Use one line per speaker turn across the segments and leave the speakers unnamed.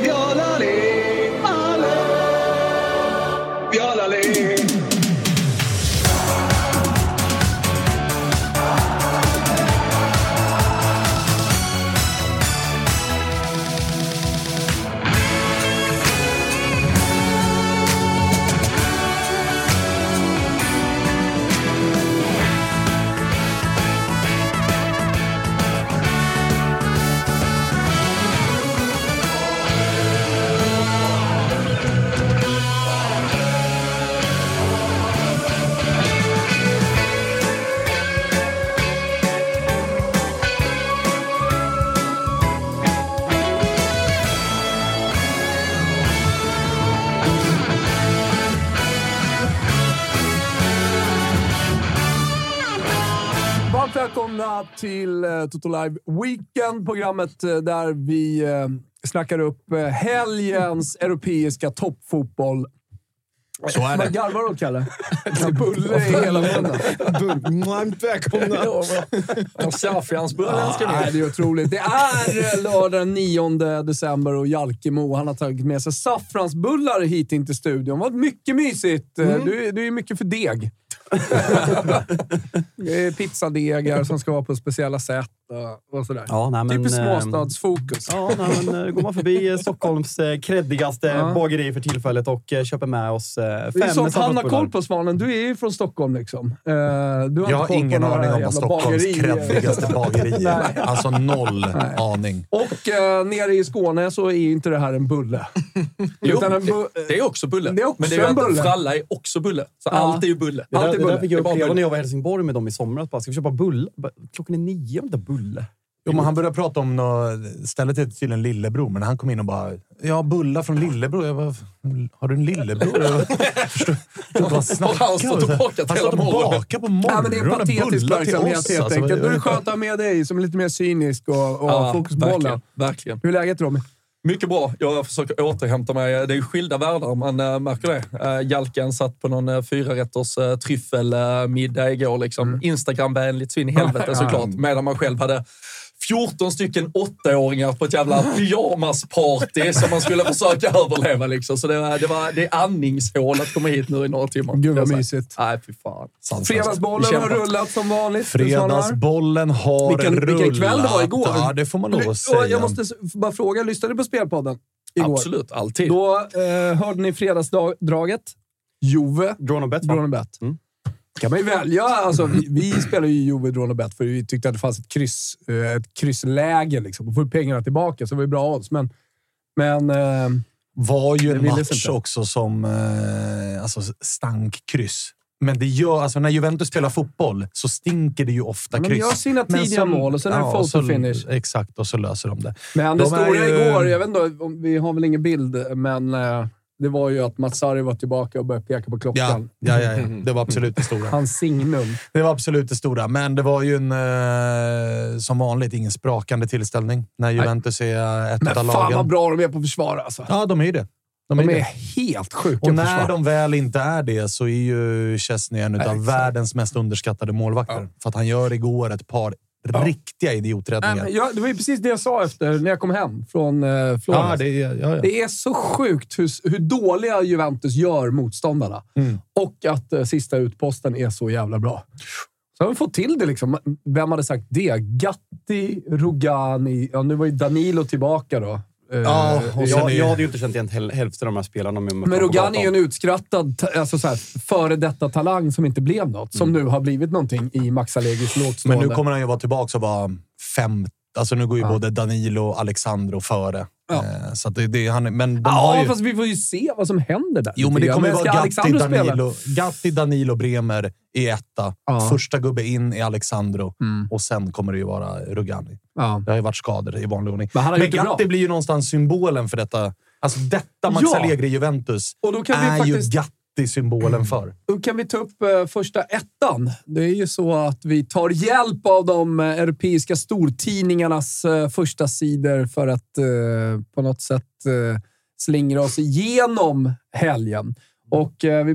viola le, ale, viola le.
Varmt välkomna till eh, Toto Live Weekend, programmet eh, där vi eh, snackar upp eh, helgens europeiska toppfotboll.
Så är
Vad
det.
garvar du, Kalle? Det är bulle i hela munnen.
Varmt välkomna!
Saffransbullen ska Nej, det är otroligt. Det är eh, lördag den 9 december och Jalkemo han har tagit med sig saffransbullar hit in till studion. Vad mycket mysigt! Eh, Du, du är mycket för deg. Det är Pizzadegar som ska vara på speciella sätt och, och sådär.
Ja, nej, men,
Typiskt
eh,
småstadsfokus.
Ja, nej, men eh, går man förbi eh, Stockholms eh, creddigaste
Ja.
bageri för tillfället och eh, köper med oss eh, fem
Det är ju sånt han har
saffransbullar.
koll på, Svanen. Du är ju från Stockholm liksom. Eh, Du har inte
Jag har
koll på
ingen
några
aning om
jävla
vad Stockholms
bagerier.
kreddigaste bageri
Nej.
är. Alltså noll aning.
Och eh, nere i Skåne så är ju inte det här en bulle.
Jo,
Utan en bu-
det, det är också bulle.
Det är också
men det är ju
en
att
bulle.
fralla är också bulle. Så
Ja.
allt är ju bulle.
Det
Allt
där,
är
det där
bulle.
fick
Det är
jag
bara
uppleva när
bulle.
jag var i Helsingborg med dem i somras. Bara, ska vi köpa bulle? Bara, Klockan är nio, om det är bulle.
Jo, men han började prata om något, stället heter tydligen Lillebror, men han kom in och bara “Ja, bullar från Lillebror”. Jag bara, “Har du en lillebror?” Jag förstår förstår inte vad han snackar
Och han står och bakar
Han
till
står och
hela morgonen.
bakar på
Nej, men det är en
morgonen.
patetisk
Bullar till
verksamhet
oss.
helt
alltså.
enkelt. Då är det skönt att ha med dig som är lite mer cynisk och, och
Ja,
fokus på bollen.
verkligen, verkligen.
Hur är läget Robin?
Mycket bra. Jag försöker återhämta mig. Det är ju skilda världar, man äh, märker det. Äh, Jalken satt på någon äh, fyrarätters äh, tryffelmiddag igår. Liksom.
Mm.
Instagramvänligt så in i helvete såklart. Medan man själv hade 14 stycken åttaåringar på ett jävla pyjamasparty som man skulle försöka överleva. Liksom. Så det, var, det, var, det är andningshål att komma hit nu i några timmar.
Gud, vad
Jag säger.
mysigt.
Nej, fy fan.
Fredagsbollen har rullat som vanligt. Svanar.
Fredagsbollen har
Vilken- vilken
rullat.
kväll det var igår.
Ja, det får man lov att
Och
säga.
Jag måste s- bara fråga, lyssnade du på Spelpodden igår?
Absolut, alltid.
Då eh, hörde ni fredagsdraget. Jove.
Drawn och bet, va?
Drawn och bet.
Mm.
kan man ju välja. Alltså, vi, vi spelar ju Jove Drawn och bet för vi tyckte att det fanns ett, kryss, eh, ett kryssläge. Liksom. Då får vi pengarna tillbaka, så det var ju bra odds. Men, men eh,
var ju
Det
en
ville
match
inte.
också som eh, alltså, stank kryss. Men det gör, alltså, när Juventus spelar fotboll så stinker det ju ofta
Ja, men
kryss.
de gör sina tidiga mål och sen är det photo
så-
finish.
Exakt, och så löser de det.
Men det
De är
stora
ju-
igår, jag vet inte, om- vi har väl ingen bild, men eh, det var ju att Matsari var tillbaka och började peka på
Ja,
klockan.
ja, ja, ja. Det var absolut det stora.
Hans signum.
Det var absolut det stora, men det var ju en, eh, som vanligt ingen sprakande tillställning när Juventus är ett
Men
av
fan vad
lagen.
bra de är på att försvara alltså.
Ja, de är ju det. De
De
det.
är helt sjuka
Och
försvar.
när de väl inte är det så är ju Chesney en av världens mest underskattade målvakter. För att han gör igår ett par riktiga
Nej,
idioträddningar.
men jag, det var ju precis det jag sa efter när jag kom hem från eh, Florens.
ja, det, är- ja, ja.
Det är så sjukt hur, hur dåliga Juventus gör motståndarna.
Mm.
Och att eh, sista utposten är så jävla bra. Så har vi fått till det. Liksom. Vem hade sagt det? Gatti, Rogani. Ja, nu var ju Danilo tillbaka då. Eh,
Ja, och sen
ja,
Jag,
är-
jag hade ju inte känt igen häl- hälften av de här spelarna. om jag mötte
men
dem på
Rogani är ju
gatan.
en utskrattad ta- alltså så här, före detta talang som inte blev något. Som nu har blivit någonting i Max Allegris
Mm. Men
lågtstående.
nu kommer han ju vara tillbaka och vara fem. Alltså nu går ju både Danilo och Alexandro före.
Ja.
Eh, Så att det, det, han, men de har
Ja,
ju...
fast vi får ju se vad som händer där.
Jo, men det
lite
kommer ju
grann.
vara
Ska
Gatti,
Alexander spela?
Danilo, Gatti, Danilo, Bremer i etta.
Ja. Mm.
Första gubbe in i Alexandro och sen kommer det ju vara Rugani.
Ja.
Det har ju varit skador i vanlig ordning.
Men han har gjort det
Gatti
bra.
blir ju någonstans symbolen för detta. Alltså detta Max
Ja.
Allegri Juventus
Och då kan vi
är
faktiskt-
ju Gatti symbolen för.
Då kan vi ta upp eh, första ettan. Det är ju så att vi tar hjälp av de eh, europeiska stortidningarnas eh, första sidor för att eh, på något sätt eh, slingra oss igenom helgen. Och eh, vi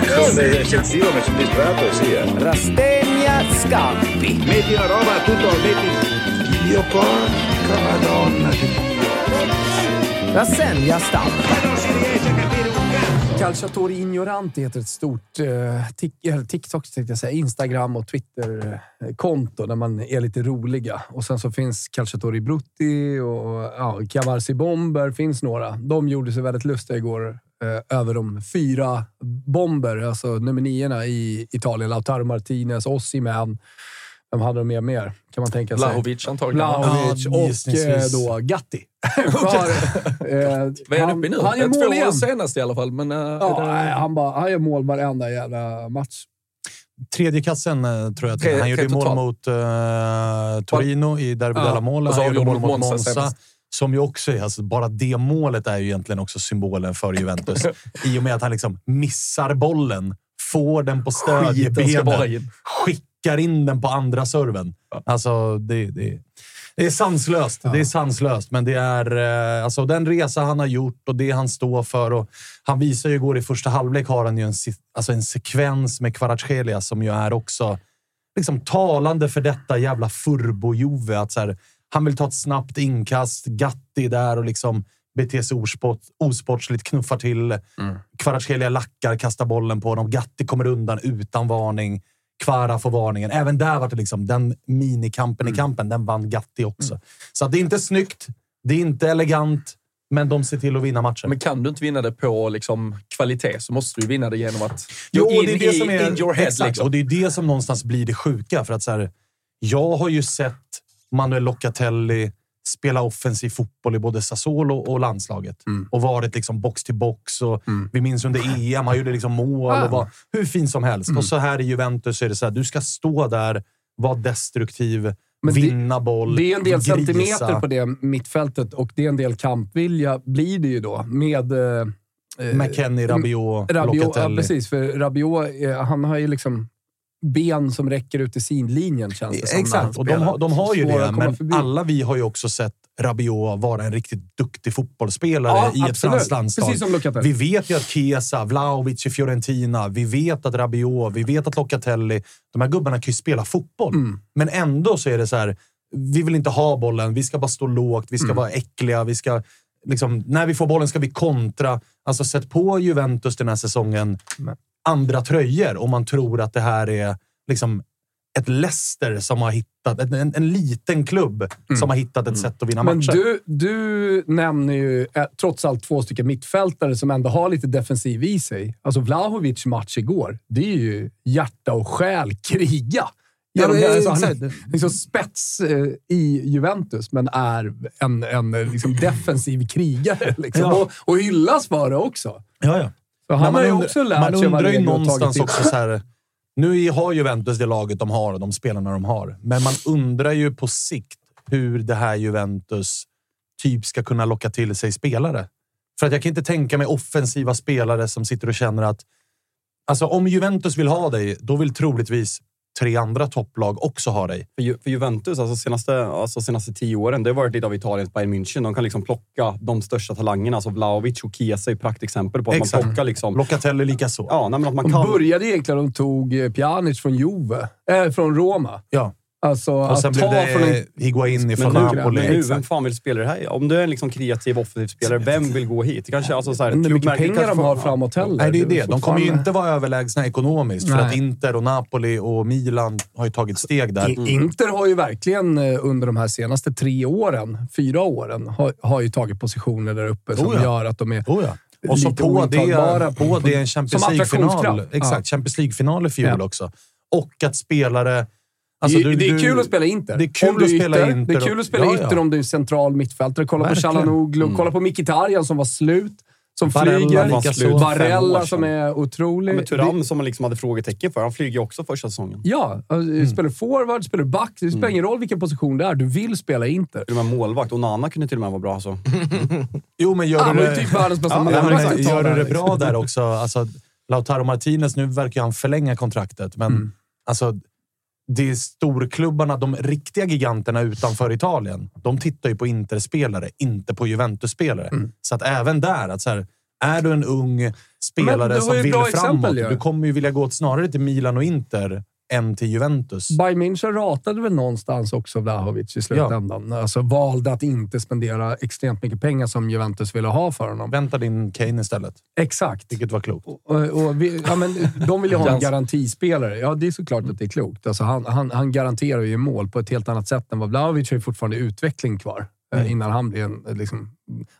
Sono eccessivo, mi sono distratto e sì. Eh.
Rastemia Scampi.
Metti la roba a tutto, metti... Dio porca madonna.
Rasenja Stamp.
Calciatori Ignoranti heter ett stort eh, tik- eller TikTok, tänkte jag säga, Instagram och Twitter-konto där man är lite roliga. Och sen så finns Calciatori Brutti och ja, Cavarsi Bomber finns några. De gjorde sig väldigt lustiga igår eh, över de fyra bomber, alltså nummer niorna i Italien. Lautaro Martinez, Osimhen. Vem hade de med mer? Kan man tänka sig.
Blahovic antagligen.
Blahovic
Ja,
och eh,
gissningsvis.
då Gatti. Var, eh,
Vad är han
han-
uppe i nu?
Han
Eh,
gör
Två
mål
år
igen.
senast i alla fall. Men, eh,
Ja,
är det-
nej, han, bara, han gör mål varenda jävla match.
Tredje kassen eh, tror jag att
Tre-
han gjorde
tre
mål
total.
mot eh, Torino i Derby
Ja.
della Mola.
Och så
Han gjorde mål
avgjorde mot
mot
Monza
Monza.
senast.
Som ju också är, alltså bara det målet är ju egentligen också symbolen för Juventus. I och med att han liksom missar bollen, får den på
Skiten ska bara
stödjebenet,
in.
skickar in den på andra serven. Alltså, det, det, det är sanslöst. Det är sanslöst, men det är eh, alltså, den resa han har gjort och det han står för. Och han visar ju igår i första halvlek har han ju en, si- alltså en sekvens med Kvaratskhelia som ju är också liksom talande för detta jävla furbo-Jove. Att så här, han vill ta ett snabbt inkast, Gatti där och liksom beter sig orsport, osportsligt, knuffar till. Kvaratskhelia lackar, kastar bollen på honom. Gatti kommer undan utan varning. Kvara får varningen. Även där var det liksom den minikampen i kampen. Den vann Gatti också. Så att det är inte snyggt, det är inte elegant, men de ser till att vinna matchen.
Men kan du inte vinna det på liksom, kvalitet så måste du vinna det genom att
Jo,
gå
och det är det
i-
som är...
in your head.
exakt,
liksom.
och det är det som någonstans blir det sjuka. För att så här, jag har ju sett Manuel Locatelli spela offensiv fotboll i både Sassuolo och landslaget. Och varit liksom box till box. Och Vi minns under EM, han gjorde liksom mål
Ah.
och var hur fin som helst. Och så här i Juventus så är det så här, du ska stå där, vara destruktiv,
det-
vinna boll,
Det är en del
grisa.
centimeter på det mittfältet och det är en del kampvilja blir det ju då med... Eh, eh,
McKennie, Rabiot,
Rabiot ja,
Locatelli.
precis. För Rabiot, eh, han har ju liksom ben som räcker ut i sidlinjen känns det som. när han
Exakt, och de,
spelar.
har- de har ju
Svåra att
det,
komma
men
förbi.
alla vi har ju också sett Rabiot vara en riktigt duktig fotbollsspelare
Ja,
i ett
absolut.
franskt landslag.
Precis som Locatelli.
Vi vet ju att Chiesa, Vlahovic i Fiorentina, vi vet att Rabiot, vi vet att Locatelli. De här gubbarna kan ju spela fotboll,
Mm.
men ändå så är det så här. Vi vill inte ha bollen, vi ska bara stå lågt, vi ska
Mm.
vara äckliga, vi ska... Liksom, när vi får bollen ska vi kontra. Alltså, sätt på Juventus den här säsongen andra tröjor om man tror att det här är liksom ett Leicester som har hittat, en, en, en liten klubb som har hittat ett sätt att vinna
Mm. Men
matcher.
du, du nämner ju eh, trots allt två stycken mittfältare som ändå har lite defensiv i sig. Alltså Vlahovic match igår, det är ju hjärta och själ kriga.
Ja,
Genom
men,
hela, så han
exakt.
är liksom spets eh, i Juventus, men är en, en eh, liksom defensiv krigare. Liksom.
Ja.
Och, och hyllas för det också.
Ja, ja.
Så han
Men
har ju
und-
också lärt sig
man
vad
undrar
det
ju
är och tagit
någonstans
till
också
sig.
så här, Nu har Juventus det laget de har och de spelarna de har, men man undrar ju på sikt hur det här Juventus typ ska kunna locka till sig spelare. För att jag kan inte tänka mig offensiva spelare som sitter och känner att alltså om Juventus vill ha dig, då vill troligtvis tre andra topplag också ha dig.
För, Ju- för Juventus, alltså senaste, alltså senaste tio åren, det har varit lite av Italiens Bayern München. De kan liksom plocka de största talangerna. Alltså Vlahovic och Chiesa är praktexempel på att
Exakt.
man plockar liksom...
Locatelli likaså.
Ja, nej, men att man
De
kan...
började egentligen, de tog eh, Pjanic från Juve. Äh, från Roma.
Ja.
Alltså,
Och sen
att ta
blev det
från en...
Higuain
Men
ifrån
nu, men
Napoli.
nu, vem
Exakt.
fan vill spela det här? Om du är en liksom kreativ offensiv spelare, vem vill gå hit? Det Kanske, alltså, så här,
Men hur mycket
klubbmärken
pengar de
kanske
har
får-
framåt heller.
Nej, det är ju
väl
det. De kommer ju
fortfarande-
inte vara överlägsna ekonomiskt för
Nej.
att Inter och Napoli och Milan har ju tagit steg där.
I- Inter har ju verkligen eh, under de här senaste tre åren, fyra åren, har, har ju tagit positioner där uppe som
Oh ja.
gör att de är...
Oh ja. Och så
Lite
på det,
ointagbara
på det en Champions
som
League-final.
attraktionskraft.
Exakt, Champions League-final i fjol
Ja.
också. Och att spelare... alltså
det,
du-
det är
du-
kul att spela Inter.
Det är kul
om du
att
är
spela
ytter,
Inter.
Det är kul att spela
Ja, ja.
ytter om du är central mittfältare. Kolla
Verkligen.
på Chalanoglu, kolla på Mkhitaryan som var slut, som
Barella var
flyger.
slut.
Fem år
Barella
sedan.
som är otrolig.
Ja, men Turam som man liksom hade frågetecken för, han flyger ju också första säsongen.
Ja, alltså,
Mm.
spelar du forward, spelar du back. Det spelar ingen roll vilken position det är. Du vill spela Inter.
Till och med målvakt. Och Nana kunde till och med vara bra. Alltså.
Jo, men gör
Han
du
var ju
det-
typ världens bästa
Ja,
målvakt
men
ett tag
Gör du
där,
det
liksom.
bra där också? Alltså, Lautaro Martinez, nu verkar ju han förlänga kontraktet, men
Mm.
alltså, det är storklubbarna, de riktiga giganterna utanför Italien, de tittar ju på Inter-spelare, inte på Juventus-spelare.
Mm.
Så att även där, att så här, är du en ung
Men du
spelare
har
som
ju
vill
bra
framåt,
exempel ju.
du kommer ju vilja gå snarare till Milan och Inter än till Juventus.
Bayern München ratade väl någonstans också Vlahovic i slutändan. Alltså valde att inte spendera extremt mycket pengar som Juventus ville ha för honom.
Vänta din Kane istället,
Exakt.
vilket var klokt.
Och, och vi, ja, men, de vill ju ha en
Jans-
garantispelare. Ja, det är såklart att det är klokt. Alltså, han, han, han garanterar ju mål på ett helt annat sätt än vad Vlahovic har ju fortfarande utveckling kvar eh, innan han blir en... eh, Liksom,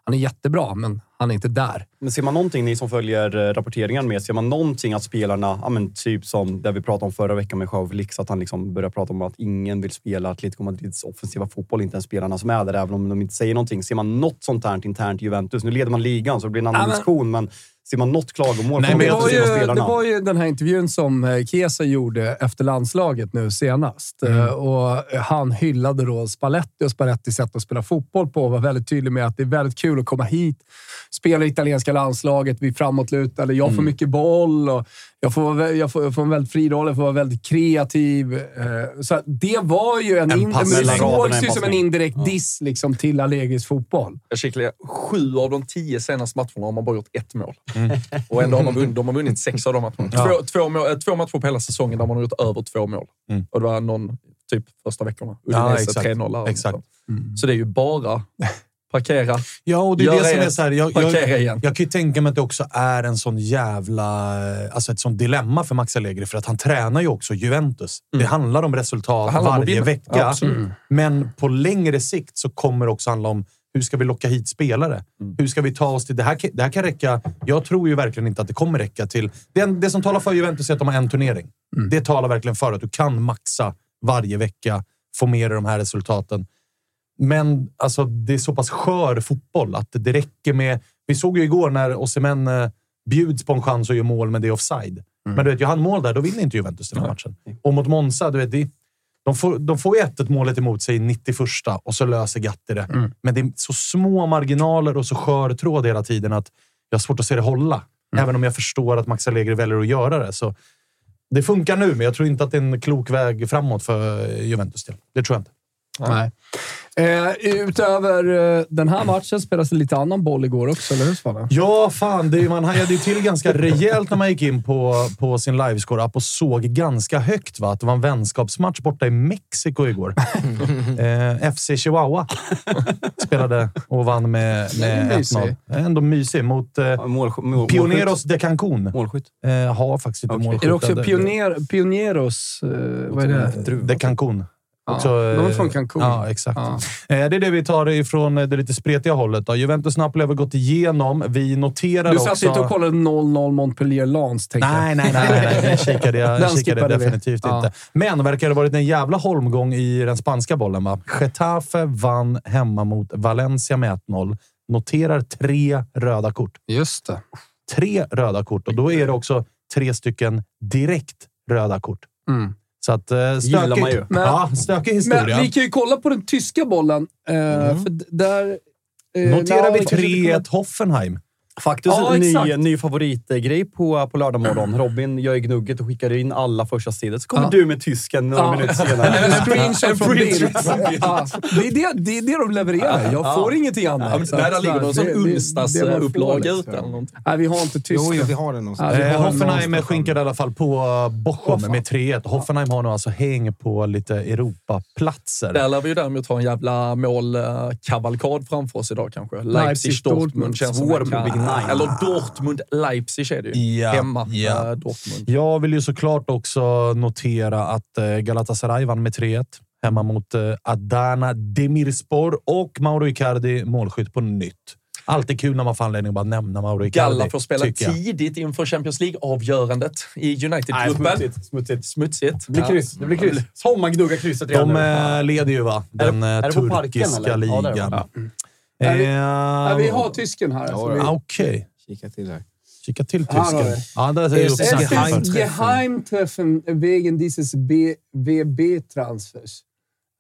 han är jättebra, men han är inte där.
Men ser man någonting, ni som följer eh, rapporteringen med, ser man någonting att spelarna, ja, men typ som det vi pratade om förra veckan med Joao Felix, att han liksom börjar prata om att ingen vill spela Atletico Madrids offensiva fotboll, inte ens spelarna som är där, även om de inte säger någonting. Ser man något sånt här internt i Juventus, nu leder man ligan så det blir en annan
Ja, men-
diskussion, men ser man något klagomål
Nej,
från de
men
det,
jag
var
offensiva
ju,
spelarna?
det var ju den här intervjun som eh, Chiesa gjorde efter landslaget nu senast.
Mm.
Eh, Och eh, han hyllade då Spalletti och Spallettis sätt att spela fotboll på och var väldigt tydlig med att det är väldigt kul att komma hit, spela i italienska landslaget, vi är framåtlutade, jag får
Mm.
mycket boll och jag får, vara vä- jag får, jag får en väldigt fri roll, jag får vara väldigt kreativ. Eh, Så att det var ju en...
En
in-
pass
men det
mellan raderna,
sågs
en
ju som en
passning.
indirekt diss liksom, till Allegris fotboll.
Jag kikade sju av de tio senaste matcherna har man bara gjort ett mål.
Mm.
Och ändå har man vunnit, de har vunnit sex av de matcherna. Två, två, mål, eh, två matcher på hela säsongen där man har gjort över två mål. Och det var någon, typ första veckorna. Udinese
Mm. exakt.
3-0 här.
Exakt.
Mm.
Så det är ju bara parkera.
Ja, och det är
Gör
det som
rätt.
är så här, jag,
Parkera
jag,
igen.
jag kan ju tänka mig att det också är en sån jävla... Alltså ett sånt dilemma för Max Allegri, för att han tränar ju också Juventus. Det handlar om resultat
Det Mm. handlar om att
varje
vinna. Ja,
vecka.
absolut. Mm.
men på längre sikt så kommer det också handla om hur ska vi locka hit spelare?
Mm.
Hur ska vi ta oss till... Det här, kan- det här kan räcka. Jag tror ju verkligen inte att det kommer räcka till... Det, det som talar för Juventus är att de har en turnering.
Mm.
Det talar verkligen för att du kan maxa varje vecka, få med dig de här resultaten. Men alltså, det är så pass skör fotboll att det räcker med... Vi såg ju igår när Osimhen eh, bjuds på en chans och gör mål, men det är offside. Men du vet, gör han mål där, då vinner inte Juventus den här matchen. Och mot Monza, du vet, det, de får, de får ju 1-1 målet emot sig i 91 och så löser Gatti det. Men det är så små marginaler och så skör tråd hela tiden att jag har svårt att se det hålla. Även om jag förstår att Max Allegri väljer att göra det. Så det funkar nu, men jag tror inte att det är en klok väg framåt för Juventus del. Det tror jag inte.
Nej. Eh, utöver eh, den här matchen spelades det lite annan boll igår också, eller hur Svanen?
Ja, fan. Det, man hajade ju till ganska rejält när man gick in på, på sin livescore-app och såg ganska högt va? att det var en vänskapsmatch borta i Mexiko igår. eh, FC Chihuahua spelade och vann med,
Det är
med
mysig.
1-0. Ändå mysig mot eh,
Mål, mål,
Pioneros de Cancún.
Målskytt.
Eh, har faktiskt inte
Okej.
målskytt.
Är det också
Det-
pioner, Pioneros... Eh, vad är det?
Mm. De Cancún.
Ja,
Också,
de är
eh,
från Cancun.
Ja, exakt.
Ja.
Eh, Det är det vi tar ifrån eh, det lite spretiga hållet. då. Juventus-Napoli har vi gått igenom. Vi noterar
Du
också...
satt inte och kollade 0-0 Montpellier-Lans, tänkte
Nej, nej, nej. nej, nej. Jag kikade,
Den
jag kikade
skippade vi.
definitivt
Ja.
inte. Men verkar det ha varit en jävla holmgång i den spanska bollen. Va? Getafe vann hemma mot Valencia med 1-0. Noterar tre röda kort.
Just det.
Tre röda kort och då är det också tre stycken direkt röda kort.
Mm.
Så att eh,
Gillar
stökig,
man ju.
ja, stökig
Men
historia.
vi kan ju kolla på den tyska bollen, eh, för d- där... eh,
Noterar
ja,
vi
kanske inte kollar-
3-1 Hoffenheim.
Faktiskt
Ja,
en ny,
exakt.
ny favoritgrej på, på lördag morgon. Robin gör ju gnugget och skickar in alla första sidor. Så kommer du med tysken några
Ja.
minuter senare.
En screenshot från bild.
screenshot från bild.
Ja, det, är det, det är det de levererar. Jag får ingenting annat.
men där ligger någon sån
Det- det- det man får,
onsdagsupplaga
liksom.
ute eller någonting.
Nej, vi har inte tyska.
Jo, jo, vi har den någonstans.
Ja, vi har
Eh,
den
Hoffenheim
någonstans.
skinkade i alla fall på Bochum med 3-1. Hoffenheim har nu alltså häng på lite Europaplatser.
Där lär vi ju däremot ha en jävla målkavalkad framför oss idag kanske. Leipzig-Dortmund
Dortmund.
känns som
Svår
det kan-
Big Nine.
Eller Dortmund-Leipzig är det ju.
Ja,
Hemma,
ja.
eh, Dortmund.
Jag vill ju såklart också notera att eh, Galatasaray vann med 3-1 hemma mot eh, Adana Demirspor och Mauro Icardi målskytt på nytt. Alltid kul när man får anledning att bara nämna Mauro Icardi.
Galla får spela
tycker jag.
tidigt inför Champions League-avgörandet i
Nej,
United-gruppen.
smutsigt. smutsigt.
Smutsigt.
Det blir kryss. Det blir kryss. Som man gnuggar krysset redan
De
nu.
eh, leder ju va? Den
är
eh,
det på parken,
turkiska
eller? Ja, det är det.
ligan.
Ja.
Är vi-
Eh,
Nej, vi har tysken här.
Ja,
Alltså,
ja.
ah,
vi,
Okej.
Kika till här.
Kika till
Här har
tysken.
vi.
Ja, där är
Äh,
SS
uppsnacket.
Geheim-
Es ist Geheimtreffen wegen dieses WB-Transfers.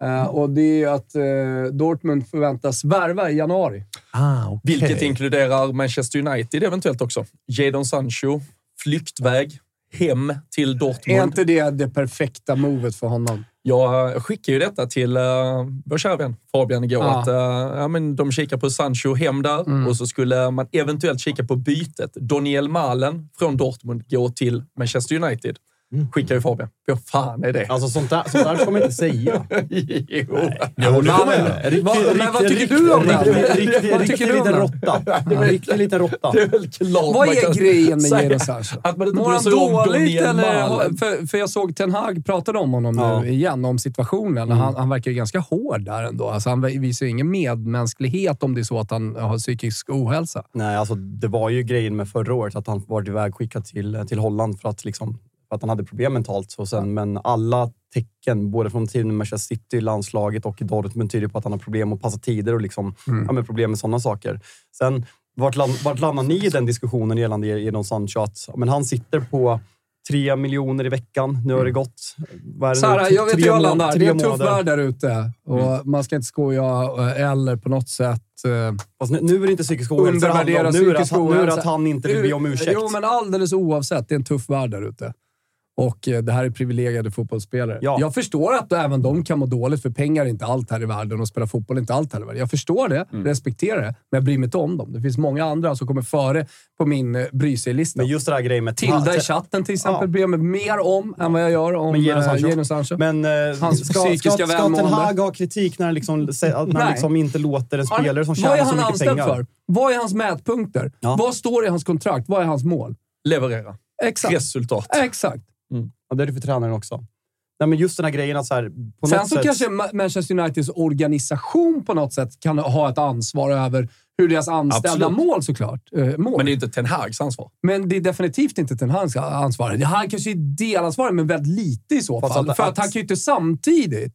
Äh, och det är ju att eh, Dortmund förväntas värva i januari.
Ah, okej.
Vilket inkluderar Manchester United eventuellt också. Jadon Sancho, flyktväg, hem till
Är
Dortmund.
inte det det perfekta movet för honom?
Jag eh, skickade ju detta till uh, vår kära vän Fabian igår.
Ja. Mm.
Att, eh, ja, men de kikar på Sancho hem där och så skulle man eventuellt kika på bytet. Daniel Malen från Dortmund går till Manchester United. Skickar ju Fabian. Vad fan är det?
Alltså sånt där, sånt där ska man inte säga.
jo.
Jo, det kommer jag.
Riktig-
Vad- men vad
riktig-
tycker du om
riktig-
den?
riktig- riktig-
Vad tycker
Riktig
du om
liten
den?
råtta. En Riktig liten råtta.
Det är väl klart
Vad
man
är
kan
grejen med
säga
Jadon Sancho?
Att man inte
Mår
bryr
han
sig om
dåligt
Daniel
eller?
Malen.
För, för jag såg Ten Hag pratade om honom
Ja.
nu igen, om situationen.
Mm.
Han, han verkar ju ganska hård där ändå. Alltså, han visar ju ingen medmänsklighet om det är så att han har psykisk ohälsa.
Nej, alltså det var ju grejen med förra året att han var ivägskickad till, till Holland för att, liksom, för att han hade problem mentalt. Så sen, Men alla tecken, både från tiden i Manchester City, landslaget och i Dortmund, tyder på att han har problem att passa tider och liksom,
Mm.
ja, men problem med sådana saker. Sen, vart, land, vart landar ni i den diskussionen gällande Jadon Sancho? Att, ja, men han sitter på tre miljoner i veckan. Nu har det gått... Vad är det nu? Typ
Sara, Mm. jag vet
Tre
hur jag
mån-
landar.
tre
Det är en tuff
månader.
värld där ute och
Mm.
man ska inte skoja eh, eller på något sätt... eh,
Fast nu, nu är det inte psykisk ohälsa det handlar
undervärdera
om. Nu är det att
psykisk
han- nu är det
ohälsa.
att han inte vill be om ursäkt.
Jo, men alldeles oavsett. Det är en tuff värld där ute. Och eh, det här är privilegierade fotbollsspelare.
Ja.
Jag förstår att även de kan må dåligt, för pengar är inte allt här i världen och spela fotboll är inte allt här i världen. Jag förstår det,
Mm.
respekterar det, men jag bryr mig inte om dem. Det finns många andra som kommer före på min eh, bry sig-lista.
Men just det här grejen med...
Tilda i chatten till exempel
Ja.
bryr jag mig mer om än vad jag gör om
Men Jadon Sancho.
Jadon Sancho.
Men eh,
Hans
ska, ska,
psykiska
ska Ten
välmående.
Hag ha kritik när han liksom, se- att man
Nej.
liksom inte låter en spelare som
vad är
tjänar
han
så mycket
anställd
pengar...
för? Vad är hans mätpunkter?
Ja.
Vad står i hans kontrakt? Vad är hans mål?
Leverera.
Exakt.
Resultat.
Exakt.
Ja, det är det för tränaren också. Nej, men just den här grejen att så här, på
Sen
något
så
sätt...
kanske Ma- Manchester Uniteds organisation på något sätt kan ha ett ansvar över hur deras anställda
Absolut.
mål såklart. eh, mål.
Men det är inte Ten Hags ansvar.
Men det är definitivt inte Ten Hags ansvar. Han kanske är delansvarig, men väldigt lite i så
Fast
fall.
att-
för att,
att-
han kan ju inte samtidigt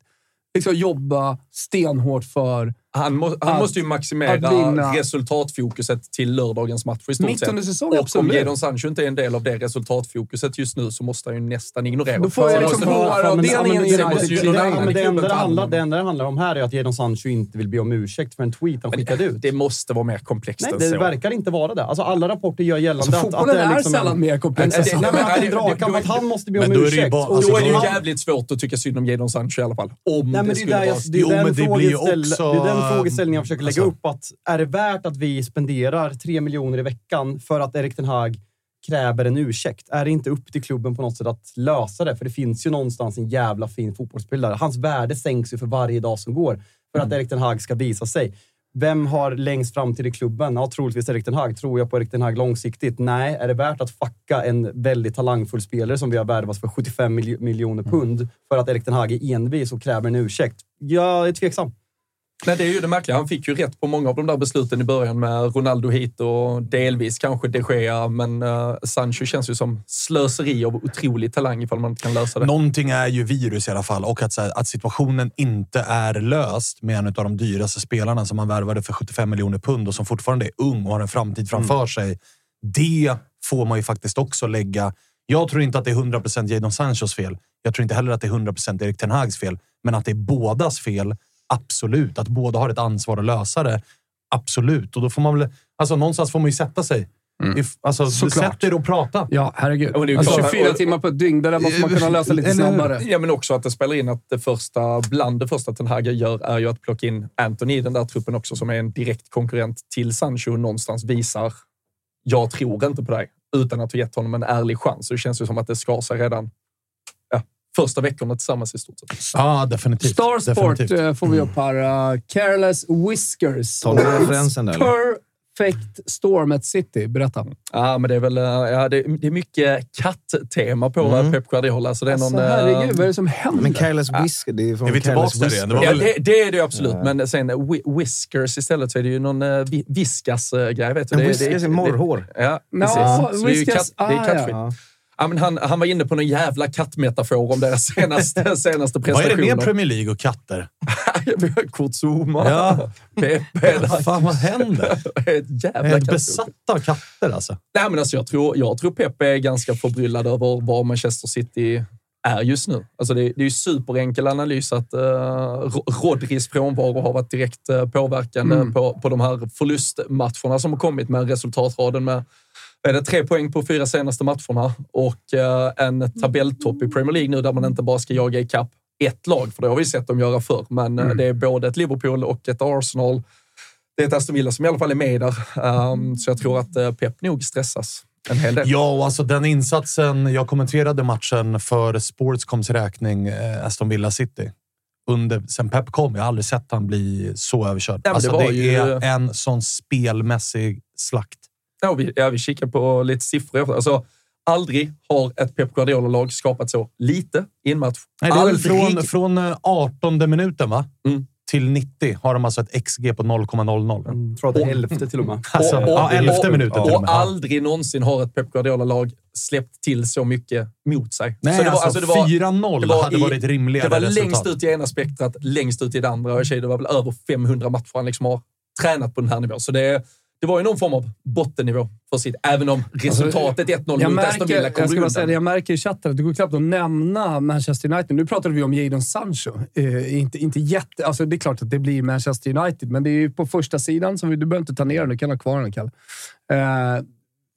liksom jobba stenhårt för...
Han, må, han
Att-
måste ju maximera
att vinna.
resultatfokuset till lördagens match i stort
Mitt
sett.
under säsongen,
Och om
absolut.
Jadon Sancho inte är en del av det resultatfokuset just nu så måste han ju nästan ignorera
Då får jag
Sen
liksom
måste-
vara-
Sen måste-
avdelningen i
sen måste ju
United-
någon
Ja,
Ja,
annan
men
i
det,
klubben
enda
ta
det
hand
handlar,
om
det enda det handlar om här är att Jadon Sancho inte vill be om ursäkt för en tweet han skickade ut.
Det måste vara mer komplext
Nej,
än
det
så.
verkar inte vara det. Alltså, alla rapporter gör gällande
Alltså,
att, att
fotbollen är sällan mer komplex
än
Nej,
så.
men att
Nej,
en
det-
dragkamp,
det-
att han måste be
Men
om
då är det ju
ursäkt.
bara-
Och
alltså,
då är det ju
han-
jävligt svårt att tycka synd om Jadon Sancho i alla fall. Om
Nej,
det,
men det, är
skulle
där
vara...
jag, det, är
Jo,
den
men det blir ju
frågeställ-
också-
det är den frågeställningen jag försöker lägga
Alltså-
upp. Att är det värt att vi spenderar tre miljoner i veckan för att Erik Ten Hag kräver en ursäkt? Är det inte upp till klubben på något sätt att lösa det? För det finns ju någonstans en jävla fin fotbollsspelare. Hans värde sänks ju för varje dag som går för att Erik Ten Hag ska visa sig. Vem har längst fram till i klubben? Ja, troligtvis Erik Ten Hag. Tror jag på Erik Ten Hag långsiktigt? Nej. Är det värt att fucka en väldigt talangfull spelare som vi har värvat för 75 milj- miljoner pund för att Erik Ten Hag är envis och kräver en ursäkt? Jag är tveksam.
Nej, det är ju det märkliga. Han fick ju rätt på många av de där besluten i början med Ronaldo hit och delvis kanske de Gea, men eh, Sancho känns ju som slöseri av otrolig talang ifall man inte kan lösa det.
Någonting är ju virus i alla fall och att, så här, att situationen inte är löst med en av de dyraste spelarna som man värvade för 75 miljoner pund och som fortfarande är ung och har en framtid
Mm.
framför sig. Det får man ju faktiskt också lägga. Jag tror inte att det är 100 Jadon Sanchos fel. Jag tror inte heller att det är 100 Erik Ten Hags fel, men att det är bådas fel. Absolut. Att båda har ett ansvar att lösa det. Absolut. Och då får man väl... Alltså någonstans får man ju sätta sig. If, alltså,
Mm. Såklart.
sätt er och prata.
Ja, herregud.
Ja, men det är ju
alltså,
klart.
24
Och-
timmar på ett dygn, det där måste man kunna lösa lite
Eller hur?
snabbare.
Ja, men också att det spelar in att det första, bland det första Ten Hag gör är ju att plocka in Anthony i den där truppen också, som är en direkt konkurrent till Sancho och någonstans visar jag tror inte på dig, utan att ha gett honom en ärlig chans. Så det känns ju som att det skar sig redan ja, första veckorna tillsammans i stort sett.
Ja, definitivt.
Starsport
definitivt.
eh, får vi upp här. Uh, Careless Whiskers.
Tar du referensen där, eller?
Perfect Storm at City. Berätta.
Ja, men det är väl eh, ja, det, det är mycket katt-tema på eh, Pep Guardiola. Så det är
Alltså,
någon, eh,
herregud, vad är det som händer?
Men Careless
Ah.
Whisker, det är från
Är vi
Careless
tillbaka där igen? Det var
Whisper.
Ja,
väl-
det, det är det ju absolut, men sen eh, whi- whiskers istället så är det ju någon eh, vi- viskas-grej. vet du.
Men
Det-
Whiskers
det-
typ-
är morrhår.
det- Ja,
Nå,
precis. Så det är ju
whiskers-
katt, det
ah,
är kattskit.
ja.
Ja, men han, han var inne på någon jävla kattmetafor om deras senaste, senaste
Vad är det med
prestationer.
Premier League och katter?
Vi har Kurtzuma,
Ja.
Pepe. där.
Fan, vad händer?
Det är Ett jävla
Jag är
kattskit.
besatt av katter alltså.
Nej, men alltså, jag, tror, jag tror Pepe är ganska förbryllad över var Manchester City är just nu. Alltså det, det är ju superenkel analys att eh, Ro- Rodris frånvaro har varit direkt eh, påverkande
Mm.
på, på de här förlustmatcherna som har kommit med resultatraden med är det tre poäng på fyra senaste matcherna och eh, en tabelltopp i Premier League nu där man inte bara ska jaga ikapp ett lag, för det har vi sett dem göra förr. Men
Mm.
eh, det är både ett Liverpool och ett Arsenal det är ett Aston Villa som i alla fall är med där. Ehm, så jag tror att eh, Pep nog stressas en hel del.
Ja, och alltså den insatsen. Jag kommenterade matchen för Sportscoms räkning, eh, Aston Villa City. Under, sen Pep kom, jag har aldrig sett han bli så överkörd.
men det
alltså, det,
var ju-
är en sån spelmässig slakt.
Ja, vi, ja, vi kikar på lite siffror. efter. Alltså, aldrig har ett Pep Guardiola-lag skapat så lite i en match.
Nej, det är väl
aldrig.
från, från eh, 18 minuten va?
Mm.
till 90 har de alltså ett XG på 0,00.
Jag tror att det är elfte till och med.
Alltså, ja, elfte
och,
minuten till
och,
och med. Ja.
aldrig någonsin har ett Pep Guardiola-lag släppt till så mycket mot sig.
Nej,
så det var,
alltså,
det var,
4-0
det var
hade
i-
varit rimligare
det var
resultat.
längst ut i ena spektrat, längst ut i det andra. Och i och för sig, det var väl över 500 matcher han liksom har tränat på den här nivån. Så det, det var ju någon form av bottennivå för sitt, även om resultatet 1-0
Alltså, Jag
mot Aston Villa
märker,
kommer
jag, ska bara
undan.
säga det, jag märker i chatten att det går knappt att nämna Manchester United. Nu pratade vi om Jadon Sancho. Eh, inte, inte jätte, alltså det är klart att det blir Manchester United, men det är ju på första sidan. Som vi, du behöver inte ta ner den, du kan ha kvar den, Kalle. Eh,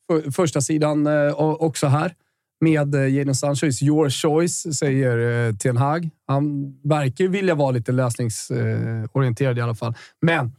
för, första sidan eh, och- också här med eh, Jadon Sancho. Is your choice, säger eh, Ten Hag. Han verkar ju vilja vara lite lösningsorienterad i alla fall. Men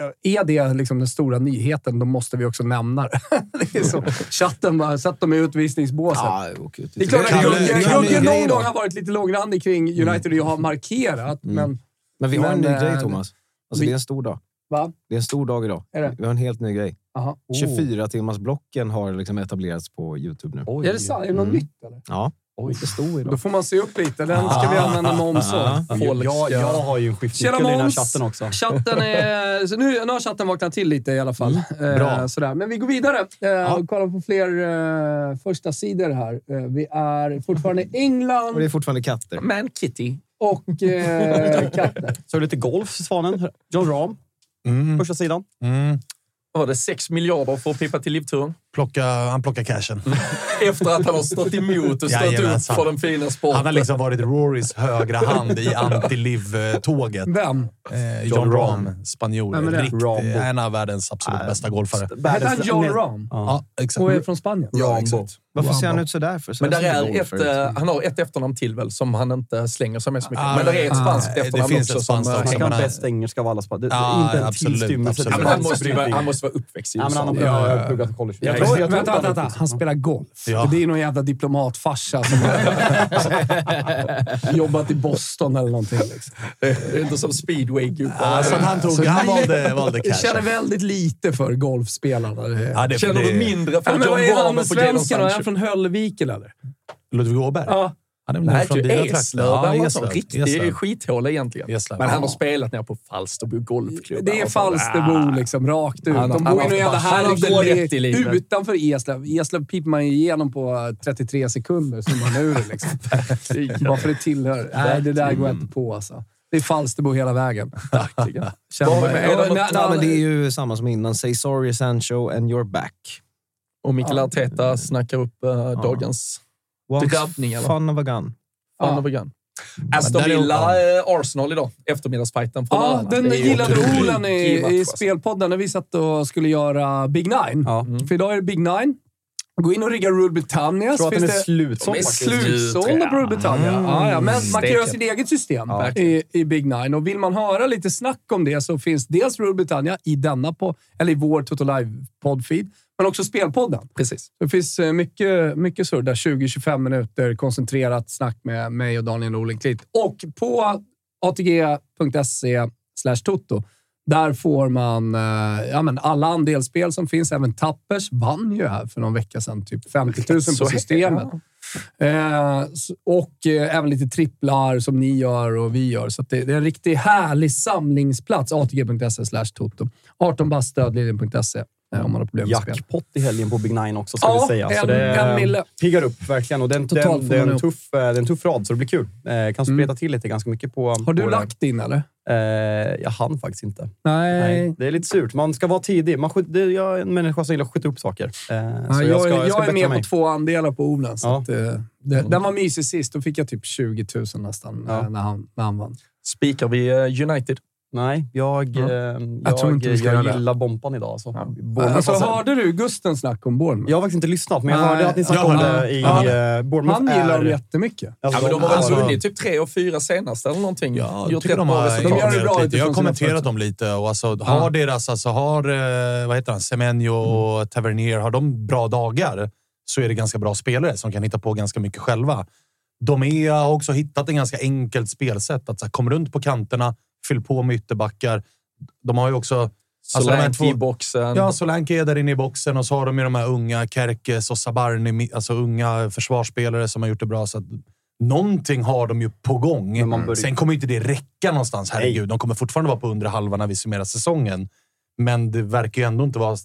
Ja, Är det liksom den stora nyheten, då måste vi också nämna det. det är så. Chatten bara, sätt dem i utvisningsbåset.
Ja, åk ut.
Det är klart att
Kalle-
Jugge-
Kalle-
Jugge
grej
någon
då. Mm.
gång har varit lite långrandig kring United och jag har markerat, men
Men vi har en ny
Men,
grej,
eh,
Thomas. Alltså,
vi-
det är en stor dag.
va?
Det är en stor dag idag.
Är det?
Vi har en helt ny grej.
Aha.
Oh.
Oh.
24-timmarsblocken har liksom etablerats på YouTube nu.
Är det sant? Är det något nytt eller?
Mm. Ja. Det står
Då
idag.
får man se upp lite. Den ska vi använda moms
Ah.
åt.
Folk
Jag,
ska-
jag har ju en
Tjena
skiftnyckel i den här
moms!
chatten också.
Chatten är... Så nu, nu har chatten vaknat till lite i alla fall.
Mm.
Eh, sådär. Men vi går vidare eh, och kollar på fler eh, första sidor här. Eh, vi är fortfarande i England.
Och det är fortfarande katter.
Man Kitty.
och eh, katter.
Såg lite golf, Svanen. John Rahm,
Mm.
första sidan.
Mm.
Vad var det? 6 miljarder för att pippa till livturen.
Plocka, han plockar cashen.
Efter att han har stått emot och stått upp
Jajamensan.
för den fina sporten.
Han har liksom varit Rorys högra hand i anti-liv-tåget.
Vem?
Eh, John Rahm, spanjor.
Vem är det?
Rikt-
Rambo.
En av världens
Ah,
absolut bästa golfare.
Hette han John Rahm?
Ja,
Och är
exakt.
från Spanien?
Ja, exakt.
Varför ser han ut sådär för? Så
Men
där
där
ser
är
det
ett,
ut.
eh, han har ett efternamn till väl, som han inte slänger sig med så mycket.
Ah,
men där är ett
ah,
spanskt
det
efternamn
finns
också.
ett spanskt
som, eh,
också.
Han kan
men-
bäst engelska av alla spanjorer.
Ja,
Inte en
absolut,
tillstymmelse till
absolut.
ja, men han,
spansk
måste ju, vara-
brytning.
han måste vara uppväxt i
Ja, men
USA.
han har
Ja,
ja, pluggat på college.
Jag
Ja,
tror,
jag tror
vänta,
att
vänta,
han-
vänta. Han spelar golf.
Ja.
Det är någon jävla diplomatfarsa som har jobbat i Boston eller någonting. Liksom.
Det är inte som speedwaygubbar.
Ja, så att han tog... Han valde, valde
Jag känner
cashen.
väldigt lite för golfspelarna. Det-
Ja, det-
Känner
det-
du mindre för
Ja, men
John
vad är han
Rahm
med
och för Jadon
svensken då? Är
Sancho?
han från Höllviken eller?
Ludvig Åberg?
Ja.
Han är väl
Nej,
nog från
ju
dina trakter?
Eslöv. Ja,
Ja,
Eslöv.
Eslöv.
Riktig
Eslöv.
skithåla egentligen.
Eslöv.
Men han har
Ja.
spelat nere på Falsterbo golfklubb.
Det är Falsterbo liksom, rakt ut.
"Ah." Han-
De
han
bor i
har-
någon jävla
han har
härlig
rätt i livet.
utanför Eslöv. Eslöv piper man ju igenom på eh, 33 sekunder, så är man ur det liksom. Varför det tillhör. Nej, det där går jag inte på alltså. Det är Falsterbo hela vägen.
Verkligen.
Känner
Vad
mig-
är det med-
Ja, men det är ju samma som innan. Say sorry Sancho and you're back.
Och Mikael Arteta snackar upp eh, dagens Drabbning, eller?
fun of a gun.
fan
Ja.
of a gun. Mm. Aston
där är-
Villa, eh, Arsenal idag. Eftermiddagsfajten. från
Ja,
lördagen.
Ah, den
Det är ju
gillade
otroligt
Olen i,
givande,
i
alltså.
spelpodden när vi satt och skulle göra Big Nine.
Ja.
För idag är det Big Nine. Gå in och rigga Rule Britannia.
tror
så
att
finns
den är
det-
slutsåld
De är
faktiskt.
Slutsåld på Rule Britannia.
Mm.
Ja, ja. Men man kan göra sitt eget system i, i Big Nine. Och vill man höra lite snack om det så finns dels Rule Britannia i denna på, eller i vår Toto Live-poddfeed, men också Spelpodden.
Precis.
Det finns eh, mycket, mycket surr där. 20-25 minuter koncentrerat snack med mig och Daniel Olenklint. Och på atg.se E slash toto, där får man eh, ja, men alla andelsspel som finns. Även Tappers vann ju här för någon vecka sedan, typ 50 000 på
Så är det.
systemet. Eh, s- och eh, även lite tripplar som ni gör och vi gör. Så att det, det är en riktigt härlig samlingsplats. atg.se E slash toto. 18 bast stödlinjen.se eh, om man har problem med spel.
Jackpot i helgen på Big Nine också, ska
Ja,
vi säga. Så
en-
det
en mille.
piggar upp verkligen. Och den,
Totalt
den,
får
det, är
man
en
upp.
tuff, eh, det är en tuff rad, så det blir kul. Eh, kan spreta till lite ganska mycket på...
Har du
på det.
lagt in eller?
Eh, jag hann faktiskt inte.
Nej.
Eh,
Nej, det är lite surt. Man ska vara tidig. Man skjut, det, jag är en människa som gillar att skjuta upp saker. Eh,
Ja,
så
jag,
jag, ska,
jag,
jag ska
är
bättra
med
mig.
på två andelar på Olen. Så
Ja. Mm.
att, eh, det, Den var mysig sist. Då fick jag typ 20 000 nästan eh, när, han, när han vann.
Spikar vi eh, United.
Nej, jag, eh, jag, jag,
tror inte vi ska göra det.
gillar Bompan idag. Alltså. Bournemouth
Alltså,
har-
hörde du Gustens snack om Bournemouth?
Jag har faktiskt inte lyssnat, men jag
Nej,
hörde att ni snackade om
jag hörde.
det i
Ja.
eh, Bournemouth.
Han gillar dem
är,
jättemycket.
alltså,
Ja, men de har väl
alltså-
vunnit typ tre och fyra senast eller någonting.
Ja, jag
Gjort
tycker
rätt
de
bra
har
resultat.
De gör det bra
imponerat lite. Jag
utifrån
har
sina
kommenterat dem lite och alltså, har deras, alltså har, eh, vad heter han, Semenyo
Mm.
och Tavernier, har de bra dagar så är det ganska bra spelare som kan hitta på ganska mycket själva. De är, har också hittat en ganska enkelt spelsätt. Att så här, kom runt på kanterna, fyll på med ytterbackar. De har ju också... alltså, de här
Solanke
två-
i boxen.
Ja, Solanke är där inne i boxen och så har de ju de här unga Kerkes och Sabarni, alltså unga försvarsspelare som har gjort det bra. Så att någonting har de ju på gång.
man börjar-
Sen kommer ju inte det räcka någonstans. Herregud, de kommer fortfarande vara på undre halvan när vi summerar säsongen. Men det verkar ju ändå inte vara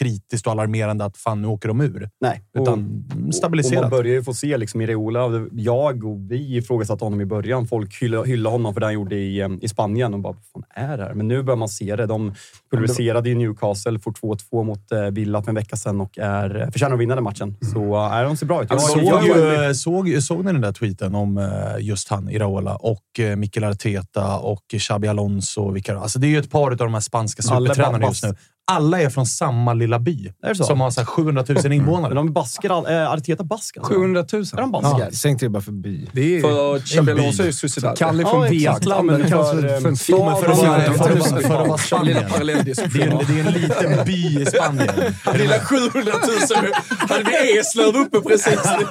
kritiskt och alarmerande att fan, nu åker de ur.
Nej,
Oh.
Utan
Och
stabiliserat.
man börjar ju få se liksom, i Reola, jag och vi ifrågasatte honom i början. Folk hyllade, hyllade honom för det han gjorde i, eh, i Spanien och bara, vad fan är det här? Men nu börjar man se det. De pulveriserade ju Newcastle, får 2-2 mot eh, Villa för en vecka sedan och är, eh, förtjänar att vinna den matchen. Så eh, är de ser bra ut. Jag,
såg,
jag, jag,
ju, eh, såg, såg ni den där tweeten om eh, just han, Iraola, och eh, Mikel Arteta och Xabi Alonso? Och vilka, alltså det är ju ett par av de här spanska
Alla är
supertränarna
bara
just nu. Alla är från samma lilla by
Är det så?
som har så här 700 000
men
invånare.
de är basker, all- eh, Arteta bask alltså.
700 000.
Är de
Ja,
basker?
Säg inte det bara för by.
Det är
För Xabi
by.
Alonso är ju Sociedad.
Kalle
Ja,
från
exakt.
Vetlanda.
Ja, men
Det kallas
för,
för, för en
ehm,
Jo, men
stad.
för att vara- för att vara- för att vara Spanien.
Lilla
Det är,
parallelldiskussion.
en, det är en liten by i Spanien.
Lilla 700 000. Hade vi Eslöv uppe precis nu?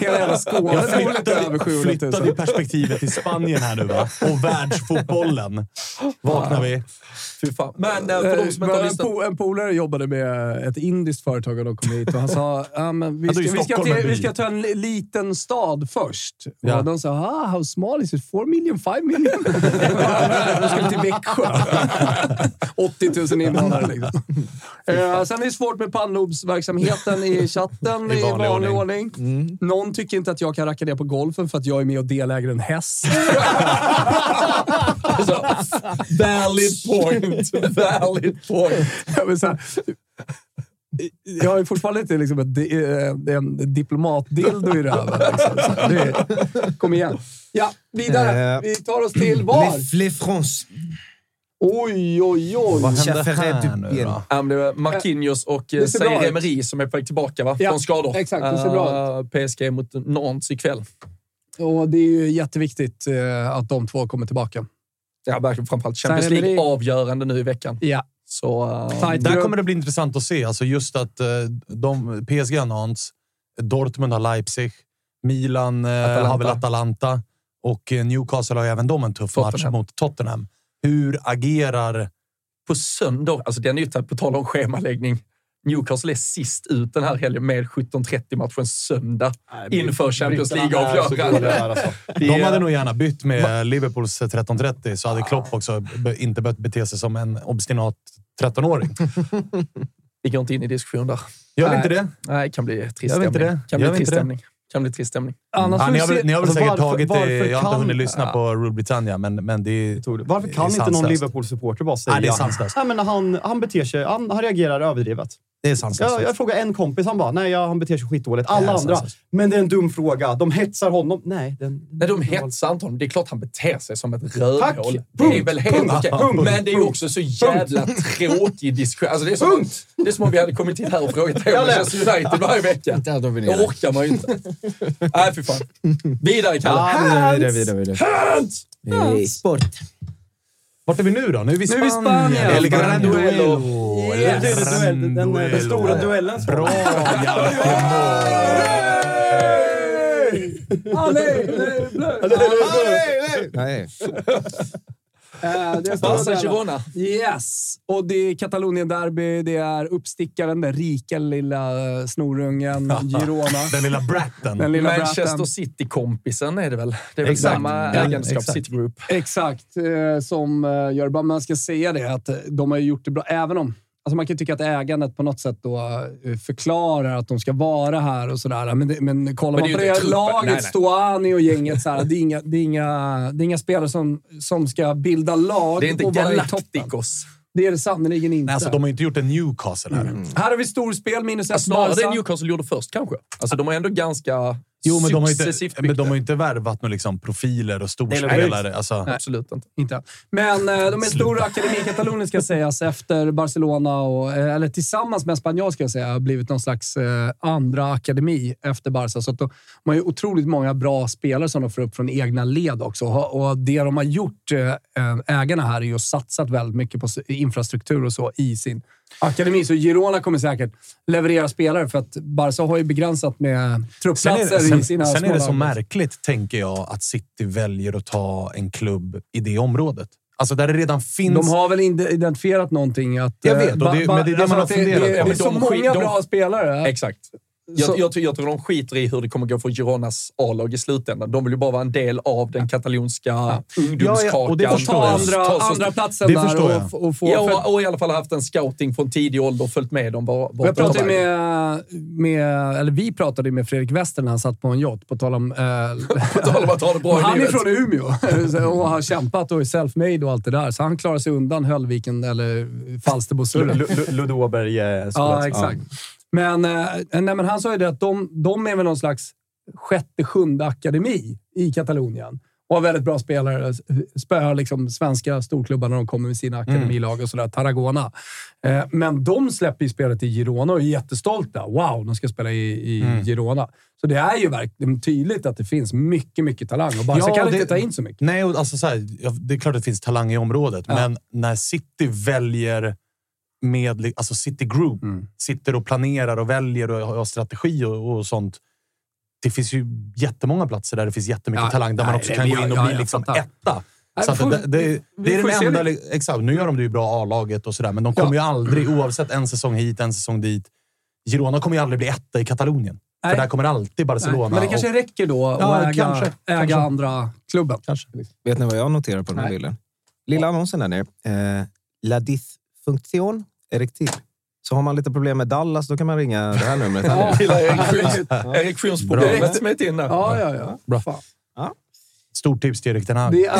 Hela jävla Skåne
Jag
bor lite över
flyttade,
700 000.
flyttade perspektivet till Spanien här nu va? och världsfotbollen. Vaknar vi.
Fy fan. Men eh, för de som
Eh,
inte har
en
lyssnat...
po- En polare jobbade med eh, ett indiskt företag och de kom hit och han sa ja, men vi,
Han
ska,
tog ju
vi, ska
Stockholm
till,
med
vi
bil."
ska till en li- liten stad först.
Ja.
Och de sa ah, “How small is it? 4 million? 5 million?” De skulle till Växjö. 80 000 invånare liksom. Eh, sen är det svårt med pannlobsverksamheten i chatten i vanlig, ordning. Mm. Någon tycker inte att jag kan racka ner på golfen för att jag är med och deläger en häst.
Valid point. Valid point.
Ja, men så här, jag har ju fortfarande inte liksom ett, di- eh, en diplomatdildo i röven. Liksom. Så det är- Kom igen. Ja, vidare.
Eh,
Vi tar oss till var?
Les, les France.
Oj, oj, oj.
Vad hände
typ
här nu då?
Ja, men det var Marquinhos och eh,
Det ser bra
Zaire
ut.
Emery som är på väg tillbaka va?
Ja,
från skador. Eh,
exakt. Det ser bra
ut. PSG mot Nantes ikväll.
Och det är ju jätteviktigt eh, att de två kommer tillbaka.
Ja, verkligen. Framförallt Champions
Zaire Emery.
League-avgörande nu i veckan.
Ja.
Så... eh,
Tajt
Där
grupp.
kommer det bli intressant att se. Alltså just att eh, de, PSG har Nantes, Dortmund har Leipzig, Milan eh,
Atalanta.
har väl Atalanta och eh, Newcastle har ju även de en tuff
Tottenham.
match mot Tottenham. Hur agerar...
på söndag, alltså den är ju på tal om schemaläggning. Newcastle är sist ut den här helgen med 17.30-matchen söndag inför Champions League-avgörande.
De hade nog gärna bytt med Liverpools 13.30 så hade Klopp också be, inte behövt bete sig som en obstinat 13-åring.
Vi går inte in i diskussion där.
Gör vi inte det?
Nej, det kan bli trist
Gör vi inte
stämning.
det?
Kan
Gör
bli
vi
trist
inte det?
stämning. Kan bli trist stämning.
Annars
Ja,
får
ni
vi
har väl,
se-
ni har väl
alltså,
säkert
varför-
tagit det.
varför
Jag har inte
kan-
hunnit lyssna på Rule Britannia, men, men det,
Tog det. Varför kan
Det är
inte någon
sanslöst.
Liverpool-supporter bara säga...
Nej, det är sanslöst.
Nej, men han, han beter sig... Han, han reagerar överdrivet.
det är sanslöst.
Jag, jag frågade en kompis, han bara nej, ja, han beter sig skitdåligt. Alla
Ja,
andra,
så- så-
men det är en dum fråga. De hetsar honom. Nej, den...
Nej, de hetsar inte honom. Det är klart han beter sig som ett
Tack.
rövhål. Det är
Punkt.
väl helt
Punkt.
okej.
Punkt.
Men det är ju
Punkt.
också så jävla tråkig diskussion. Alltså, det, är som, det är som om vi hade kommit hit här och frågat dig om
Eller?
Manchester United varje vecka.
Där drar vi ner
Det
det.
orkar man ju inte. Nej, fy fan. Vidare, Kalle.
Ja, vidare, vidare, vidare, vidare.
Hands!
Eh, Sport.
Vart är vi nu då? Nu är vi i
Nu är vi i
Spanien.
Spanien.
El Gran
Duello.
Duello.
Yes. Det är det duell- den- den- den stora duellen.
Bra,
Nej.
Eh, det är
Barca
stora delar.
Girona.
Yes! Och det är Katalonien-derby, det är uppstickaren, den rika lilla eh, snorungen Girona.
Den lilla bratten.
Den lilla
Manchester
bratten.
City-kompisen är det väl? Det är väl
Exakt.
samma
Ja,
egenskap,
exakt.
City Group.
Exakt, eh, som eh, gör bara Man ska säga det, att eh, de har ju gjort det bra. Även om alltså man kan ju tycka att ägandet på något sätt då eh, förklarar att de ska vara här och sådär. Men, det, men kollar
Men det
man på
är
det
ju inte
här
truppen. Nej,
laget,
nej.
Stoani och gänget, så här, det, är inga, det, är inga, det är inga spelare som, som ska bilda lag
Det är inte
och vara i toppen.
Galacticos.
Det är det sannerligen inte.
Nej, alltså, de har ju inte gjort en Newcastle här.
Här har vi storspel, minus ett
Snarare Alltså, det
Barca.
Newcastle gjorde först kanske. Alltså, de har ändå ganska
Jo, men de har ju
successivt
inte, men
byggt
de har
det.
ju inte värvat med liksom profiler och
Nej,
storspelare. Alltså,
Absolut inte.
Inte. Men eh, de är stora akademin Katalonien ska sägas efter Barcelona, och, eh, eller tillsammans med Espanyol ska jag säga, har blivit någon slags eh, andra akademi efter Barca. Så att de, de har ju otroligt många bra spelare som de får upp från egna led också. Och, och det de har gjort, eh, eh, ägarna här, är ju att satsat väldigt mycket på s- infrastruktur och så i sin akademi. Så Girona kommer säkert leverera spelare för att Barca har ju begränsat med
Sen är,
truppplatser
det,
i sina
sen, sen är det så
smålag.
märkligt, tänker jag, att City väljer att ta en klubb i det området. Alltså, där det redan finns...
De har väl inte identifierat någonting att...
Jag vet,
eh,
och
ba-
det-
ba-
men det är det man har
att
funderat
Det,
på.
det, det är
Men
så
de skit-
många
de-
bra spelare.
Exakt. Jag, jag, tror- jag tror de skiter i hur det kommer gå för Gironas A-lag i slutändan. De vill ju bara vara en del av den katalonska ungdomskakan.
Ja, ja, och det
Och
förstår
ta
jag.
andra,
Ta så-
andra platsen
det
där
förstår
och,
jag.
f- och få...
Ja,
för,
och, och i alla fall haft en scouting från tidig ålder och följt med dem. Var, var
jag pratade med, med, eller vi pratade med Fredrik Wester när han satt på en yacht, på tal om... Eh,
På tal om att ha det bra i
han är
livet.
från Umeå och har kämpat och är self-made och allt det där, så han klarar sig undan Höllviken eller Falsterbosurren.
Lu- Lu- Ludde Åberg. eh, skolan.
Ja, exakt. Men, eh, nej, men han sa ju det att de, de är väl någon slags sjätte, sjunde akademi i Katalonien och har väldigt bra spelare. Spöar liksom svenska storklubbar när de kommer med sina akademilag och sådär. Tarragona. Eh, men de släpper ju spelet i Girona och är jättestolta. Wow, de ska spela i, i Girona. Så det är ju verkligen tydligt att det finns mycket, mycket talang och Barca
Ja,
kan
det-
inte ta in så mycket.
Nej, och alltså så här, ja, det är klart att det finns talang i området, men när City väljer med... li- Alltså City Group
Mm.
sitter och planerar och väljer och har strategi och, och sånt. Det finns ju jättemånga platser där det finns jättemycket
Ja,
talang, där man
nej,
också
det-
kan
men
gå
jag-
in och
ja,
bli
jag
liksom
fattar.
etta. Så
Nej,
att
får-
det, det,
vi
det är
får
den
se
enda...
det.
li- Exakt, nu gör de det ju bra i A-laget och sådär, men de kommer ju aldrig, oavsett en säsong hit, en säsong dit. Girona kommer ju aldrig bli etta i Katalonien.
Nej.
För där kommer alltid Barcelona.
Nej, Men det kanske
och,
räcker då att
Ja,
äga,
kanske,
äga
kanske.
andra klubben.
Kanske. liksom.
Vet ni vad jag noterar på den här
Nej.
bilden? Lilla annonsen där nere. Eh, la dysfunktion erectil. Så har man lite problem med Dallas, då kan man ringa det här numret. här
Ja,
nere.
Gilla erektions-
Ja.
erektionsproblemet
Bra.
som är in där.
Ja, ja, ja.
Bra.
Fan.
Stort tips till Erik Ten Hag.
Det är...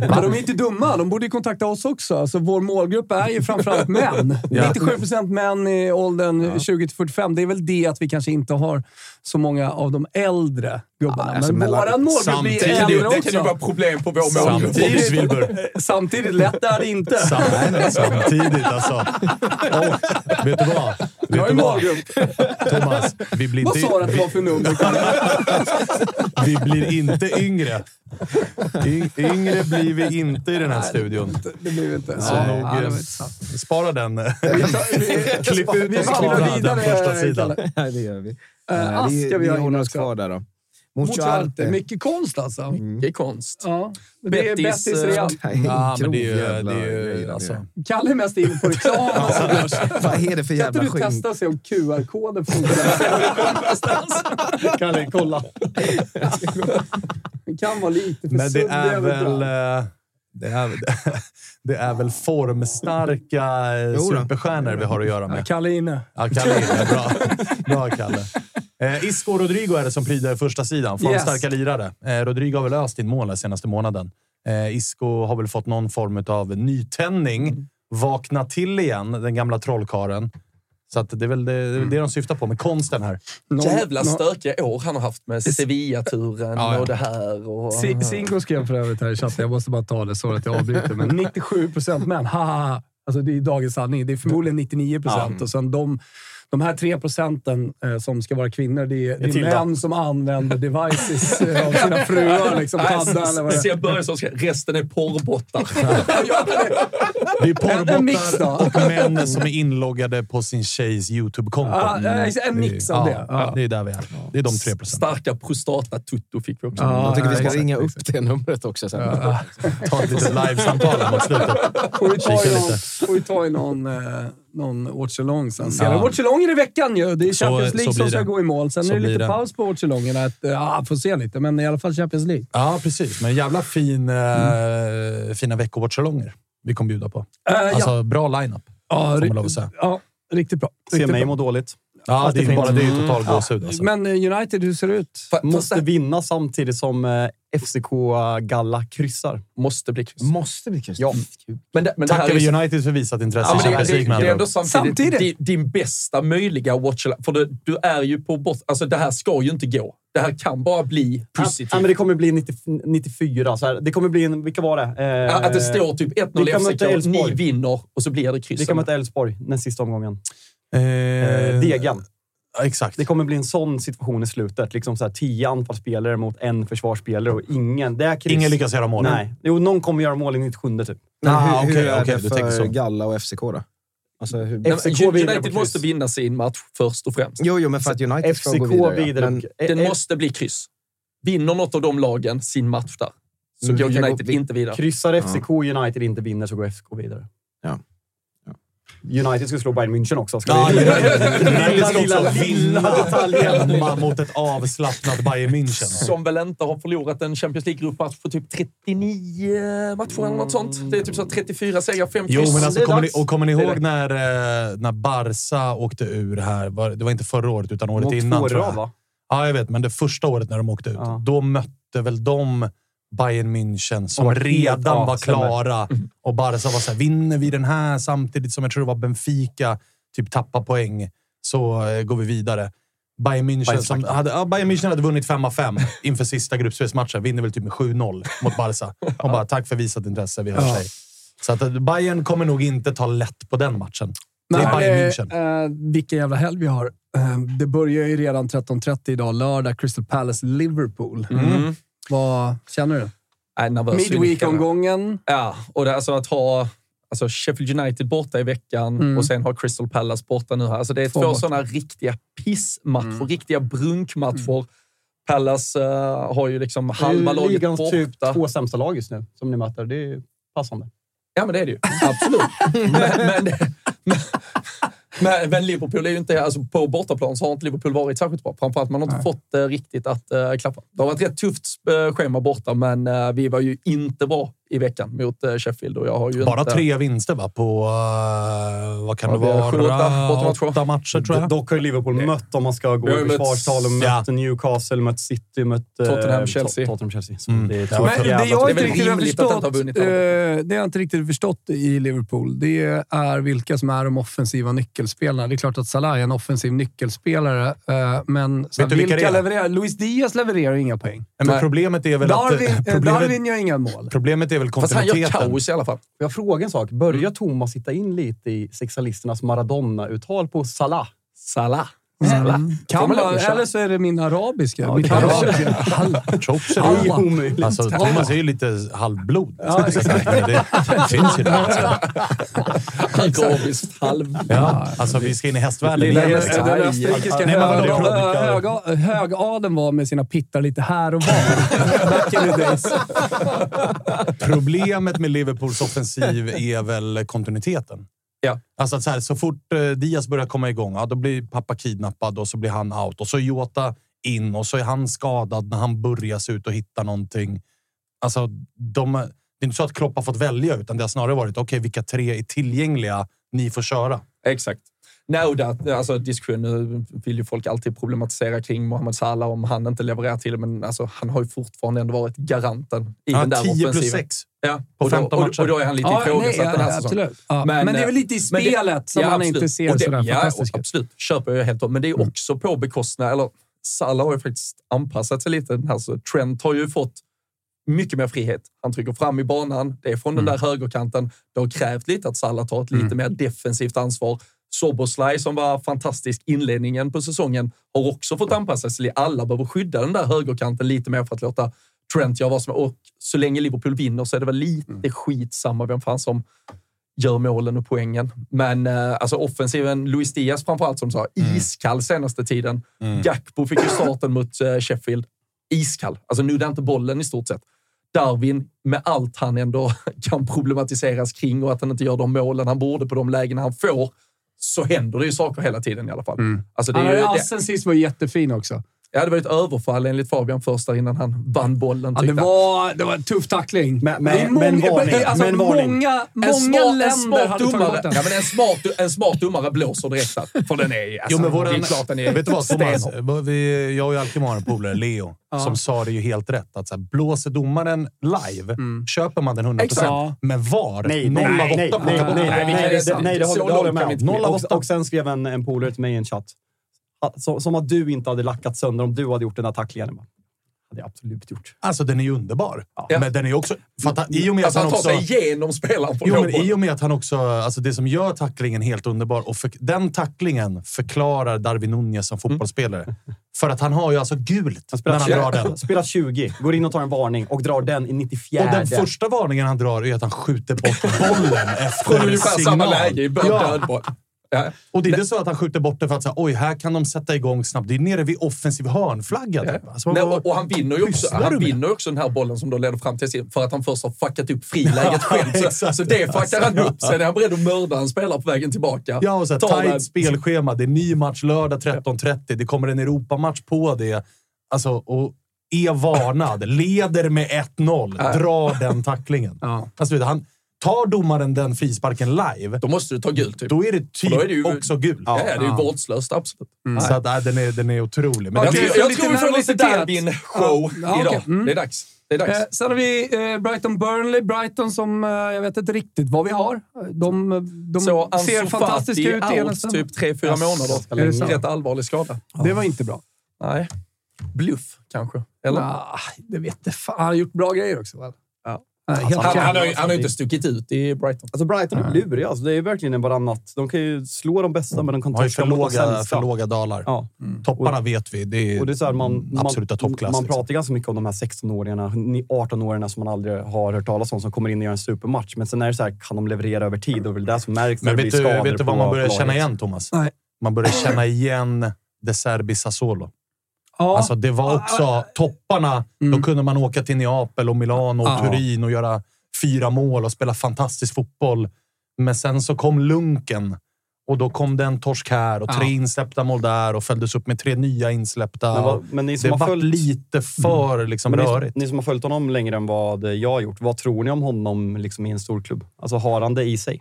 Men de är inte dumma. De borde ju kontakta oss också. Alltså, vår målgrupp är ju framförallt män.
Ja.
97 procent män i åldern 20 till 45. Det är väl det att vi kanske inte har så många av de äldre gubbarna.
alltså,
Men
mellan-
vår målgrupp blir
Samtidigt-
äldre
Det kan ju vara
också.
problem på vår målgrupp.
Samtidigt, Wilbur.
Samtidigt, lätt är det inte.
Sam- nej, nej, Samtidigt alltså. Och, vet du vad?
Jag
Vet
är
du
en
vad,
målgrupp.
Thomas? Vi blir
Vad sa du att
inte,
det var för nummer?
vi blir inte yngre. Y- Yngre blir vi inte i den här studion.
Det blev inte.
Så
Ja,
nog,
ja, det
eh,
var intressant.
spara den. Klipp ut
Vi
och
vandrar
spara den
vidare,
första
Kalle.
sidan.
Nej, det gör vi.
Eh,
Uh,
Ask
vi
ska vi
vi
ha in
håller oss
också.
kvar där då.
Mucho arte. Mycket konst alltså.
Det är konst.
Ja. Det är
Betis,
Betis
eh,
Real.
Ja, men det är ju... Det är ju alltså,
Kalle är mest inne på reklam. som görs.
Vad är det för
Kan inte
jävla
du
skinn?
testa och se om QR-koden funkar?
Kalle, kolla.
Det kan vara lite för
Men det
suddig
är
överallt.
väl... eh, Det är, det är väl formstarka eh,
då.
superstjärnor vi har att göra med.
Kalle är inne.
Ja, Kalle är det. Bra. Bra, Kalle. Eh, Isco och Rodrigo är det som prydar första sidan. Formstarka lirare. Eh, Rodrigo har väl öst in mål den senaste månaden. Eh, Isco har väl fått någon form av nytändning.
Mm.
Vakna till igen, den gamla trollkaren. Så att det är väl det, det, är
Mm.
väl det de syftar på med konsten här.
Någon-
Jävla
någon-
stökiga år han har haft med Sevilla-turen
Ja, ja.
och det här. Och...
Si- Singo skrev för övrigt här i chatten, jag måste bara ta det, sorry att jag avbryter, men 97 procent män. Ha, ha, ha. Alltså det är dagens sanning. Det är förmodligen 99 procent. Och sen de, de här 3 procenten eh, som ska vara kvinnor, det är, det är
Tilda.
män som använder devices eh, av sina fruar. Liksom, padda eller vad det är.
Ser Börjesson ska- resten är porrbottar.
Det är
En mix då?
porrbottar och män som är inloggade på sin tjejs YouTube-konto.
Ah, eh, en mix av det.
Ja,
Ja.
det är där vi är. Det är de tre procenten.
Starka prostatatutto fick vi också.
Jag tycker vi ska
exakt.
ringa upp det numret också sen.
Ta ett litet livesamtal här mot slutet.
Får vi ta i
Kika
någon,
lite.
får vi ta i någon, eh, någon watchelong sen.
Ja.
Ja. Watchalonger i veckan ju. Det är
Så-
Champions
så
League
blir
som ska
det.
gå i mål. Sen
Så
är det
blir
lite
det.
paus på watchelongerna. Att, eh, Ja, får se lite, men i alla fall Champions League.
Ja, precis. Men jävla fin, eh, fina veckobordsalonger vi kommer bjuda på.
Eh, ja.
Alltså, bra lineup.
Ja,
Får
ri-
man lov att säga.
ja, riktigt bra.
Se
Riktigt
mig
bra.
må dåligt.
Ja, det är bara det är ju total gåshud. Alltså.
Men eh, United, hur ser det ut?
Fa-
Måste
fast-
vinna samtidigt som eh, FCK Galla kryssar.
Måste bli kryss.
Måste bli kryss.
Ja. Men det, men det här
Tackar
är ju-
vi United för visat intresse i
Ja, men det,
Champions
det,
League
det,
med
det
andra
är ändå
ord.
samtidigt,
Samtidigt.
Din, din bästa möjliga watch För du, du är ju på bot, Alltså det här ska ju inte gå. Det här kan bara bli positivt.
Ja, men det kommer bli 90, 94. Så här. Det kommer bli en... Vilka var det? Eh,
att det står typ 1-0
vi kan möta
i FCK, ni
Elfsborg.
vinner och så blir det
Vi
kryss.
kan möta Elfsborg näst sista omgången.
Eh,
Eh, Degen.
Ja, exakt.
Det kommer bli en sån situation i slutet. Liksom så här, tio anfallsspelare mot en försvarsspelare och ingen... Det är kryss.
Ingen lyckas göra mål.
Nej. Jo, någon kommer göra mål i 97 typ.
Men
Ah,
hur,
okej,
hur är
okej, du
det
tänker så.
för Galla och FCK då? Alltså, hur...
Nej, men
FCK vinner på
United
kryss.
måste vinna sin match först och främst.
Jo, jo, men för att United ska gå
FCK
vidare. ja.
vidare.
Men-
Eh,
Den
eh,
måste bli kryss. Vinner något av de lagen sin match där, så
Mm,
går
vi kan gå-
United
vi-
inte vidare.
Kryssar FCK och United inte vinner så går FCK vidare.
Ja.
United ska slå Bayern München också. Ska
Ja,
vi...
United ska
Lilla,
också vinna
detaljen.
hemma mot ett avslappnat Bayern München.
Som väl inte har förlorat en Champions League-gruppmatch på typ 39 matcher eller något sånt. Det är typ så här 34 segrar, 5
Jo,
kryss.
men alltså,
Det är
kommer ni,
dags.
och kommer ni
Det är
ihåg
dags.
när, eh, när Barca åkte ur här? Var, det var inte förra året, utan året
Mot
innan.
två i
tror
rad,
jag.
va?
Ja, jag vet. Men det första året när de åkte ut,
Ja.
då mötte väl de Bayern München som
var helt
redan var
vansinne.
klara.
Mm.
Och Barca var så här, vinner vi den här samtidigt som jag tror det var Benfica typ tappar poäng så eh, går vi vidare. Bayern München,
Bayern
som hade, ja, Bayern München hade vunnit 5 av 5 inför sista gruppspelsmatchen. Vinner väl typ med 7-0 mot Barca. De bara, tack för visat intresse. Vi hörs
Ja.
sig. Så att eh, Bayern kommer nog inte ta lätt på den matchen. Det är
Nej,
Bayern München.
eh, eh, vilken jävla helg vi har. Eh, det börjar ju redan 13.30 idag, lördag. Crystal Palace, Liverpool. Vad känner du?
Mm. Nej, nervös vinkel.
Midweek-omgången.
Ja, och det, alltså att ha alltså Sheffield United borta i veckan
Mm.
och sen ha Crystal Palace borta nu. Här. Alltså det är
Två Mm.
två
borta.
sådana riktiga pissmatcher, riktiga brunkmatcher.
Palace eh, har Mm. ju liksom
Det är ju
halva laget
ligans
borta.
typ två sämsta lag just nu som ni möter. Det är passande.
Ja, men det är det ju. Absolut. men, men, men, men Liverpool är ju inte... Alltså på bortaplan så har inte Liverpool varit särskilt bra. Framförallt man har inte fått det riktigt att eh, klappa. Det har varit rätt tufft eh, schema borta, men eh, vi var ju inte bra i veckan mot eh, Sheffield. Och jag har ju
Bara
inte...
tre vinster va? på, eh, vad kan
Ja,
det
vi har
vara?
sju, åtta bortamatcher.
åtta matcher tror jag.
Dock har ju Liverpool mött, om man ska gå
Vi har ju
i
mött-
försvarstal, och mött
Ja.
Newcastle, mött City, mött eh,
Tottenham,
Tot-
Chelsea.
Tottenham, Chelsea. Så
Mm.
det, är
Ja.
två
Men
Men
jävla
det
tuffa
jag
det
inte
är väl
riktigt har
rimligt att
förstått,
de inte har vunnit
eh,
alla
det jag inte riktigt förstått i Liverpool, det är vilka som är de offensiva nyckelspelarna. Det är klart att Salah är en offensiv nyckelspelare, eh, men så här,
du vilka
vilka
det är?
levererar? Luis Diaz levererar inga poäng.
Nej, Men problemet är väl
Darwin,
att...
eh,
Problemet,
Darwin gör inga mål.
problemet är väl
Fast han gör
kontinuiteten.
kaos i alla fall.
Får jag fråga en sak? Börjar
Mm.
Thomas sitta in lite i sexualisternas Maradona-uttal på Salah?
Salah.
Mm.
Kan
man
man,
lov att köra?
eller så är det min arabiska.
Ja,
mitt
det kan vara.
arabiska.
Chokes är
Det är ju
ju-
omöjligt.
Alltså, Thomas är ju lite halvblod. Alltså, det, det finns ju det. Alltså.
Arabiskt halv...
Ja, alltså, vi ska in i hästvärlden
Lilla
igen.
Jesper, den österrikiska
Nej, men vadå?
högadeln
Kronikar.
höga, högadeln var med sina pittar lite här och var. Back in the days.
Problemet med Liverpools offensiv är väl kontinuiteten.
Ja.
Alltså att så, här, så fort eh, Diaz börjar komma igång, ja, då blir pappa kidnappad och så blir han out. Och så är Jota in och så är han skadad när han börjar se ut och hitta någonting. Alltså, de, det är inte så att Klopp har fått välja, utan det har snarare varit okej, vilka tre är tillgängliga? Ni får köra.
Exakt. No doubt. Alltså, diskussion, nu vill ju folk alltid problematisera kring Mohamed Salah om han inte levererar till det, men alltså, han har ju fortfarande ändå varit garanten i
Ja,
den där
10 plus
offensiven.
6.
Ja,
på
och då,
15
och,
matcher.
och då är han lite
Ja, nej,
ifrågasatt
ja,
den här säsongen.
absolut. Ja. Men, det är väl lite i
men det-
spelet som
ja,
man
absolut.
inte ser
Och det-
sådär
ja,
fantastiskt Mm.
och
ut.
Absolut, köper jag helt och Men det är också på bekostnad... Eller, Salah har ju faktiskt anpassat sig lite. den Här, så Trent har ju fått mycket mer frihet. Han trycker fram i banan. Det är från
Mm.
den där högerkanten. Det har krävt lite att Salah tar ett lite mer defensivt ansvar. Soboslaj, som var fantastisk i inledningen på säsongen, har också fått anpassa sig. Alla behöver skydda den där högerkanten lite mer för att låta Trent göra vad som Och så länge Liverpool vinner så är det väl lite skitsamma vem fan som gör målen och poängen. Men eh, alltså offensiven, Luis Diaz framförallt som sa, iskall senaste tiden. Gakpo fick ju starten mot eh, Sheffield. Iskall. Alltså nu är det inte bollen i stort sett. Darwin, med allt han ändå kan problematiseras kring och att han inte gör de målen han borde på de lägen han får, så händer det ju saker hela tiden i alla fall. Alltså, det
Han
är
har
ju,
ju
det,
assen sist var jättefin också.
ja, det var ju ett överfall enligt Fabian först där innan han vann bollen.
Ja, det,
tyckte han.
var, det var en tuff tackling.
Men- men-
Det är
men varning.
Alltså,
Men varning.
Många, många
En smart,
länder
en smart
hade tagit
domare,
bort den.
ja, men en, smart, en smart domare blåser direkt där. För den är ju- alltså,
Jo, men våran,
det är klart den är
Eh, vet du vad, Thomas? Eh,
stenhård.
Vi, jag och Alkemo har en polare, Leo, som sa det ju helt rätt. Att så här, blåser domaren live, köper man den 100
Exakt. Ja.
Men VAR,
Nej, nej,
0 av
nej,
8
nej,
plockar
nej,
bort.
nej, nej,
Nej, det är
nej,
sant.
nej, det
Så
håller det håller jag
långt kan vi
med
inte
om.
bli.
Noll av åtta. Och sen skrev en, en polare till mig i en chatt, ah, så, som att du inte hade lackat sönder om du hade gjort den här tacklingen. Jag bara, hade jag absolut gjort.
Alltså, den är ju underbar.
Ja.
Men den är ju också... Fatta, i och med
Alltså,
att
han
han
tar
också...
sig igenom spelaren på
Jo, men
någon.
i och med att han också... Alltså det som gör tacklingen helt underbar, och för, den tacklingen förklarar Darwin Nunez som fotbollsspelare. För att han har ju alltså gult när han drar den.
Spelar 20, går in och tar en varning och drar den i 94.
Och den första varningen han drar är att han skjuter bort bollen
Från
efter
ungefär
signal.
samma läge i början.
Ja.
dödboll. Ja.
Och det är inte så att han skjuter bort den för att säga oj, här kan de sätta igång snabbt. Det är nere vid offensiv hörnflagga. typ. Alltså, man
Nej,
bara,
och, och han vinner ju också,
pysslar du
han
med?
vinner ju också den här bollen som då leder fram till sin, för att han först har fuckat upp friläget själv. Så,
exakt.
så det fuckar han
Alltså,
upp. Sen är han beredd att mörda en spelare på vägen tillbaka.
Ja, och så här,
Tar den.
tajt spelschema. Det är ny match lördag 13.30. Det kommer en Europamatch på det. Alltså, och är varnad. Leder med 1-0. Drar den tacklingen.
Ja.
Alltså, vet du, han tar domaren den frisparken live,
Då måste du ta gult. Typ.
då är det typ
För då är det ju-
också gult.
ja, det är ju vårdslöst, absolut.
Så att, äh, den, är, den är otrolig. Men
Jag,
det
tror-
blir-
jag, tror vi får lite
nervositet.
Derbyn-show
Ja, okej.
idag.
Mm.
Det är dags. Det är dags.
Eh, sen har vi eh, Brighton-Burnley. Brighton som eh, jag vet inte riktigt vad vi har. De,
eh,
de
Så Ansu
ser fantastiska ut. i
Fati
ena
out
stunden.
typ tre fyra
är det
månader.
sant?
Rätt allvarlig skada.
Det var inte bra.
Nej. Bluff, kanske. Eller?
Ah, det vet jag fan. Han har gjort bra grejer också, väl?
Ja.
Nej,
Alltså,
helt
Han, han, har, ju-
okej.
han har ju inte stuckit ut i Brighton.
Alltså Brighton är luriga. Alltså det är verkligen en varannat. De kan ju slå de bästa, men de kan
har ju
torska
för
mot de
låga, för
sämsta.
låga dalar. Mm.
Ja.
Topparna vet vi. Det är,
Och det är så här, man, man,
absoluta toppklass.
man
liksom.
pratar ganska mycket om de här 16-åringarna, ni- 18-åringarna som man aldrig har hört talas om, som kommer in och gör en supermatch. Men sen är det så här, kan de leverera över tid? Och det är väl det som märks när
Men
det
vet
blir
du,
skador
vet du vad
på
man börjar
laget.
känna igen, Thomas?
Nej.
Man börjar känna igen De Serbi Sassuolo. Alltså, det var också topparna.
Mm.
Då kunde man åka till Neapel och Milano och
Ja.
Turin och göra fyra mål och spela fantastisk fotboll. Men sen så kom lunken och då kom det en torsk här och tre
Ja.
insläppta mål där och följdes upp med tre nya insläppta.
Men, vad,
Och
men ni som
det
har
vart
följt... Mm.
lite för liksom,
Men ni,
rörigt.
Ni som har följt honom längre än vad jag har gjort, vad tror ni om honom liksom, i en stor klubb? Alltså, har han det i sig?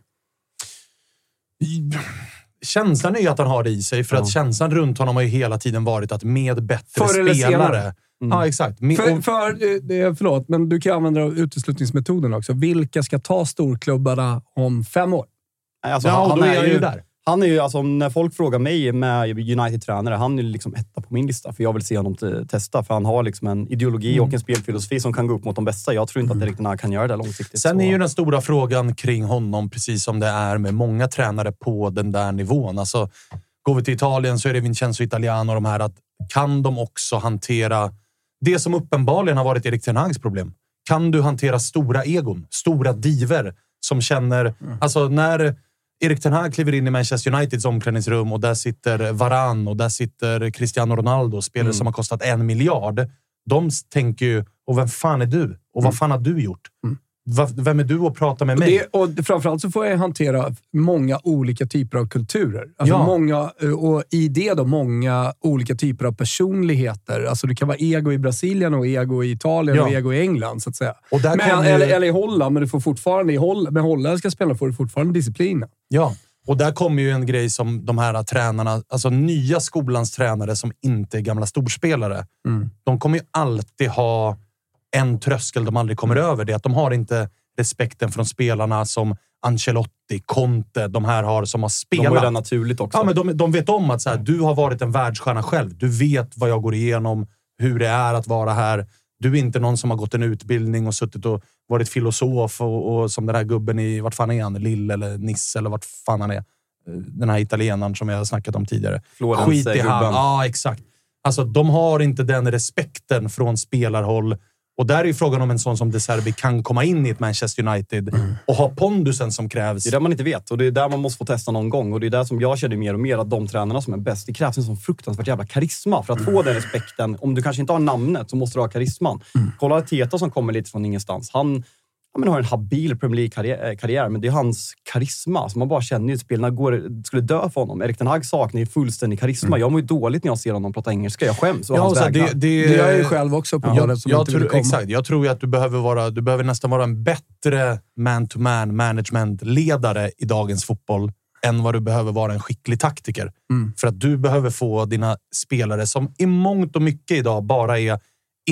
Känslan är ju att han har det i sig, för att känslan runt honom har ju hela tiden varit att med bättre
Förr eller
spelare...
senare. Mm.
Ja, exakt. Med,
För,
och-
för, eh, det- förlåt, men du kan använda uteslutningsmetoden också. Vilka ska ta storklubbarna om fem år?
Nej, Alltså, han, han är ju, Han är ju, alltså, när folk frågar mig med United-tränare, han är liksom etta på min lista. För jag vill se honom te- testa. För han har liksom en ideologi
Mm.
och en spelfilosofi som kan gå upp mot de bästa. Jag tror inte att Erik Ten Hag kan göra det långsiktigt.
Sen
Så-
är ju den stora frågan kring honom, precis som det är med många tränare på den där nivån. Alltså, går vi till Italien så är det Vincenzo Italiano och de här. Att, kan de också hantera det som uppenbarligen har varit Erik Ten Hags problem? Kan du hantera stora egon, stora diver som känner...
Mm.
Alltså när Erik Ten Hag kliver in i Manchester Uniteds omklädningsrum och där sitter Varan och där sitter Cristiano Ronaldo, spelare
Mm.
som har kostat en miljard. De tänker ju, och vem fan är du? Och
Mm.
vad fan har du gjort? Va- Vem är du att prata med
Och,
mig?
det, och framförallt så får jag hantera många olika typer av kulturer. Alltså
Ja.
många, och I det då många olika typer av personligheter. Alltså det kan vara ego i Brasilien och ego i Italien
Ja.
och ego i England, så att säga.
Och där
men,
kommer ju-
eller, eller i Holland, men du får fortfarande i Holland, med holländska spelare får du fortfarande disciplinen.
Ja, och där kommer ju en grej som de här tränarna, alltså nya skolans tränare som inte är gamla storspelare.
Mm.
De kommer ju alltid ha en tröskel de aldrig kommer över. Det är att de har inte respekten från spelarna som Ancelotti, Conte, de här har som har
De
spelat.
har ju det naturligt också.
Ja, men de, de vet om att så här, du har varit en världsstjärna själv. Du vet vad jag går igenom, hur det är att vara här. Du är inte någon som har gått en utbildning och suttit och varit filosof och, och som den här gubben i, vart fan är han? Lille eller Nisse eller vart fan han är. Den här italienaren som jag har snackat om tidigare.
Florence,
Skit i han.
gubben.
Ja, exakt. Alltså, de har inte den respekten från spelarhåll. Och där är ju frågan om en sån som De Serbi kan komma in i ett Manchester United och ha pondusen som
Mm.
krävs.
Det är där man inte vet och det är där man måste få testa någon gång. Och det är där som jag känner mer och mer att de tränarna som är bäst, det krävs en sån fruktansvärt jävla karisma för att få den respekten. Om du kanske inte har namnet så måste du ha karisman.
Mm.
Kolla Teta som kommer lite från ingenstans. Han ja, men har en habil Premier League-karriär, eh, karriär, men det är hans karisma. Så man bara känner ju att spelarna går, skulle dö för honom. Erik Ten Hag saknar ju fullständig karisma. Jag mår ju dåligt när jag ser honom prata engelska. Jag skäms å
Mm. Ja,
hans
och så här,
vägnar.
det, det, Ja. jag tror, Exakt. Jag tror ju att du behöver, vara, du behöver nästan vara en bättre man-to-man management-ledare i dagens fotboll än vad du behöver vara en skicklig taktiker.
Mm.
För att du behöver få dina spelare, som i mångt och mycket idag bara är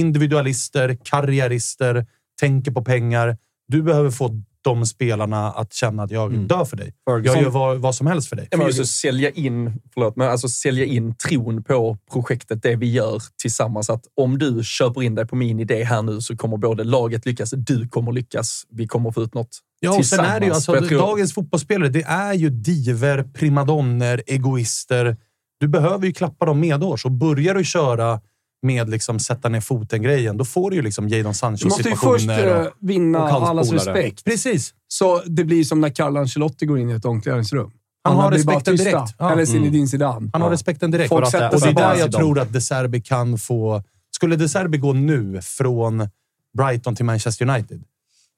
individualister, karriärister, tänker på pengar. Du behöver få de spelarna att känna att jag dör för dig. Jag
Mm. Ferguson.
gör vad, vad som helst för dig.
Ja, men just att sälja in, förlåt, men alltså sälja in tron på projektet, det vi gör tillsammans. Att om du köper in dig på min idé här nu så kommer både laget lyckas, du kommer lyckas, vi kommer få ut något
Ja, och sen
tillsammans.
är det ju alltså,
För jag tror-
dagens fotbollsspelare, det är ju diver, primadonner, egoister. Du behöver ju klappa dem medårs och börjar du köra med liksom sätta ner foten-grejen, då får du ju liksom Jadon
Du måste ju först eh,
Sancho-situationer.
vinna
och hans
allas
polare.
respekt.
Precis.
Så det blir som när Carlo Ancelotti går in i ett omklädningsrum.
Han har
Alla blir bara
respekten
tysta.
direkt. Ja.
Eller
Mm.
Zinedine Zidane.
Han har respekten direkt.
Folk
och det
sätter
är
sig bara
där jag
Zidane.
tror att De Serbi kan få... Skulle De Serbi gå nu från Brighton till Manchester United,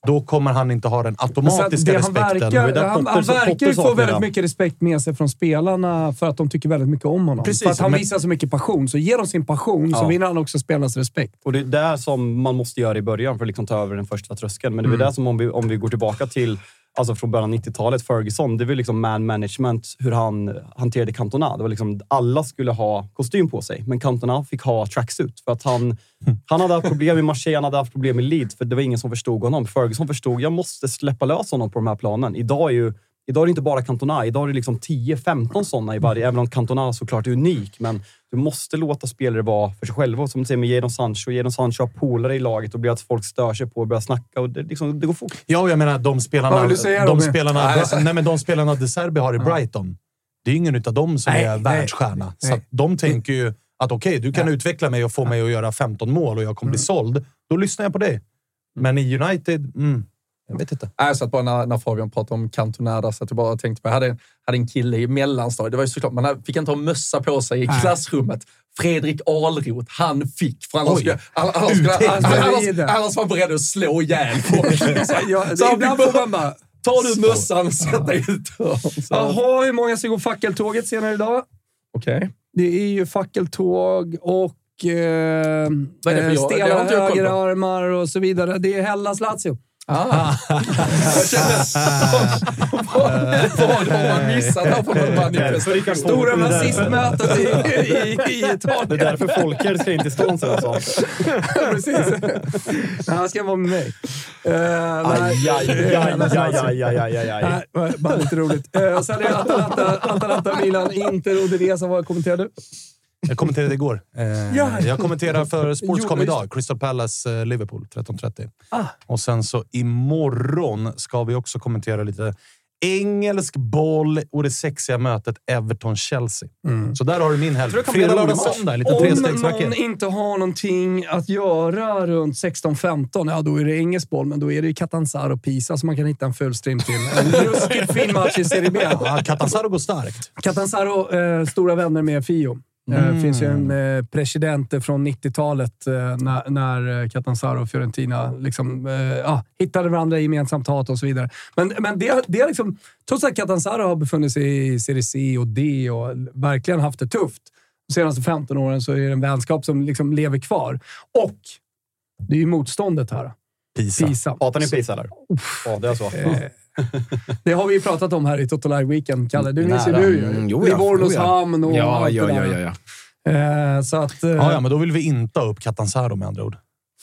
då kommer han inte ha den
Men sen,
automatiska
det han
respekten.
verkar, han, han verkar ju få väldigt mycket respekt med sig från spelarna för att de tycker väldigt mycket om honom.
Precis,
för att han
men-
visar så mycket passion. Så ger de sin passion så
Ja.
vinner han också spelarnas respekt.
Och det är där som man måste göra i början för att liksom ta över den första tröskeln. Men det är
Mm.
där som om vi, om vi går tillbaka till Alltså från början av 90-talet, Ferguson, det var ju liksom man management, hur han hanterade Cantona. Det var liksom, alla skulle ha kostym på sig, men Cantona fick ha tracksuit. För att han, han hade haft problem i Marseille, han hade haft problem i Leeds, för det var ingen som förstod honom. Ferguson förstod, jag måste släppa lös honom på de här planen. Idag är, ju, idag är det inte bara Cantona, idag är det liksom 10-15 sådana i
Mm.
varje, även om Cantona såklart är unik. Men du måste låta spelare vara för sig själva. Och Som du säger med Jadon Sancho, Jadon Sancho har polare i laget och blir att folk stör sig på och börjar snacka. Och det, liksom, det går fort.
Ja, och jag menar de spelarna...
Vad vill du säga,
de
Robin?
spelarna,
Nej,
nej,
jag-
men de spelarna De Serbi har i Brighton, det är ju ingen av dem som
Nej,
är
nej,
världsstjärna. Så att de tänker ju att okej, du kan utveckla mig och få mig att göra 15 mål och jag kommer bli såld. Då lyssnar jag på dig. Men i United, mm, Jag vet inte.
Nej, Jag satt bara när, när Fabian pratade om Cantona där, så att jag bara tänkte på, jag hade, en- hade en kille i mellanstadiet, det var ju såklart, man hade- fick inte ha mössa på sig i klassrummet. Fredrik Alroth, han fick, för annars
Oj.
skulle all- annars skulle-
Uttänkt.
annars-
Ja, det är det.
annars- annars var han beredd att slå ihjäl folk. Så,
Ja,
så han
ibland
fick
får man bara...
Ta du mössan, sätt dig ut.
Jaha, hur många ska gå fackeltåget senare idag?
Okej.
Det är ju fackeltåg och eh,
Vad är det för
eh,
jag? Det har
stela
inte jag koll på.
högerarmar och så vidare. Det är Hellas-Lazio.
Ah. Jag kände, vad, vad har man missat här för något manifest?
Stora nazistmötet i, i, i
Det är
Italien.
därför Folker ska in till stan sen alltså.
Precis. Nej, Han ska vara med mig. Eh, nej.
Aj, aj, aj, aj, aj, aj, aj, aj, aj.
Nej, bara- bara lite roligt. Eh, och sen är det Atalanta, Atalanta Milan, Inter och Devesa. Vad kommenterade du?
Jag kommenterade igår. Eh,
Ja.
Jag kommenterar för
Jo,
Sportscom
just- Ah.
idag. Crystal Palace, eh, Liverpool, 13.30. Och sen så imorgon ska vi också kommentera lite engelsk boll och det sexiga mötet Everton-Chelsea. Så där har du min
Jag Mm.
helg.
tror jag kommer
Fredag,
bli
lördag,
rolig.
söndag. Lite
Om någon
trestegsracket.
inte har någonting att göra runt 16-15, ja då är det engelsk boll, men då är det ju Catanzaro och Pisa som man kan hitta en full stream till. En ruskigt fin match i Serie B.
Ja, Catanzaro går starkt.
Catanzaro, eh, stora vänner med Fio. Det
Mm.
finns ju en eh, presidente från 90-talet eh, när, när eh, Catanzaro och Fiorentina liksom, eh, ja, hittade varandra i gemensamt hat och så vidare. Men, men det, det är liksom, trots att Catanzaro har befunnit sig i Serie C och D och verkligen haft det tufft de senaste 15 åren så är det en vänskap som liksom lever kvar. Och det är ju motståndet här.
Pisa.
Pisa. Eh,
Hatar ni Pisa eller? Ja, det är så. Mm.
Det har vi ju pratat om här i Total Live Weekend, Kalle. Du minns ju
Nära.
du ju.
Mm, jo ja,
Livornos
jo ja.
hamn och
Ja,
allt
ja,
det
ja,
där.
ja, ja.
Eh, så att... eh,
Ja, ja, men då vill vi inte ha upp Catanzaro med andra ord.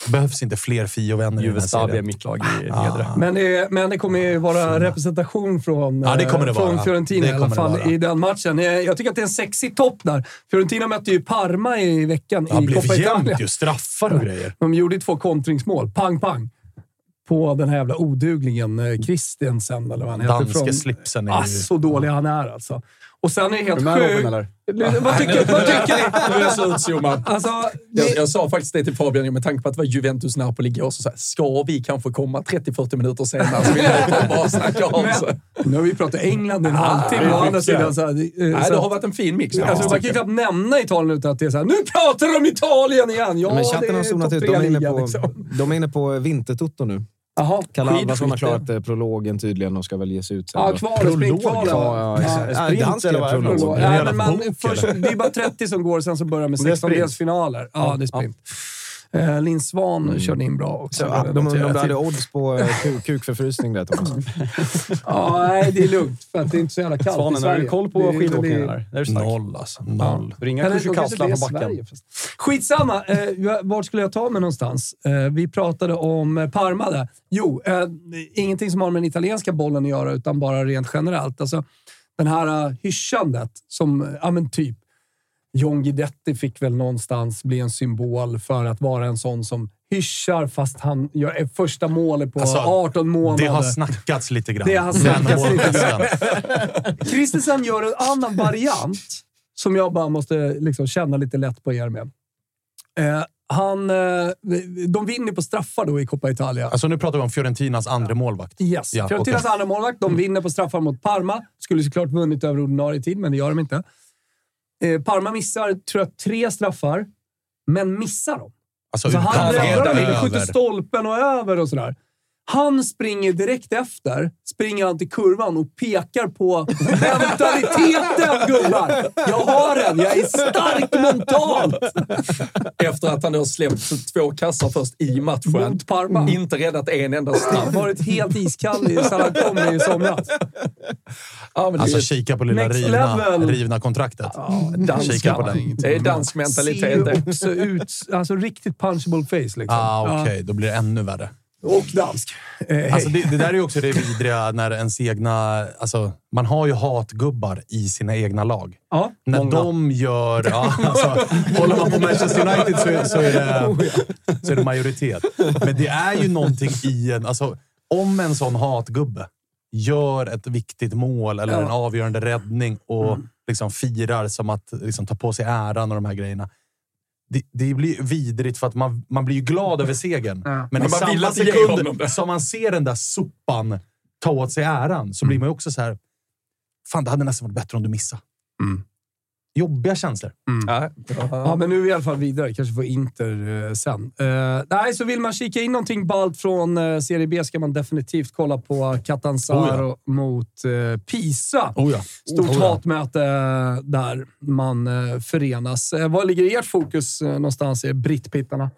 Det behövs inte fler Fio-vänner i den här
Juvestabi är
serien.
mitt lag i nedre.
Ah.
Men det, men det kommer ju vara representation från,
Ja, det kommer det
eh, från
vara.
Fiorentina
Det
i alla
kommer det
fall
vara.
i den matchen. Eh, Jag tycker att det är en sexig topp där. Fiorentina mötte ju Parma i veckan
Ja, Det
i Coppa
blev
Italia.
jämnt ju. Straffar och grejer.
De gjorde ju två kontringsmål. Pang, pang. På den här jävla oduglingen eh, Christiansen, eller vad han heter.
Danske
från-
slipsen är
Ah,
ju-
så dålig han är alltså. Och sen är det helt
Är du med, Robin, eller?
L- Vad tycker, vad tycker ni?
Nu är jag så utzoomad.
Alltså,
Jag,
ni-
jag sa faktiskt det till Fabian med tanke på att det var Juventus Napoli igår. Så så här, ska vi kanske komma 30-40 minuter senare så vill jag inte bara snacka om sig.
nu har vi pratat England i en halvtimme. Å andra sidan så här, eh,
Nej,
så
det
att-
har varit en fin mix.
Alltså, man kan ju knappt nämna Italien utan att det är såhär “Nu pratar de om Italien igen!” Ja,
Men
det
chatten har
är
zonat
topp
ut. De är inne
tre-liga
på,
liksom.
de är inne på vintertoto nu.
Jaha,
Kalle Alvarsson har
skidskytte.
klarat eh, prologen tydligen och ska väl ge sig ut sen.
Ja,
då.
kvalet. Springkvalet.
Ja, ja,
Ja,
exakt. Ja, det är han som
eller
skrev
vad är
prologen.
det för något?
Prolog.
är en
Nej,
jävla
men man,
bok,
först, det är bara 30 som går, sen så börjar med
Det är sprint.
16-delsfinaler. Ja, det är sprint. Eh, Linn Svan körde in bra också.
Mm. Ja, de
noterar
de
jag
hade
till.
odds på eh, kuk, kukförfrysning där Thomas.
Ja, nej, det är lugnt för att det är inte så jävla kallt i
Svanen,
Sverige.
har du koll
Det är-
på
det är-
skidåkningen eller? Det är du stark.
Noll alltså. Noll.
Du ringer
Eller,
Kurs och
de kanske
Kasslan
inte
på
är Sverige
backen.
förresten. Skitsamma! Eh, jag- vart skulle jag ta mig någonstans? Eh, vi pratade om eh, Parma där. Jo, eh, ingenting som har med den italienska bollen att göra, utan bara rent generellt. Alltså, den här eh, hyschandet som, eh, ja men typ, John Guidetti fick väl någonstans bli en symbol för att vara en sån som hyschar fast han gör eh, första målet på
Alltså,
18 månader.
Det har snackats lite grann.
Det har snackats
Den
lite
målgesten.
Christensen gör en annan variant som jag bara måste liksom känna lite lätt på er med. Eh, han, eh, de vinner på straffar då i Coppa Italia.
Alltså nu pratar vi om Fiorentinas andra målvakt.
Yes.
Ja,
Fiorentinas
okej. Mm.
andra målvakt. De vinner på straffar mot Parma. Skulle såklart vunnit över ordinarie tid, men det gör de inte. Eh, Parma missar, tror jag, tre straffar, men missar dem.
Alltså,
Så han
utanför,
räddar dem, inte,
över.
skjuter stolpen och över och sådär. Han springer direkt efter, springer han till kurvan och pekar på mentaliteten, gubbar! Jag har den! Jag är stark mentalt!
Efter att han då släppt två kassar först i matchen.
Mot Parma.
Inte räddat en enda straff.
Han har varit helt iskall i- sen han kom i somras.
Ja, men det är-
Alltså kika på lilla
Next
rivna,
level.
rivna kontraktet.
dansk-
kika på den.
Det är dansk mentalitet.
Ser
det.
ju också ut... Alltså riktigt punchable face liksom.
Ah, Okej, då blir det ännu värre.
Ja. Och dansk. Eh,
Alltså, det, det där är ju också det vidriga när ens egna... Alltså, man har ju hatgubbar i sina egna lag.
ja.
När de gör... Ja, alltså, håller man på Manchester United så är, så, är det, så är det majoritet. Men det är ju någonting i en... Alltså, om en sån hatgubbe gör ett viktigt mål eller
Ja.
en avgörande räddning och liksom firar som att liksom, ta på sig äran och de här grejerna. det, det blir vidrigt för att man, man blir ju glad över segern. Men i
Man vill
samma
inte ge honom
sekund
det.
som man ser den där sopan ta åt sig äran så blir
Mm.
man ju också så här. Fan, det hade nästan varit bättre om du missade.
Mm.
Jobbiga känslor.
Ja, men nu är vi i alla fall vidare. Kanske får Inter eh, sen. Eh, nej, så vill man kika in någonting ballt från eh, Serie B ska man definitivt kolla på Catanzaro mot eh, Pisa.
Oh ja.
Stort
Oh ja.
hatmöte eh, där man eh, förenas. Eh, var ligger ert fokus eh, någonstans? Är brittpittarna?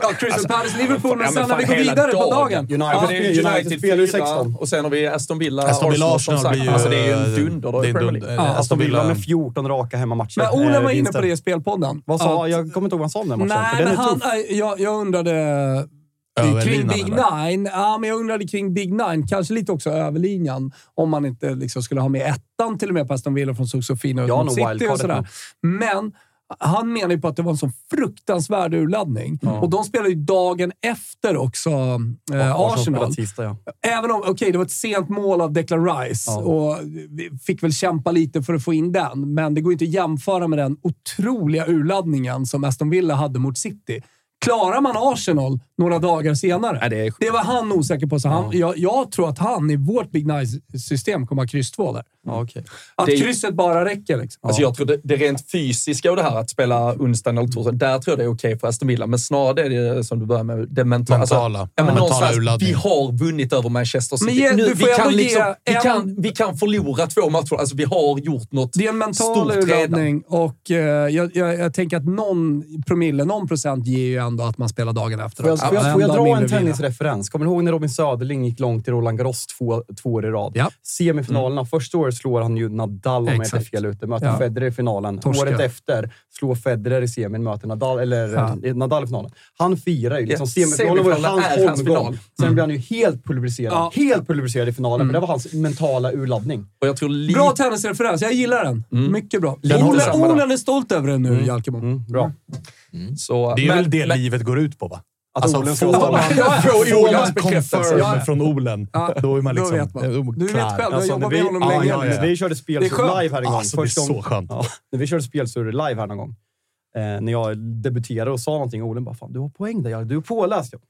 Ja, Crystal Palace, Liverpool, men sen när vi går vidare på dagen.
United,
Ja,
United, United spelar ju 16.
16.
Och sen har vi Aston Villa,
Aston Villa,
som
Arsenal
sagt.
blir ju-
Alltså det är ju en dunder då
det är
i
en
Premier
dunder.
League.
Ja, Aston
Aston Villa
Villa.
med 14 raka hemmamatcher.
Men Ola
Eh,
var inne
vinster.
på det i spelpodden.
Vad sa
Att-
Jag kommer inte ihåg vad han sa om den matchen.
Nej,
för den
men
är
han,
tuff.
nej, jag, jag undrade eh,
Över
kring
linan,
Big Nine. Ja, men jag undrade kring Big Nine, kanske lite också överlinjan, om man inte liksom skulle ha med ettan till och med på Aston Villa från såg så fina ut
Ja,
mot
nog
City och
wildcardet
sådär.
nog.
Men han menar ju på att det var en sån fruktansvärd urladdning. Och de spelade ju dagen efter också eh, Arsenal.
Sista, ja.
Även om, okej, det var ett sent mål av Declan Rice och vi fick väl kämpa lite för att få in den, men det går ju inte att jämföra med den otroliga urladdningen som Aston Villa hade mot City. Klarar man Arsenal några dagar senare? det, var han osäker på, så han, jag, jag tror att han i vårt Big Nice-system kommer ha kryss två där.
Ja, okej.
Att
Det är ju-
krysset bara räcker liksom.
Alltså jag tror det, det rent fysiska och det här att spela onsdagen eller torsdagen, där tror jag det är okej för Aston Villa. Men snarare är det som du börjar med, det mentala. Alltså,
Mentala.
ja, men
Mentala
någonstans,
urladdning.
vi har vunnit över Manchester City.
Men ge- du får
vi,
ändå
kan liksom,
ge
vi,
en-
kan, vi kan förlora två matcher. Alltså vi har gjort något
Det är en mental
stort redan.
urladdning och eh, jag, jag, jag tänker att någon promille, någon procent ger ju ändå att man spelar dagen efter.
Får jag,
också.
får jag, får jag
Ända
dra
mindre
en
vila.
tennisreferens? Kommer ni ihåg när Robin Söderling gick långt i Roland Garros två, två år i rad?
Ja.
Semifinalerna. Första året slår han ju Nadal, om jag inte är
Exakt.
fel ute. Möter
Ja.
Federer i finalen.
Torskar.
Året efter slår Federer i semin, möter Nadal, eller,
Ja.
eh, Nadal i finalen. Han firar ju. Liksom,
Ja,
semifinalen var ju
semifinalen
hans
är hans
omgång.
final.
Sen blev han ju helt pulveriserad.
Ja.
Helt pulveriserad i finalen, men det var hans mentala urladdning.
Och jag tror lite...
Bra tennisreferens. Jag gillar den. Mycket bra.
Den håller
Olen,
samman.
Olen är stolt över den nu, Jalkemo. Mm.
Bra.
Mm, Så,
Det är
men-
väl det
men-
livet går ut på, va? Alltså,
Att Olen
får
får-
man,
Ja, ja, ja.
får man
Olens bekräftelse.
confirm
Ja, ja.
från Olen, då är man
då
liksom...
vet man.
eh,
Du vet
klar.
själv, jag
Alltså,
jobbar
när
med
vi-
honom
ja,
länge.
ja, ja.
Vi körde
Det är
spelsur
skönt.
live här en gång.
Alltså, det är
Första
så
gången-
skönt.
Ja, när vi körde spelsur live här någon gång. Eh, när jag debuterade och sa någonting och Olen bara “Fan, du har poäng där. Jarl. Du är påläst.” jag.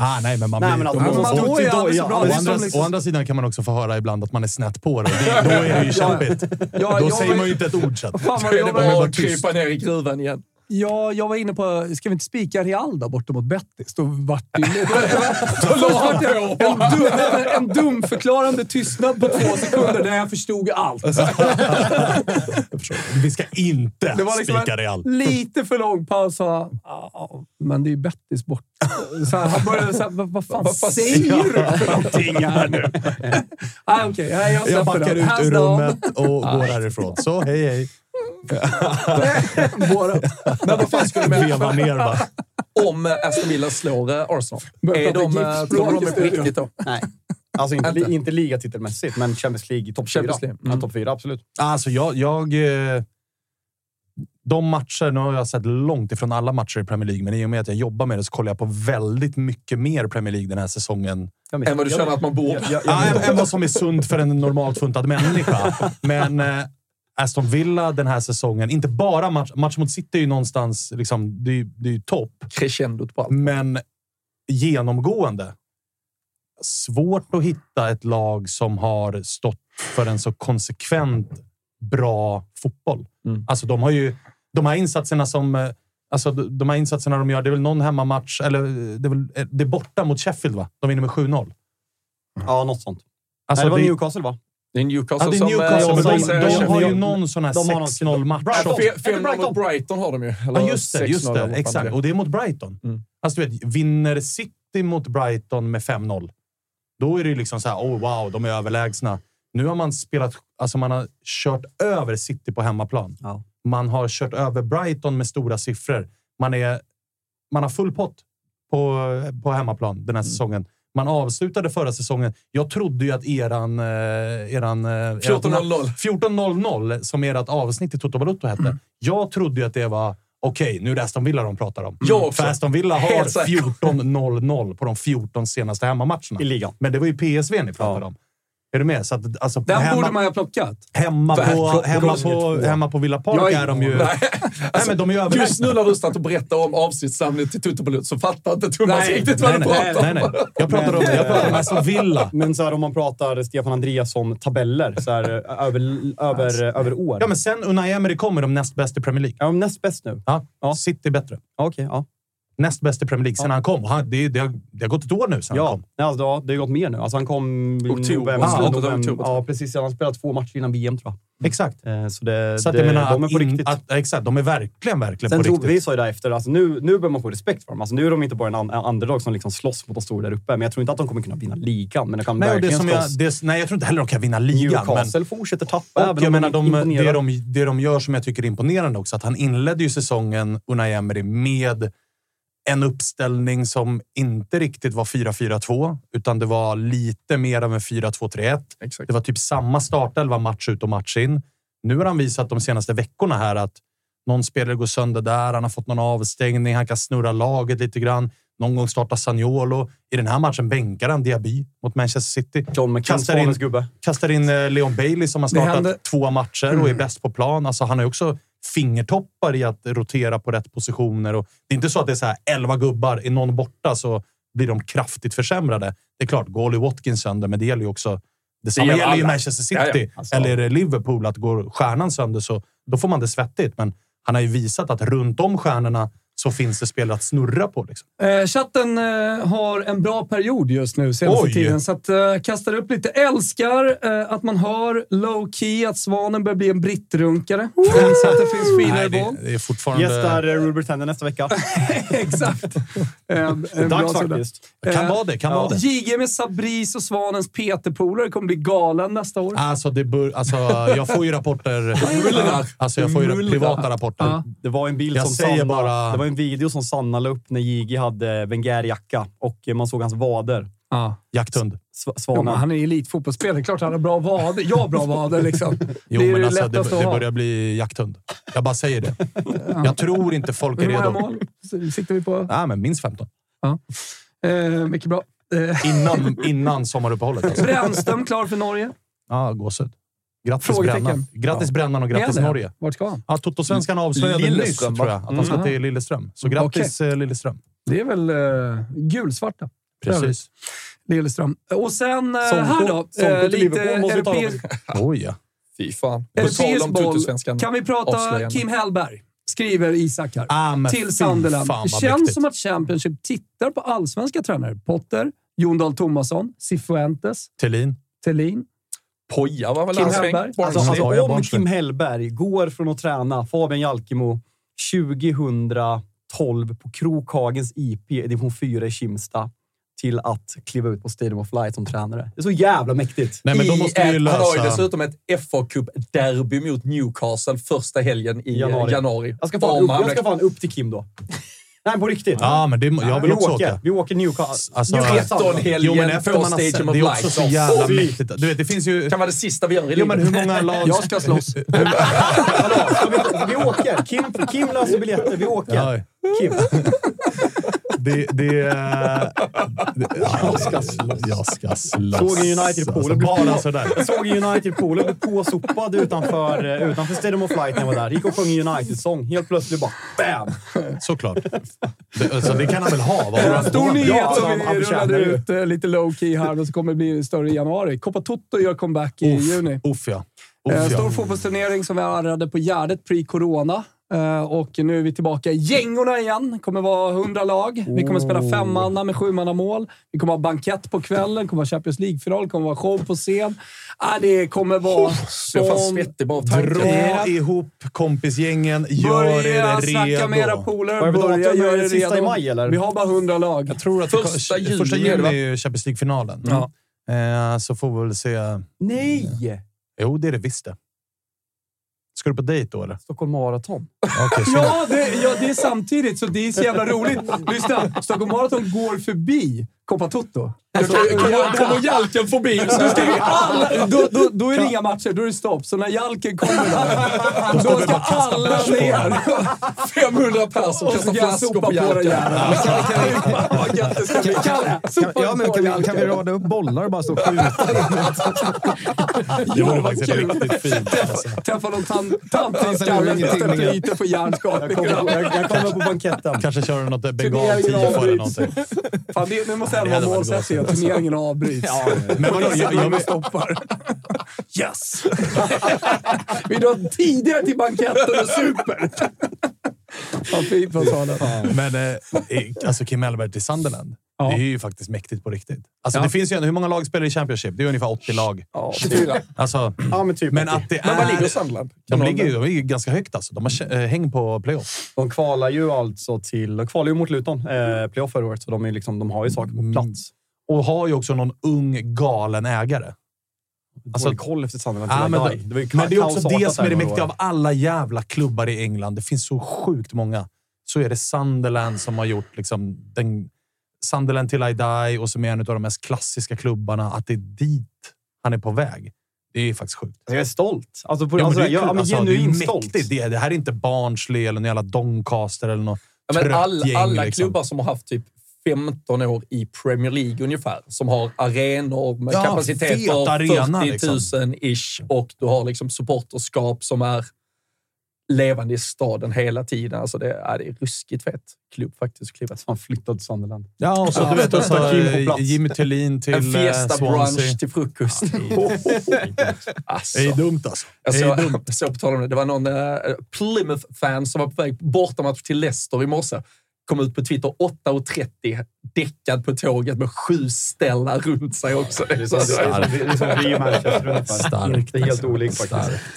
Ah, nej, men man
Nej,
blir-
men alltså,
och-
man
och-
står ju
och-
aldrig så
och-
bra.
och
Det är
andra-
som liksom-
Å andra sidan kan man också få höra ibland att man är snett på det. det då är det ju kämpigt.
Ja,
Då
jag
säger
var-
man ju inte ett ord sen.
Fan vad
Då är det
jag, var,
bara
var
att
tyst.
krypa ner i gruvan igen.
ja, jag var inne på, ska vi inte spika Real där borta mot Betis? Då vart det ju... Då
la han
vart jag-
på.
en, dum, en, en dumförklarande tystnad på två sekunder där jag förstod allt.
Vi ska inte
Det var liksom
spika Real.
en lite för lång paus. Och, "Ja, men det är ju Betis bort. Så här, han började såhär, vad, vad fan säger du för någonting här nu? ah, Okej, nej, jag
Jag
släpper
backar
den.
ut
Hands
ur
down.
rummet och går härifrån. Så hej, hej.
Våra...
Men vad fan skulle man...
Vevar ner va?
Om eh, Aston Villa slår eh, Arsenal,
Börjar
är
prata
de, eh,
giftspråk
tror de
i
är på
studion.
riktigt då?
Nej. Alltså inte,
Inte?
li, inte ligatitelmässigt, men Champions League i topp fyra.
Champions League,
Ja, topp fyra, absolut.
Alltså, jag... jag eh, de matcher, nu har jag sett långt ifrån alla matcher i Premier League, men i och med att jag jobbar med det så kollar jag på väldigt mycket mer Premier League den här säsongen
Jag
Än vad du
jag-
känner att man borde.
jag- jag-
Ja,
jag-
än- än vad som är sunt för en normalt funtad människa. Men eh, Aston Villa den här säsongen, inte bara match, match mot City är ju någonstans, liksom, det, är, ju- det är ju topp,
Crescendot på allt.
men genomgående. Svårt att hitta ett lag som har stått för en så konsekvent bra fotboll.
Mm.
Alltså, de har ju de här insatserna som eh, Alltså de de här insatserna de gör, det är väl någon hemmamatch, eller eh, det är, väl, eh, det är borta mot Sheffield va? De vinner med 7-0.
Ja, något sånt.
Alltså,
Nej, det var
det-
Newcastle, va?
Det är
Ja,
Newcastle
det är
som...
Newcastle,
eh,
men
som
de, de,
säger-
har ju någon sån här
de har någon-
6-0-match.
Brighton.
Fe-
också.
5-0 mot Brighton har de ju. Eller
Ja, just det.
6-0
Just det
eller vad fan
exakt.
är.
Och det är mot Brighton.
Mm.
Alltså, du vet, vinner City mot Brighton med 5-0, då är det ju liksom så här, oh wow, de är överlägsna. Nu har man spelat, alltså man har kört över City på hemmaplan.
Ja.
Man har kört över Brighton med stora siffror. Man, är, man har full pott på, på hemmaplan
Mm.
den här säsongen. Man avslutade förra säsongen. Jag trodde ju att eran... eh, eran eh, eran-
14-0-0.
14.00 som ert avsnitt i Toto Balotto hette.
Mm.
Jag trodde ju att det var okej, nu är det Aston Villa de pratar om.
Jag också.
För Aston Villa har
Helt säker.
14.00 på de 14 senaste hemmamatcherna.
I ligan.
Men det var ju PSV ni pratade
Ja.
om. Är du med? Så att, alltså,
Den borde man ju ha plockat.
Hemma
För-
på,
Pro-
hemma
Pro-
på, hemma på Villa Park
Jag
är de ju...
Nej. Alltså,
Nej, men de är ju överlägsna.
Just nu när du satt och berättade om avsnittssamlingen till Tutte Balut så fattar inte Thomas
Nej,
riktigt vad
nej,
du
nej,
pratar om.
nej, nej. Jag pratar om- jag pratar om Aston Villa.
Men så här, om man pratar Stefan Andreasson-tabeller så här, över, över, över år.
Ja, men sen Unai Emery kommer de näst bäst i Premier League.
Ja, de näst bäst nu.
Ja, City är bättre.
Okej, ja.
Näst bäst i Premier League sen han kom. Och Han, det, det, har, det har gått ett år nu sen han
Ja,
kom.
alltså, ja, det har gått mer nu. Alltså, han kom i
Oktober,
november.
slutet av
november.
oktober.
Ja, precis. Han spelade två matcher innan VM, tror
Exakt.
jag. Eh, Så, det,
Så att
det,
jag menar,
de är
att
på
in,
riktigt.
Att, exakt, de är verkligen, verkligen
Sen
på
tror
riktigt.
vi sa ju därefter, alltså nu, nu börjar man få respekt för dem. Alltså nu är de inte bara en an- underdog som liksom slåss mot de stora där uppe. Men jag tror inte att de kommer kunna vinna ligan. Men de kan
Nej, och det
verkligen
som
slåss.
jag, det, nej, jag tror inte heller de kan vinna ligan. Men,
Newcastle fortsätter tappa. även
och
om
jag menar, de,
imponerar.
det, de, det de gör som jag tycker är imponerande också, att han inledde ju säsongen, Unai Emery, med en uppställning som inte riktigt var 4-4-2, utan det var lite mer av en 4-2-3-1.
Exakt.
Det var typ samma startelva match ut och match in. Nu har han visat de senaste veckorna här att någon spelare går sönder där, han har fått någon avstängning, han kan snurra laget lite grann. Någon gång startar Sagnolo. I den här matchen bänkar han Diaby mot Manchester City.
John McKinns
kastar in-
farens gubbe.
Kastar in eh, Leon Bailey som har startat
händer-
två matcher och är bäst på plan. Alltså, han har ju också fingertoppar i att rotera på rätt positioner. Och det är inte så att det är så här, elva gubbar, är någon borta så blir de kraftigt försämrade. Det är klart, går Ollie Watkins sönder, men det gäller ju också... Detsamma
gäller
gäller, ju
alla.
Manchester City.
Ja, ja. Alltså-
Eller är det Liverpool, att går stjärnan sönder så då får man det svettigt. Men han har ju visat att runt om stjärnorna så finns det spelare att snurra på. Liksom.
Eh, chatten eh, har en bra period just nu senaste
Oj.
tiden, så att, eh, kastar upp lite. Älskar eh, att man hör low key att Svanen börjar bli en brittrunkare. så att det finns
Nej,
skillnader
det,
boll.
det är fortfarande...
Gästar eh, Rupert Tender nästa vecka.
Exakt. Eh, en bra
Dags
sådan.
faktiskt.
Kan
Eh,
vara det, kan vara det.
JG med Sabris och Svanens Peter-polare kommer bli galen nästa år.
Alltså, det bör, alltså, jag får ju rapporter.
Mullrar.
Alltså, jag får ju
Mullrar.
privata rapporter.
Ja.
Det var en bild
Jag
som
säger
Sanna,
bara-
Det var en video som Sanna la upp när Gigi hade Wenger-jacka och eh, man såg hans vader.
Ja.
Jakthund.
Sv-
Jo, men
Svanen.
han är ju elitfotbollsspelare. Klart han har bra vader. Jag har bra vader liksom.
Jo,
det är
men
det
alltså, det,
lättaste
det
att ha.
börjar bli jakthund. Jag bara säger det. Jag tror inte folk är
Hur många
redo.
mål siktar vi på?
Nej, men minst 15.
Eh, mycket bra. Eh,
Innan, innan sommaruppehållet. Alltså.
Brännström klar för Norge.
Ja, gåshud. Grattis,
Frågetecken.
brännan. grattis brännan och grattis
Är det?
Norge.
Vart ska han?
Ja, Toto-svenskan avslöjade nyss,
Lilleström,
tror
va?
jag, att han ska
Mm.
till Lilleström. Så grattis, eh, Lilleström.
Det är väl eh, gulsvarta.
Precis.
Lilleström. Och sen eh,
Sångkort-
här då.
sångkort till
Eh, lite
Liverpool måste vi ta
europeisk-
Oj, ja.
Fy fan. På tal
europeisk
om
boll.
Tuttosvenskan.
Kan vi prata
Avslöjande.
Kim Hellberg? Skriver Isak här.
Ah, men fy
till Sunderland.
Fan, vad
Känns
mäktigt.
som att Championship tittar på allsvenska tränare. Potter, Jon Dahl Tomasson, Cifuentes,
Thelin.
Thelin.
Poja var väl
Kim
hans sväng.
Hellberg.
Barnsley.
Alltså,
Mm.
alltså,
Ja, jag
om
barnslig.
Kim Hellberg går från att träna Fabian Jalkemo 2012 på Krokhagens IP i division 4 i Kimsta till att kliva ut på Stadium of Light som tränare. Det är så jävla mäktigt.
Nej, men då
I
måste vi ju
ett- Han har ju
lösa...
dessutom ett fa cup derby mot Newcastle första helgen i januari.
Januari.
januari.
Jag ska fan
Om
upp,
han
jag ska
blir-
fan upp till Kim då. Nej, på riktigt.
Ja, men det, jag vill
vi,
också
åker.
åka.
vi åker Newcastle.
Alltså,
Newcastle.
13-helgen
Jo, men efter
på
man har sett,
Stadium of
det är också
Light.
så jävla
Fy.
mäktigt. Du vet, det finns ju...
kan vara det sista vi gör i
Jo, men
livet.
hur många lag...
Jag ska slåss.
Hallå, ska vi, vi åker. Kim, Kim löser biljetter. Vi åker.
Ja,
Kim.
det... det, är- det jag ska slåss. Jag ska slåss.
Såg en United-polare bli
Alltså, Bara
på-
sådär.
Jag såg en United-polare bli påsopad utanför, eh, utanför Stadium of Light när jag var där. Gick och sjöng en United-sång. Helt plötsligt bara BAM!
Såklart. Det, alltså, det kan han väl ha? Vad har han-
Stor nyhet
alltså,
som
han
vi
förtjänar
rullade
det.
ut eh, lite low key här och så kommer det bli större i januari. Copa Toto gör comeback i juni.
Uff, ja.
Eh,
Uff,
Stor
ja.
fotbollsturnering som vi arrade på Gärdet pre-corona. Eh, Och nu är vi tillbaka i gängorna igen. Det kommer vara 100 lag. Vi kommer
Oh.
spela femmanna med sjumannamål. Vi kommer ha bankett på kvällen, kommer ha Champions League-final, kommer vara show på scen. Ah, det kommer vara
Jag är fan
som...
svettig bara av tanken.
Dra ihop kompisgängen. Gör
Börja
er
snacka med era
redo.
Vad
polare.
är det för
Börja
datum? Är
göra
det
er
sista i
redo.
maj, eller?
Vi har bara 100 lag.
Jag tror att det-
Första juni,
första juni
va?
är ju Champions League-finalen.
Ja.
Eh, Så får vi väl se.
Nej!
Jo, det är det visst det. Ska du på dejt då, eller?
Stockholm Marathon.
Okej, så-
Ja det, ja, det är samtidigt, så det är så jävla roligt. Lyssna, Stockholm Marathon går förbi Coppa Toto.
Alltså, kommer- kommer Jalken förbi så ska vi alla-
Då, då, då är det inga matcher, då är det stopp. Så när Jalken kommer där, då ska alla ner.
500 personer
Och så kan jag
kastar flaskor
sopa
på
på den
Jalken.
jäveln.
Kan, ja, men kan, vi, kan vi rada upp bollar och bara stå och skjuta?
Det vore faktiskt riktigt fint.
Träffa någon tant tant i
Alltså, det var
skallen
ingenting,
efter
men jag-
bryter på
Jag kommer,
hjärnskakning.
jag, jag kommer på banketten.
Kanske kör du något
Turneringen
bengal-tifo eller
avbryts.
någonting.
Fan, det, nu måste
Ja,
jag
det
vara
hade varit
målsättningen.
gott.
Turneringen avbryts.
Men vadå, jag- jag-
jag, stoppar. Yes! Vi drar tidigare till banketten och super. Vad fint på salen.
Men eh, i- alltså Kim Elbert i Sunderland. Det är ju faktiskt mäktigt på riktigt. Alltså,
Ja.
det finns ju ändå, hur många lag spelar i Championship? Det är ungefär 80 lag.
Ja, 24.
Alltså,
Ja, men typ.
men att det
Men vad ligger
är...
Sandland?
De ligger, ju, de ligger ju ganska högt alltså. De har kä- eh, häng på playoff.
De kvalar ju alltså till... De kvalar ju mot Luton eh, playoff förra året, så de, är liksom, de har ju saker på plats.
Och har ju också någon ung galen ägare. Alltså-
Dålig koll efter Sunderland.
Ja,
till
men,
Dai.
det,
var ju
men det är också
kaosartat
det som är
där
det
några
mäktiga
år.
av alla jävla klubbar i England. Det finns så sjukt många. Så är det Sunderland som har gjort liksom den, Sunderland till I die och som är en av de mest klassiska klubbarna. Att det är dit han är på väg. Det är faktiskt sjukt.
Jag är stolt. Alltså, på,
Ja, men
alltså,
det är
jag,
kul.
ja, men
Alltså, det är
genuint stolt.
mäktigt. Det, det här är inte Barnsley eller någon jävla Doncaster eller något
Ja, men
trött
all,
gäng.
alla
liksom.
klubbar som har haft typ 15 år i Premier League ungefär, som har arenor med
Ja,
kapacitet
fet
för
arena,
40 000 ish och du har liksom supporterskap som är levande i staden hela tiden. Alltså det, är, det är ruskigt fett klubb faktiskt. Klubb.
Han flyttade till Sunderland.
Ja, och så du vet, alltså, Jimmy Tillin till
En
eh,
fiesta
Swansea.
brunch till frukost. alltså.
Det är dumt alltså.
Jag
det är dumt.
såg, jag såg på tal om det, det var någon eh, Plymouth-fan som var på väg bortamatch till Leicester i morse. Kom ut på Twitter 8.30, däckad på tåget med sju ställar runt sig också. Alltså, Det är så,
Det är som- det är som Rio Manchester ungefär.
Starkt.
Inte helt olikt faktiskt.
underbart.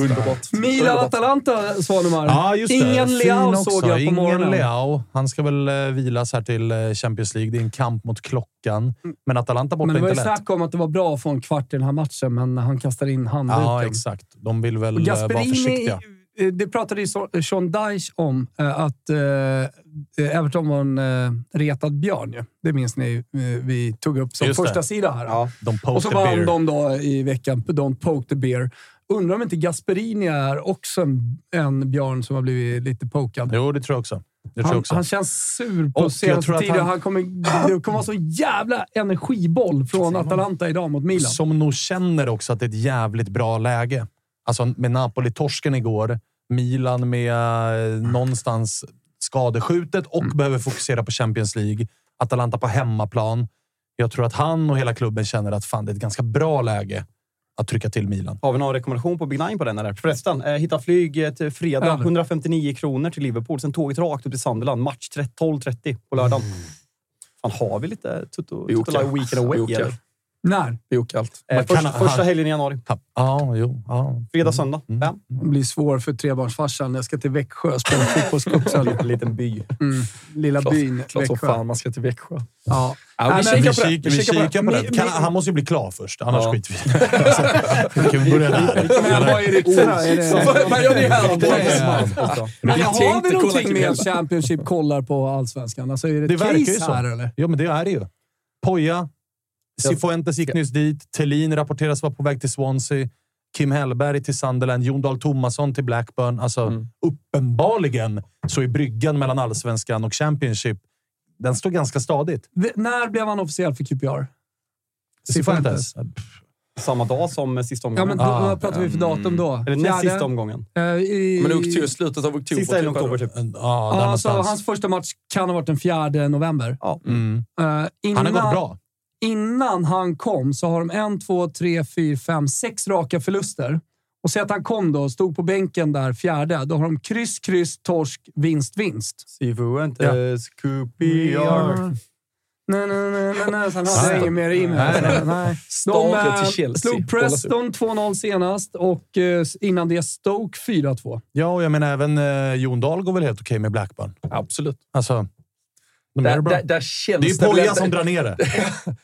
underbart.
Milan-Atalanta, Svanemar.
Ja, just det.
Ingen
Fin
Leao
också.
såg jag på
Ingen
morgonen.
Leao. Han ska väl eh, vilas här till eh, Champions League. Det är en kamp mot klockan. Men Atalanta borta
Mm. Men det
är
var
inte
ju
lätt.
snack om att det var bra från kvart i den här matchen, men han kastar in
Ja,
handduken.
exakt. De vill väl
Och
eh, vara
Gasperini,
försiktiga.
eh, det pratade ju så- Sean Dyche om, eh, att eh, Everton var en eh, retad björn. ju. Det minns ni eh, vi tog upp som
Just det.
första sida här.
De
Och
poke
så
the
vann
beer.
de då i veckan, Don't Poke the Bear. Undrar om inte Gasperini är också en, en björn som har blivit lite pokad.
Jo, det tror jag också. Det tror jag
Han,
också.
han känns sur på
Och jag tror
senaste
att
tiden.
han-
Han... kommer, det kommer vara så jävla energiboll från Atalanta idag mot Milan.
Som nog känner också att det är ett jävligt bra läge. Alltså med Napoli-torsken igår, Milan med eh, någonstans skadeskjutet och behöver fokusera på Champions League. Atalanta på hemmaplan. Jag tror att han och hela klubben känner att fan, det är ett ganska bra läge att trycka till Milan.
Har vi någon rekommendation på Big Nine på den? Eller? Förresten,
Mm.
eh, hitta flyg eh, till fredag.
Över.
159 kronor till Liverpool. Sen tåget rakt upp till Sunderland. Match 13 12.30 på lördagen.
Mm.
Fan, har vi lite tutto,
Vi
tutto
åker.
like weekend away?
Vi åker.
eller?
När?
Det är okallt.
Eh,
Man kan
först,
ha-
första helgen i januari.
Ja, ah, jo. Ah.
Fredag, söndag. Bam.
Mm. Det blir svår för trebarnsfarsan. Jag ska till Växjö och spela fotbollscup. sen.
En liten by.
Mm. Lilla
Klart-
byn
Klart som
Växjö.
fan man ska till Växjö.
Ja. Nej,
Ja, vi
men-
Vi,
kikar på det.
kik, vi kikar på det. Kan, han måste ju bli klar först, annars
Ja.
skiter vi i det. Kan vi börja
Men
där?
vad är ryktena? Är det-
Vad gör ni här?
Det är- Men
Vi
Har
tänkte
vi
kolla
någonting
till
med
Milan.
Championship kollar på Allsvenskan? Alltså, är det,
Det
ett
verkar ju
case
så.
här eller?
Ja, men det är det ju. Poja, Cifuentes gick nyss dit. Tellin rapporteras vara på väg till Swansea. Kim Hellberg till Sunderland. Jon Dahl Tomasson till Blackburn. Alltså, uppenbarligen så är bryggan mellan allsvenskan och Championship, den står ganska stadigt.
V- När blev han officiell för QPR?
Cifuentes.
Samma dag som eh, sista
Ja,
omgången.
men då,
Ah,
vad pratar vi för datum då?
Eller näst
Fjärde?
sista omgången.
Eh, i-
Men oktober, slutet av oktober.
Sista helgen i
typ,
oktober, typ.
Ja, där
Ja, alltså,
någonstans.
hans första match kan ha varit den 4 november.
Mm.
Eh, innan,
Han har gått bra.
Innan han kom så har de en, två, tre, fyra, fem, sex raka förluster. Och säg att han kom då och stod på bänken där fjärde. Då har de kryss, kryss, torsk, vinst, vinst. Eh,
Cifuentes, QPR.
Nej, nej, nej, nej, nej. Sen hade
Nej.
jag inget mer i mig.
Nej, nej.
Nej. De
Stadlet
eh,
till Chelsea.
slog
Kollas upp.
Preston 2-0 senast och eh, innan det Stoke 4-2.
Ja, och jag menar även eh, Jon Dahl går väl helt okej med Blackburn.
Absolut.
Alltså, De gör
Där,
det bra.
där, där känns
Det är ju
väl
Poja
inte-
som drar ner det.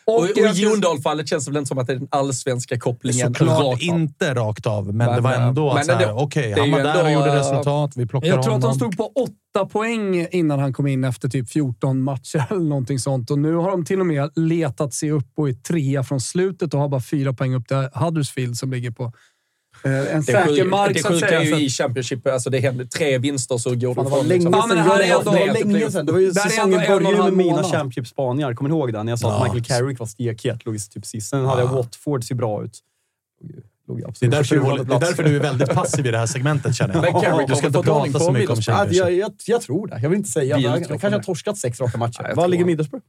Och, och i
jag ska-
Ljungdahl-fallet känns det väl inte som att det är den allsvenska kopplingen.
Såklart
rakt av.
inte rakt av, men
Men,
det var ändå
men
att så här,
ändå,
okej,
det är
han var
ju
där och
ändå,
gjorde
eh,
resultat. Vi plockar
Jag tror att
honom.
de stod på åtta poäng innan han kom in efter typ 14 matcher eller någonting sånt. Och nu har de till och med letat sig upp och är trea från slutet och har bara fyra poäng upp till Huddersfield som ligger på eh, en
Det är
säker
sjuka,
mark.
det
så att
sjuka
säga.
är
Så
ju
att-
i Championship, alltså det hände tre vinster så går
Fan,
du
det var
från...
länge
liksom-
sedan.
Ja, men här är
jag
ändå-
var
länge
länge sedan. Det var ju
Där är
säsongen
ändå en och en
började ju med
halv
mina
månad.
Championship-spaningar. Kommer ni ihåg det? När jag sa
Ja.
att Michael Carrick var stekhet, låg typ sist. Sen hade jag Watford, ser bra ut. Låg ju
det, är
absolut
därför du,
på
håller- det är
plats.
därför du är väldigt passiv i det här segmentet, känner
Men Carrick
jag. Du
har
ska inte
fått ordning
prata
på
så mycket om
Ja,
Middlesbrough.
Championship.
jag, jag, jag tror det. Jag vill inte säga.
Vi
Jag
utgår
kanske
från
har
det.
torskat sex raka matcher.
jag
Var
tror
ligger
det.
Middlesbrough?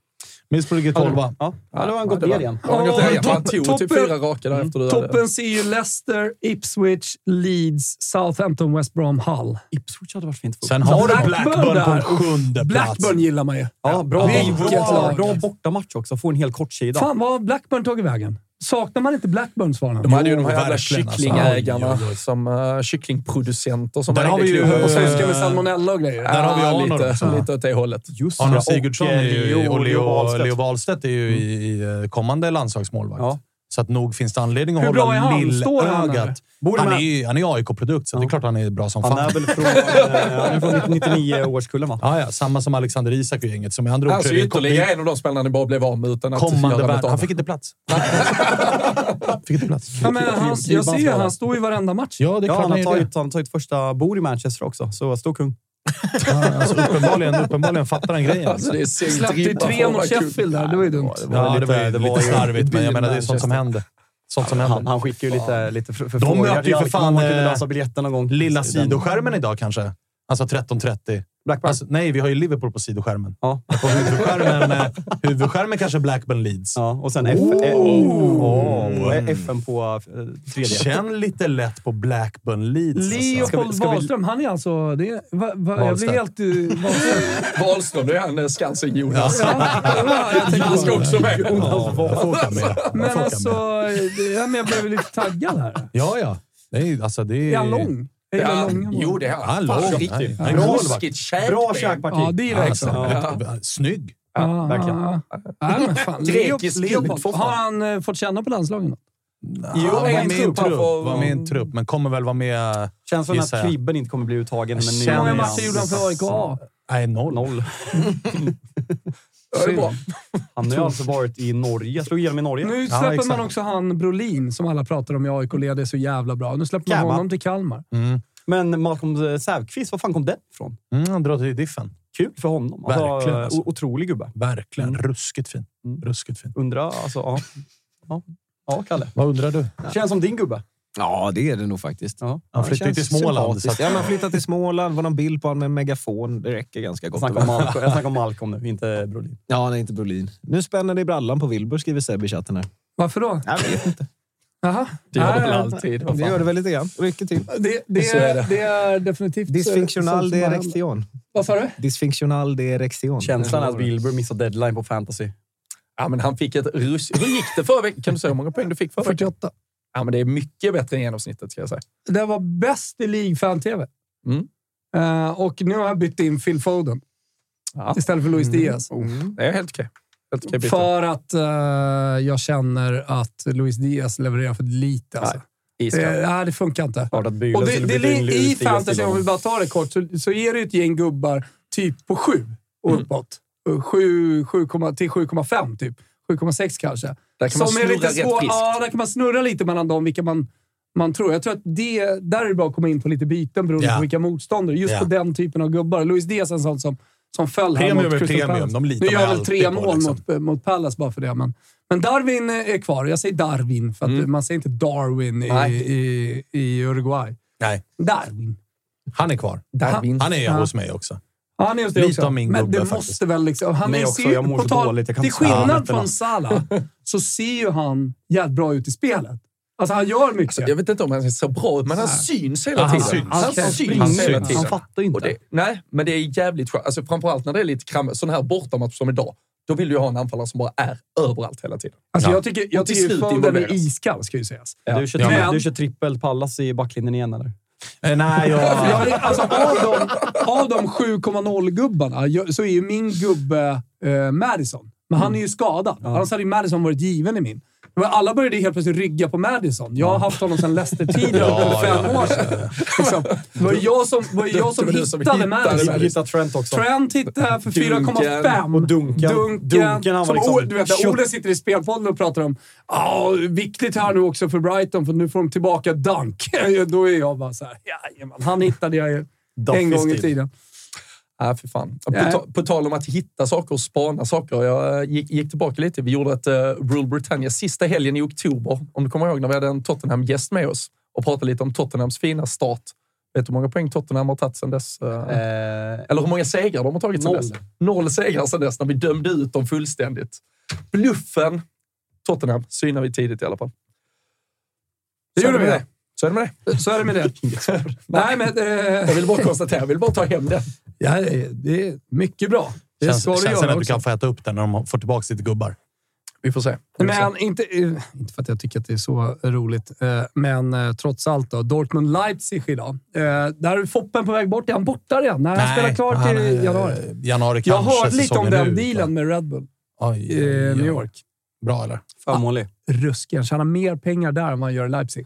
Middlesbrough ligger tolva.
Ja, då har han
Ja,
gått
det
ner
var-
igen.
Ja, han har gått
Åh,
ner igen. Han
toppen-
tog typ
toppen-
fyra raka där efter det där.
Toppen ser ju Leicester, Ipswich, Leeds, Southampton, West Brom, Hull.
Ipswich hade varit fint. för-
Sen har du
Blackburn
Blackburn på en
där.
sjunde plats.
Blackburn gillar man ju.
Ja, bra,
Vilket
bra,
lag.
bra bortamatch också. Få en hel kort sida.
Fan, vad har Blackburn tagit vägen? Saknar man inte Blackburn, svarar han.
De hade ju de här
Jo,
jävla
verkligen, alltså.
kycklingägarna,
Oj, oj, oj.
som eh, kycklingproducenter som
Där
ägde
har vi ju-
klubben.
Och
sen-
svenskar med salmonella och grejer.
Där har vi
Ja,
Arnor
lite,
också.
lite åt det hållet.
Just det.
Arnold
Och,
Sigurdsson
eh,
är ju, och
Leo Wahlstedt.
Leo Wahlstedt är ju i, i eh, kommande landslagsmålvakt.
Ja.
Så att nog finns det anledning att
Hur bra är
hålla
han? Står han, eller?
lillögat.
Borde
Han är
med-
ju han är AIK-produkt, så det är klart han är bra som
Han
fan.
är väl från, eh, han är från 99 årskullen va?
Ja, ja, samma som Alexander Isak i gänget. Som i andra ord
Alltså
så är det
ytterligare en av de spelarna ni bara blev av med utan att
kommande
göra något
värld.
av.
Han fick inte plats. fick inte plats.
Ja, men han, jag ser ju, han står i varenda match.
Ja, det är
Ja,
klart
han
han
har,
är det.
tagit, han har tagit första bord i Manchester också, så stor kung.
Ja, Alltså, uppenbarligen, uppenbarligen fattar han grejen.
Alltså det är sänkt
Släppte ju
ribba
tre
för
mot
våra
Sheffield där. Det var ju dumt.
Ja, det var,
lite-
det var
lite
lite slarvigt, men
byn
jag menar det är sånt som
Manchester.
händer. Sånt som
Han,
händer.
han skickar ju lite, lite för, för
De
frågor
möter ju
till
för
Alec.
fan,
Man kunde
eh,
lösa biljetten någon gång.
Lilla
Den-
sidoskärmen idag kanske? Alltså 13.30.
Blackburn.
Alltså, nej, vi har ju Liverpool på sidoskärmen.
Ja.
På huvudskärmen, eh, huvudskärmen kanske Blackburn Leeds.
ja, och sen F, eh, oh, eh, FN på eh, tredje.
Känn lite lätt på Blackburn Leeds.
Leopold
alltså.
Wahlström, han är alltså... Det är, va, va, jag blir
Wahlstedt.
helt... Uh, Wahlstedt.
Wahlström, nu är han eh, Skansen-Jonas.
ja, jag tänker
Han ska också med.
Ja, jag får åka med. Jag
Men
får åka
alltså,
med.
eh, ja, men jag blev lite taggad här.
Ja, ja. Nej, alltså det
Är han lång? Är det
Ja,
lång?
jo, det är
Ja,
han.
lång.
Fan,
Nej,
riktigt.
han är en målvakt.
Ruskigt käkben.
Bra käkparti.
Ja, det gillar jag.
Alltså,
Ja.
Snygg.
Ja,
verkligen.
ja, ja. Nej, men fan.
Grekisk
Leopold-
kille,
Leopold.
för fan.
Har han eh, fått känna på landslagen? då?
Jo,
han
var
är
med
en
i en
trupp, han
trupp.
får-
Var med i en trupp, men kommer väl vara med...
Känns som
gissar
att
jag.
Kribben inte kommer bli uttagen. Men
Känner
Hur många
jag.
matcher gjorde han för AIK?
Nej, noll.
Noll.
Ja, det är bra.
Han har ju alltså varit i Norge. Slog igenom i Norge.
Nu
Ja,
släpper man
exakt.
också han Brolin som alla pratar om i AIK leder är så jävla bra. Nu släpper man
Kalmar.
honom till Kalmar.
Men Malcolm eh, Säfqvist, var fan kom den ifrån?
Mm, han drar till diffen.
Kul för honom. Alltså,
Verkligen,
eh,
alltså.
o- Otrolig gubbe.
Verkligen. Ruskigt fin.
Mm.
Ruskigt fin.
Undra, alltså. Ja, ja. ja Kalle.
Vad undrar du?
Känns som din gubbe.
Ja, det är det nog faktiskt.
Ja.
Han flyttade ju till
känns
Småland. Så
sympatisk.
att,
Ja, man flyttar till Småland, var någon bild på honom med en megafon. Det räcker ganska
Jag
gott.
snackar om Malcolm, jag snackar om Malcolm nu, inte Brolin.
Ja, nej, inte Brolin. Nu spänner det i brallan på Wilbur, skriver Seb i chatten här.
Varför då?
Jag vet inte.
Jaha.
Det gör det
Nej,
väl
ja.
alltid. vad
Det
fan.
gör det väl lite grann. Rycker till.
Det, det,
Så är
är,
det.
det är definitivt...
Dysfunktional
sånt som har hänt.
direktion.
Vad sa du?
Dysfunktional direktion.
Känslan är att Wilbur missar deadline på fantasy.
Ja, men han fick ett rus... Hur gick det förra veckan? Kan du säga hur många poäng du fick förra veckan?
48.
Ja, men det är mycket bättre än genomsnittet, ska jag säga.
Det var bäst i League Fan TV.
Mm.
Eh, och nu har jag bytt in Phil Foden
Ja. Oh.
istället för Luis
Mm.
Diaz.
Det är helt okej. Helt okej byte.
För att eh, jag känner att Luis Diaz levererar för lite. Alltså.
Iskall.
Det, nej, det funkar inte.
Klart att Bylund
Och det,
skulle
det,
byta in
li-
Luis
I
Diaz till
fantasy, om
honom.
vi bara tar det kort, så, så är det ju ett gäng gubbar typ på sju och
Mm.
uppåt. Sju, sju, komma- till 7,5 typ. 7,6 kanske.
Där kan man
Som är
snurra
lite
rätt
svår-
friskt.
Ja, där kan man snurra lite mellan dem, vilka man, man tror. Jag tror att det, där är det bra att komma in på lite byten beroende
Ja.
på vilka motståndare. Just
Ja.
på den typen av gubbar. Luis Diaz är en sån som, som föll här
Premium
mot
är
Crystal
premium.
Palace.
De litar
nu
man
gör väl
alltid
tre
på,
mål
liksom.
mot, mot Palace bara för det, men, men Darwin är kvar. Jag säger Darwin, för att
Mm.
man säger inte Darwin i,
Nej.
i, i Uruguay.
nej,
Darwin.
han är kvar.
Darwin.
Han är hos mig också.
Ja, han är just det
Lite
också.
av min
men
gubbe
det
faktiskt.
måste väl liksom... Han
Men
är
också,
ser,
jag mår
på
så
tal-
dåligt, jag kan
Till
inte säga
skillnad
nätterna.
från Salah så ser ju han jävligt bra ut i spelet. Alltså han gör mycket.
Jag vet inte om han ser bra ut, men han
Nej.
syns hela
Ja, han
tiden.
syns.
Han
Okej.
syns
Han
hela
syns.
tiden.
Han fattar ju
Och
inte.
det, nej, men det är jävligt skönt. Alltså, framförallt när det är lite kram, sån här bortamatch som idag. Då vill du ju ha en anfallare som bara är överallt hela tiden.
Alltså,
Ja.
Jag tycker, jag
Och till
tycker
slut
Foden är
involveras.
iskall, ska ju sägas.
Du kör,
Ja, men-
du kör trippel Pallas i backlinjen igen, eller?
Eh, nej, jag...
För jag är- alltså, av de, av de 7,0-gubbarna jag- så är ju min gubbe eh, Madison. Men han är
Mm.
ju skadad. Annars hade ju Madison varit given i min. Men alla började helt plötsligt rygga på Madison. Jag har haft honom sedan Leicester-tiden
Ja,
för fem
ja.
år sedan. Liksom. Det var jag som, det var jag som
Det var du
hittade
som hittade
Madison.
Madison. Hittade Trent också.
Trent hittade jag för
Duncan.
4,5.
Och Duncan.
Duncan.
Duncan, han var
som
liksom-
Ole, du vet, när Ole sitter i spelpodden och pratar om Ja, viktigt här nu också för Brighton, för nu får de tillbaka Dunk. Då är jag bara så här, jajamän. Han hittade jag ju en gång i tiden.
Nej, för Äh, fan.
Nej.
På, ta, på tal om att hitta saker och spana saker. Jag eh, gick, gick tillbaka lite. Vi gjorde ett eh, Rule Britannia sista helgen i oktober. Om du kommer ihåg när vi hade en Tottenham-gäst med oss och pratade lite om Tottenhams fina start. Vet du hur många poäng Tottenham har tagit sedan dess? eh? Eller hur många segrar de har tagit sedan
Noll.
dess? Noll segrar sedan dess när vi dömde ut dem fullständigt. Bluffen Tottenham synar vi tidigt i alla fall.
Det
Så är
gjorde vi.
det. Så är det med det.
Så är det med det. Nej, men... Eh...
Jag vill bara konstatera. Jag vill bara ta hem det.
Ja, det är mycket bra. Det
känns,
ska du
känns
göra
att du
också.
kan få äta upp den när de får tillbaka sitt gubbar.
Vi får se.
Men inte, eh, inte för att jag tycker att det är så roligt, eh, men eh, trots allt då. Dortmund-Leipzig idag. Eh, Där är Foppen på väg bort. Är han borta redan? Nej, han spelar klart
han,
i
eh,
januari.
Januari
Jag
kanske.
hörde lite om
säsongen
den
ut,
dealen med Red Bull
va? Oj,
i eh,
oj, oj.
New York.
Bra, eller?
Förmånlig.
Ruskig. Han tjänar mer pengar där än vad han gör i Leipzig.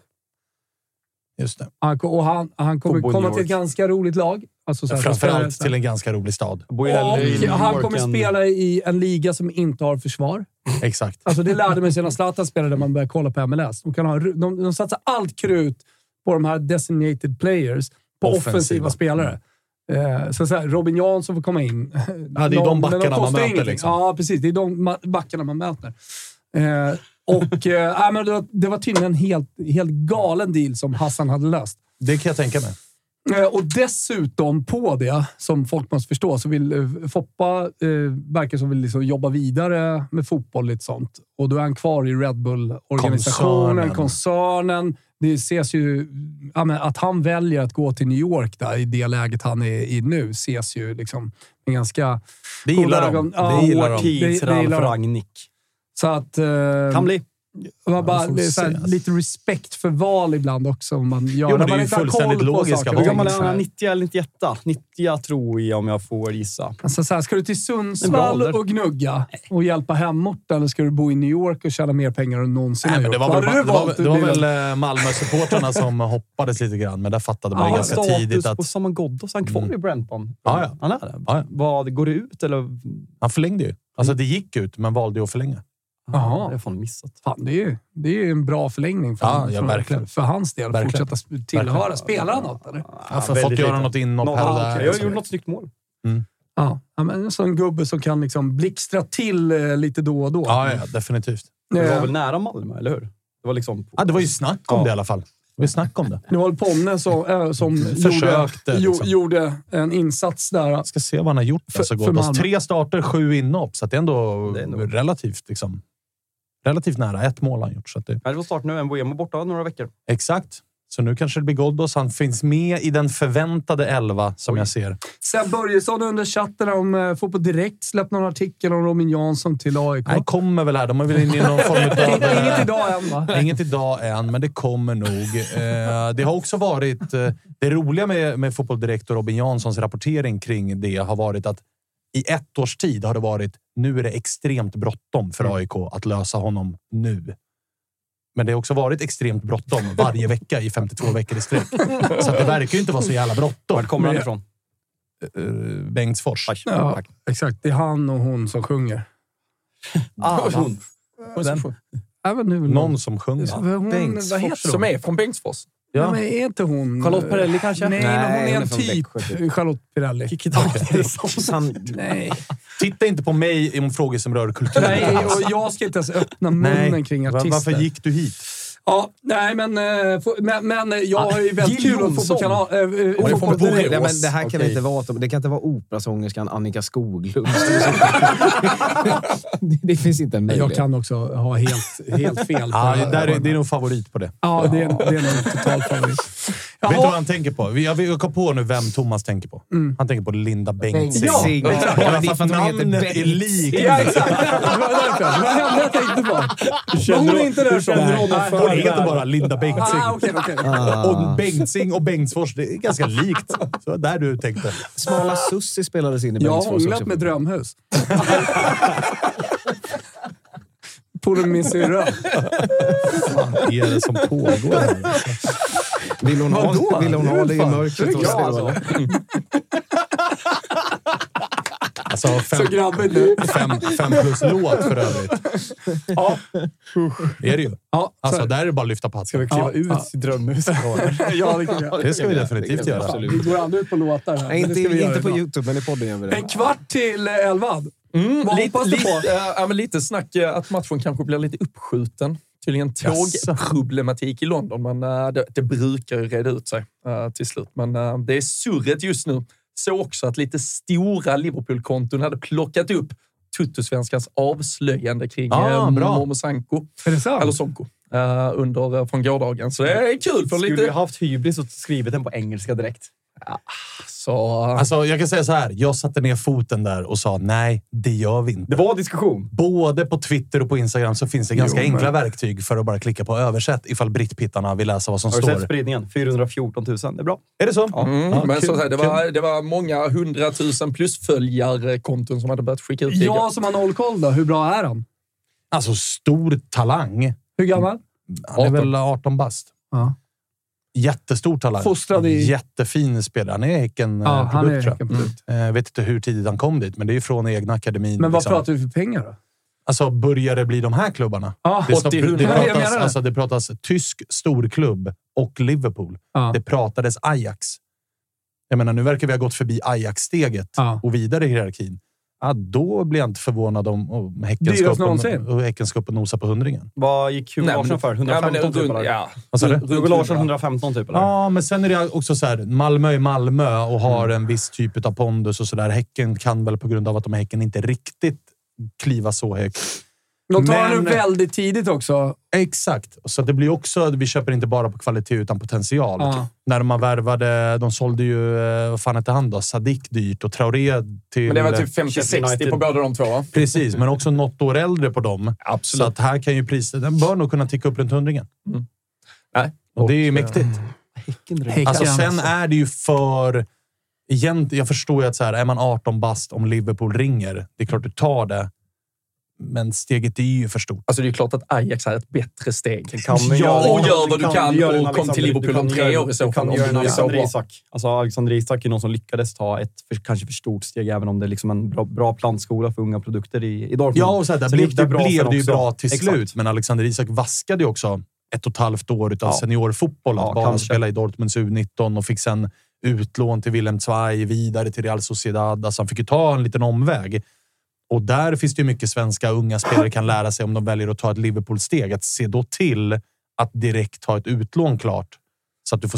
Just det.
Han, ko- och han, han kommer
På New
komma till ett
York.
ganska roligt lag. Alltså, så här, spelare-
Framförallt till en ganska rolig stad.
Bor ju hellre i New
och han
York
kommer
än-
spela i en liga som inte har försvar.
Exakt.
Alltså det lärde man sig när Zlatan spelade när man började kolla på MLS. De, kan ha, de, de satsar allt krut på de här designated players, på offensiva,
Offensiva.
spelare. Eh, Så så här, Robin Jansson får komma in.
Ja, det är de
Men
backarna man
kostar
möter,
ingenting.
liksom.
Ja, precis. Det är de ma- backarna man möter. Eh, Och, eh, nej, men det, var, det var tydligen en helt, helt galen deal som Hassan hade löst.
Det kan jag tänka mig.
Eh, Och dessutom på det, som folk måste förstå, så vill eh, Foppa eh, verkar som vill liksom jobba vidare med fotboll och lite sånt. Och då är han kvar i Red Bull-organisationen,
Koncernen.
koncernen. Det ses ju... Ja, men att han väljer att gå till New York där, i det läget han är i nu, ses ju liksom med ganska...
Det gillar
goda
de.
ögon. Ja,
Det gillar
hårt.
de.
Det-
Tids
det gillar
Ralf
de.
Rangnick.
Så att... eh,
Kan bli.
man bara,
Ja, vi får
så här,
se, alltså.
lite respekt för val ibland också. om Man gör,
Jo, men
när
det
man
är ju
inte har koll
fullständigt
på
logiska
saker.
val.
Hur gammal är
Så här.
han? 90 eller 91? 90 tror jag om jag får gissa.
Alltså så här, ska du till
bra
Sundsvall
ålder.
och gnugga och hjälpa hemorten eller ska du bo i New York och tjäna mer pengar än någonsin
Nej,
har
men det,
gjort?
var
Vad
väl,
hade
det,
du
var,
valt?
det var väl eh, Malmö-supportrarna som hoppades lite grann, men där fattade man
Ja,
ju
Har
ganska tidigt
status
att Mm.
på Saman Ghoddos? Han kvar i Brenton?
Ja, ja.
Han är det.
Ja, ja.
Vad, går det ut eller?
han förlängde ju. Alltså, det gick ut, men valde ju att förlänga.
Jaha.
Det har jag fan missat.
Fan, det är ju det är ju en bra förlängning för,
Ja,
han-
ja,
för,
verkligen.
för, för hans del. att
Verkligen.
Fortsätta sp- tillhöra. Spelar han något, eller?
Han har
väldigt
Alltså, fått göra
lite.
något inhopp
Något,
här och
ah,
där.
okej. Jag gjorde något snyggt mål.
Ja. ja men en sån gubbe som kan liksom blixtra till eh, lite då och då.
Ja, ja, definitivt.
Det
Eh,
var väl nära Malmö, eller hur? Det var liksom...
Ja, det var ju snack om
Ja.
det i alla fall. Det var ju snack om det.
Nu var det Ponne som, eh, som gjorde,
Försökte,
jo,
liksom.
gjorde en insats där.
Jag ska se vad han har gjort.
För-
alltså,
för
Ghoddos.
Malmö.
Tre starter, sju inhopp, så att det är ändå
Det är nog-
relativt liksom, relativt nära. Ett mål har han gjort. Så att det,
Ja, det var start nu. Mbuemo borta några veckor.
exakt. Så nu kanske det blir Ghoddos. Han finns med i den förväntade elva som jag ser.
Sen Börjesson under chatten om eh, Fotboll Direkt släppte någon artikel om Robin Jansson till AIK.
Nej, kommer väl här. De har väl in i någon form av... eh,
Inget idag än, va?
Inget idag än, men det kommer nog. Eh, det har också varit... Eh, det roliga med, med Fotboll Direkt och Robin Janssons rapportering kring det har varit att i ett års tid har det varit nu är det extremt bråttom för
Mm.
AIK att lösa honom nu. Men det har också varit extremt bråttom varje vecka i 52 veckor i sträck. Så att det verkar ju inte vara så jävla bråttom.
Vart kommer han
Men-
ifrån?
Eh, Bengtsfors.
Tack.
Ja,
Tack.
exakt. Det är han och hon som sjunger.
Ah,
va.
hon.
Den.
Även nu.
Någon som
Ja,
sjunger.
men hon, vad heter hon?
Som är från Bengtsfors.
Ja. men är inte hon...
Charlotte Perrelli kanske?
Nej, men hon
Nej, hon
är en
är från
typ
Växjö,
Charlotte Perrelli.
Sand-
Nej.
Titta inte på mig om frågor som rör kultur.
Nej, och jag ska inte ens öppna munnen
Nej.
kring
Va-
artister.
Varför gick du hit?
Ja, nej, men, eh, få- men, men eh, jag har ju väldigt
Jill
kul att få
Johnson.
på kanal... Äh,
Hon är från Borås.
Nej, men det här kan
Okej.
inte vara... Det kan inte vara operasångerskan Annika Skoglund. det, det finns inte en
jag
möjlighet.
kan också ha helt, helt fel. på
Ja,
det här.
där är, det är nog favorit på det.
Ja, det är, det är nog en total favorit. Ja,
Vet du vad han tänker på? Jag jag kom på nu vem Thomas tänker på. Han tänker på Linda Bengtzing.
Ja, Ja, exakt.
Bara för
Det är för
att
att hon heter
namnet är
Bengtzing.
likt.
Ja, exakt. Det var
därför. Det var henne jag tänkte på.
Känner
Hon är
hon-
inte där
hur
som-
känner hon
Nej.
för Hon heter bara Linda Bengtzing.
Ah, okej, okej.
Och Bengtzing och Bengtsfors, det är ganska likt. Så där du tänkte.
Smala Sussi spelades in i
Jag har
Bengtsfors också.
hånglat med drömhus. Polen min syrra.
Vad är det som pågår?
Vill hon
Vadå?
ha, vill hon
Det är
ha
väl
det i
fan
mörkret
tryggt.
hos
Ja,
dig?
alltså.
eller?
Alltså, fem,
Så grabbigt nu.
fem, fem plus låt för övrigt.
Ja.
Det är det ju.
Ja, så
Alltså,
är det.
där är det bara att lyfta på hatten.
Ska vi kliva ut i
drömhuset?
Ja, det kan vi göra.
Det ska vi definitivt göra.
Vi går aldrig ut på låtar här.
Nej,
men det
inte
ska vi göra
inte på
idag.
YouTube, men i podden gör vi det.
En kvart till eh, elvan.
Mm,
Vad
lite,
hoppas du på?
lite, eh, ja, men lite snack eh, att matchen kanske blir lite uppskjuten. Tydligen
Jaså.
tågproblematik i London, men eh, det, det brukar ju reda ut sig eh, till slut. Men eh, det är surret just nu. Så också att lite stora Liverpool-konton hade plockat upp Tuttosvenskans avslöjande kring
Ah,
ah,
bra.
Momo Sanko,
Är det sant?
eller Sonko, eh, under, från gårdagen. Så det är kul. För
Skulle
lite,
vi haft hybris och skrivit den på engelska direkt?
så, eh,
Alltså, jag kan säga så här. Jag satte ner foten där och sa nej, det gör vi inte.
Det var diskussion.
Både på Twitter och på Instagram så finns det ganska enkla verktyg för att bara klicka på översätt ifall brittpittarna vill läsa vad som
Har du sett
står.
spridningen? 414 000. Det är bra.
Är det så?
Mm,
Ja,
men
kul,
så att säga, det,
kul.
var, det var många hundratusen plus följarkonton som hade börjat skicka ut
Jag som har noll koll då, hur bra är han?
Alltså, stor talang.
Hur gammal?
Han är väl 18 bast.
Ja.
Jättestor talang.
Fostrad i-
Jättefin spelare. Han är
Ja,
Häcken-produkt,
han är
tror jag.
Häckenprodukt.
Eh, vet inte hur tidigt han kom dit, men det är ju från egna akademin.
Men vad
liksom.
pratar vi för pengar då?
Alltså, börjar det bli de här klubbarna?
Ja,
det, snack-
80,
det,
100.
Jag
pratas,
menar det.
alltså, det pratas tysk storklubb och Liverpool.
Ja.
Det pratades Ajax. Jag menar, nu verkar vi ha gått förbi Ajax-steget
Ja.
och vidare i hierarkin. Ja, då blir jag inte förvånad om, om Häcken
Dyrast
ska upp
någonsin.
och- och Häcken ska upp och nosa på hundringen.
Vad gick Hugo
Nej, men-
Larsson för? 115
ja, men,
typ?
runt-
eller?
ja.
Vad sa du?
Hugo Larsson
100.
115 typ? Eller?
Ja, men sen är det också så här. Malmö är Malmö och har
Mm.
en viss typ av pondus och så där. Häcken kan väl på grund av att de är Häcken inte riktigt kliva så högt.
De tar han
Men-
upp väldigt tidigt också.
Exakt. Så att det blir också att vi köper inte bara på kvalitet utan potential.
Ja.
När man värvade, de sålde ju, eh, vad fan hette han då? Sadik dyrt och Traoré till...
Men det var typ
Chelsea
50-60
United.
på båda de två, va?
Precis, men också något år äldre på dem.
Absolut.
Så att här kan ju priset, den bör nog kunna ticka upp runt hundringen.
Nej.
Och det är ju mäktigt.
Häcken.
Alltså, sen är det ju för... Egent, jag förstår ju att så här, är man 18 bast om Liverpool ringer, det är klart du tar det. Men steget är ju för stort.
Alltså det är klart att Ajax är ett bättre steg.
Alltså, Kan man
Ja,
göra- liksom-
och
gör vad du
kan
kan
göra en
och kom till
Alexander-
Liverpool
du
om
kan
tre
göra-
år i så
du kan
fall, om
göra en
du är så
Alexander
bra.
Isak. Alltså, Alexander Isak är någon som lyckades ta ett för, kanske för stort steg, även om det är liksom en bra, bra plantskola för unga produkter i, i Dortmund.
Ja, och så här, där
Så det
blev
gick
det,
bra för
blev det ju
också.
bra till
Exakt.
slut, men Alexander Isak vaskade ju också ett och ett halvt år utav
Ja.
seniorfotboll. Att
Ja,
bara
kanske.
spela i Dortmunds U19 och fick sen utlån till Willem Zweig, vidare till Real Sociedad. Alltså, han fick ju ta en liten omväg. Och där finns det ju mycket svenska unga spelare kan lära sig om de väljer att ta ett Liverpool-steg. Att se då till att direkt ha ett utlån klart så att du får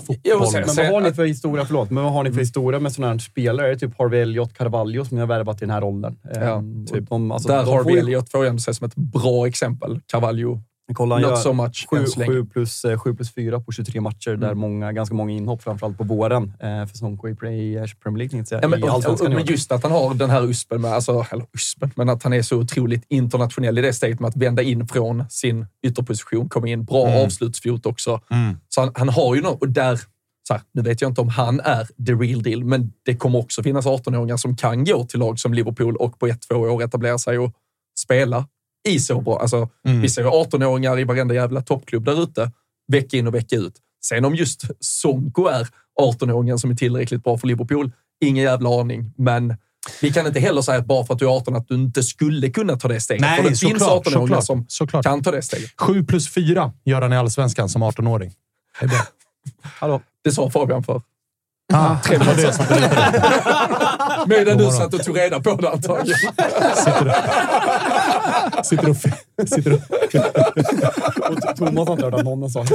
Jo,
fotboll.
sen-
Men vad har ni för historia, förlåt, men vad har ni för historia med sådana här spelare? Är det typ Harvey Elliot, Carvalho som ni har värvat i den här rollen?
Ja,
Ehm,
typ.
och De, alltså,
Där
de
har
får
vi
ju-
Elliot, får jag ändå säga, som ett bra exempel. Cavallo,
Kolla, han gör
not so much än så
7,
länge.
7, plus, eh, 7 plus 4 på 23 matcher, där många, ganska många inhopp, framförallt på våren. Eh, för Sonko i Pre- i Premier League, tänkte jag
Ja, men,
i
och,
Allsvenskan
och,
i år.
men just att han har den här uspen, med, alltså, eller uspen, men att han är så otroligt internationell i det steget med att vända in från sin ytterposition, komma in, bra
Mm.
avslutsfot också. Så han, han har ju något, och där, så här, nu vet jag inte om han är the real deal, men det kommer också finnas 18-åringar som kan gå till lag som Liverpool och på ett, två år etablera sig och spela i så bra. Alltså,
Mm.
Vi ser ju 18-åringar i varenda jävla toppklubb där ute, vecka in och vecka ut. Sen om just Sonko är 18-åringen som är tillräckligt bra för Liverpool, ingen jävla aning. Men vi kan inte heller säga att bara för att du är 18 att du inte skulle kunna ta det steget.
Nej,
för det finns
såklart,
18-åringar
såklart,
som
såklart.
kan ta det steget.
7 plus 4 gör han i Allsvenskan som 18-åring.
Det sa Fabian för
Ah,
Tre
det var det som berättade.
Medan
God
du
morgon.
satt och tog reda på det antagligen.
Sitter och... Sitter och...
Och Thomas har inte hört att någon har sagt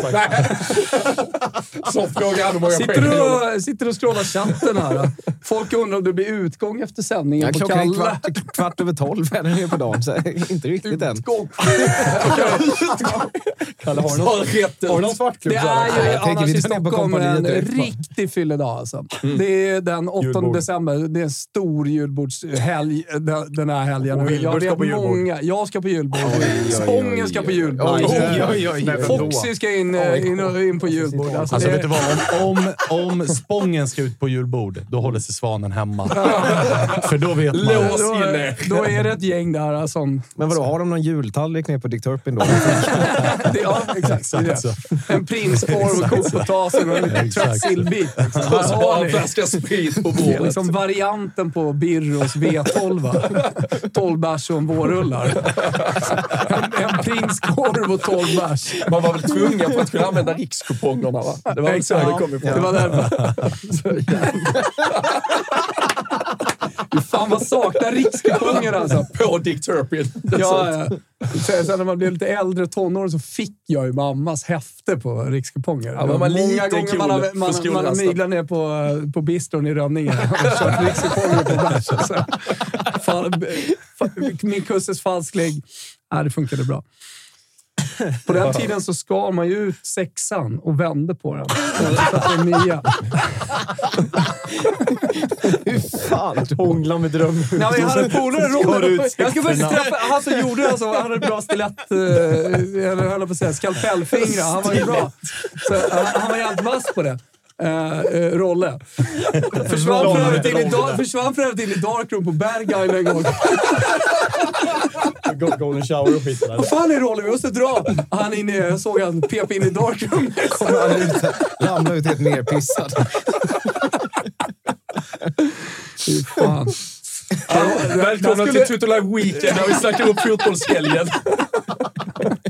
Så frågar han hur många
Sitter
skämt
du
det var.
och, sitter och scrollar chatten här? Folk undrar om det blir utgång efter sändningen
Ja,
på
klockan är
Kalle.
kvart, kvart över tolv är den ju på dagen, så inte riktigt än.
Kalle, har du någon,
Har rätt ut.
har du någon svartklubb?
Det är
Kalle?
ju
Jag tänker
annars
vi
i
tar ner på
Stockholm en
kompaniet direkt, va?
riktig fylledag. Alltså. Det är den 8
Mm. Julbord.
december. Det är en stor julbordshelg den- den här helgen.
Och Wilbur
jag,
ska på
vet
julbord.
många, jag ska på julbord. Spången ska på julbord.
Oj, oj, oj, oj.
Foxy ska in, eh, in, in på julbord. Alltså,
Alltså,
det-
vet du vad? Om, om, om Spången ska ut på julbord, då håller sig svanen hemma. För då vet man.
Lås
då,
in er.
då är det ett gäng där eh, som...
Men vadå, har de någon jultallrik nere på Dick Turpin då?
Det, ja, exakt. det är
Exakt så.
det. En prinskorv och kokt potatis och en liten
Exakt.
trött sillbit.
Och så bara en
Vad har ni?
flaska sprit på
Det är
bordet.
liksom varianten på Birros V12. 12 bärs och en vårrullar. En, en prinskorv och 12 bärs.
Man var väl tvungen för att kunna använda rikskupongerna, va? Det var väl så det kom
Det var
ifrån.
därför. Så jävla- Fy Fan vad saknar rikskuponger alltså.
På Dick Turpin.
Ja, ja. Sen, sen när man blev lite äldre tonåring så fick jag ju mammas häfte på rikskuponger.
men man var
många
liten
gånger man har,
cool
man,
på alltså.
man har
skolrasten.
myglat ner på, eh, på bistron i Rönninge och köpt rikskuponger på bärs. Så, fan, b- fan, min kusses falsklägg. Nej, det funkade bra. På den tiden så skar man ju ut sexan och vände på den. Så att det är nia.
Fan!
Hångla med drömmen.
Nej, men jag hade en polare,
Skar ut
Robert. Jag ska
sexorna.
faktiskt träffa... Han som gjorde alltså, han hade bra stilett... eh, Eller höll jag på att säga, skalpellfingrar. Han var ju bra. Så, han, han var jävligt vass på det. Eh, eh, Rolle. Försvann för övrigt in i Dark- försvann för övrigt in i Darkroom på Berghain en gång.
Go- Golden shower och skit. där.
Vad fan är Rolle? Vi måste dra. Han inne, jag såg han pep in i Darkroom.
Kommer han ut, ramlar ut helt nerpissad.
Fy fan.
Välkomna till Tutolive Weekend där vi snackar upp fotbollshelgen.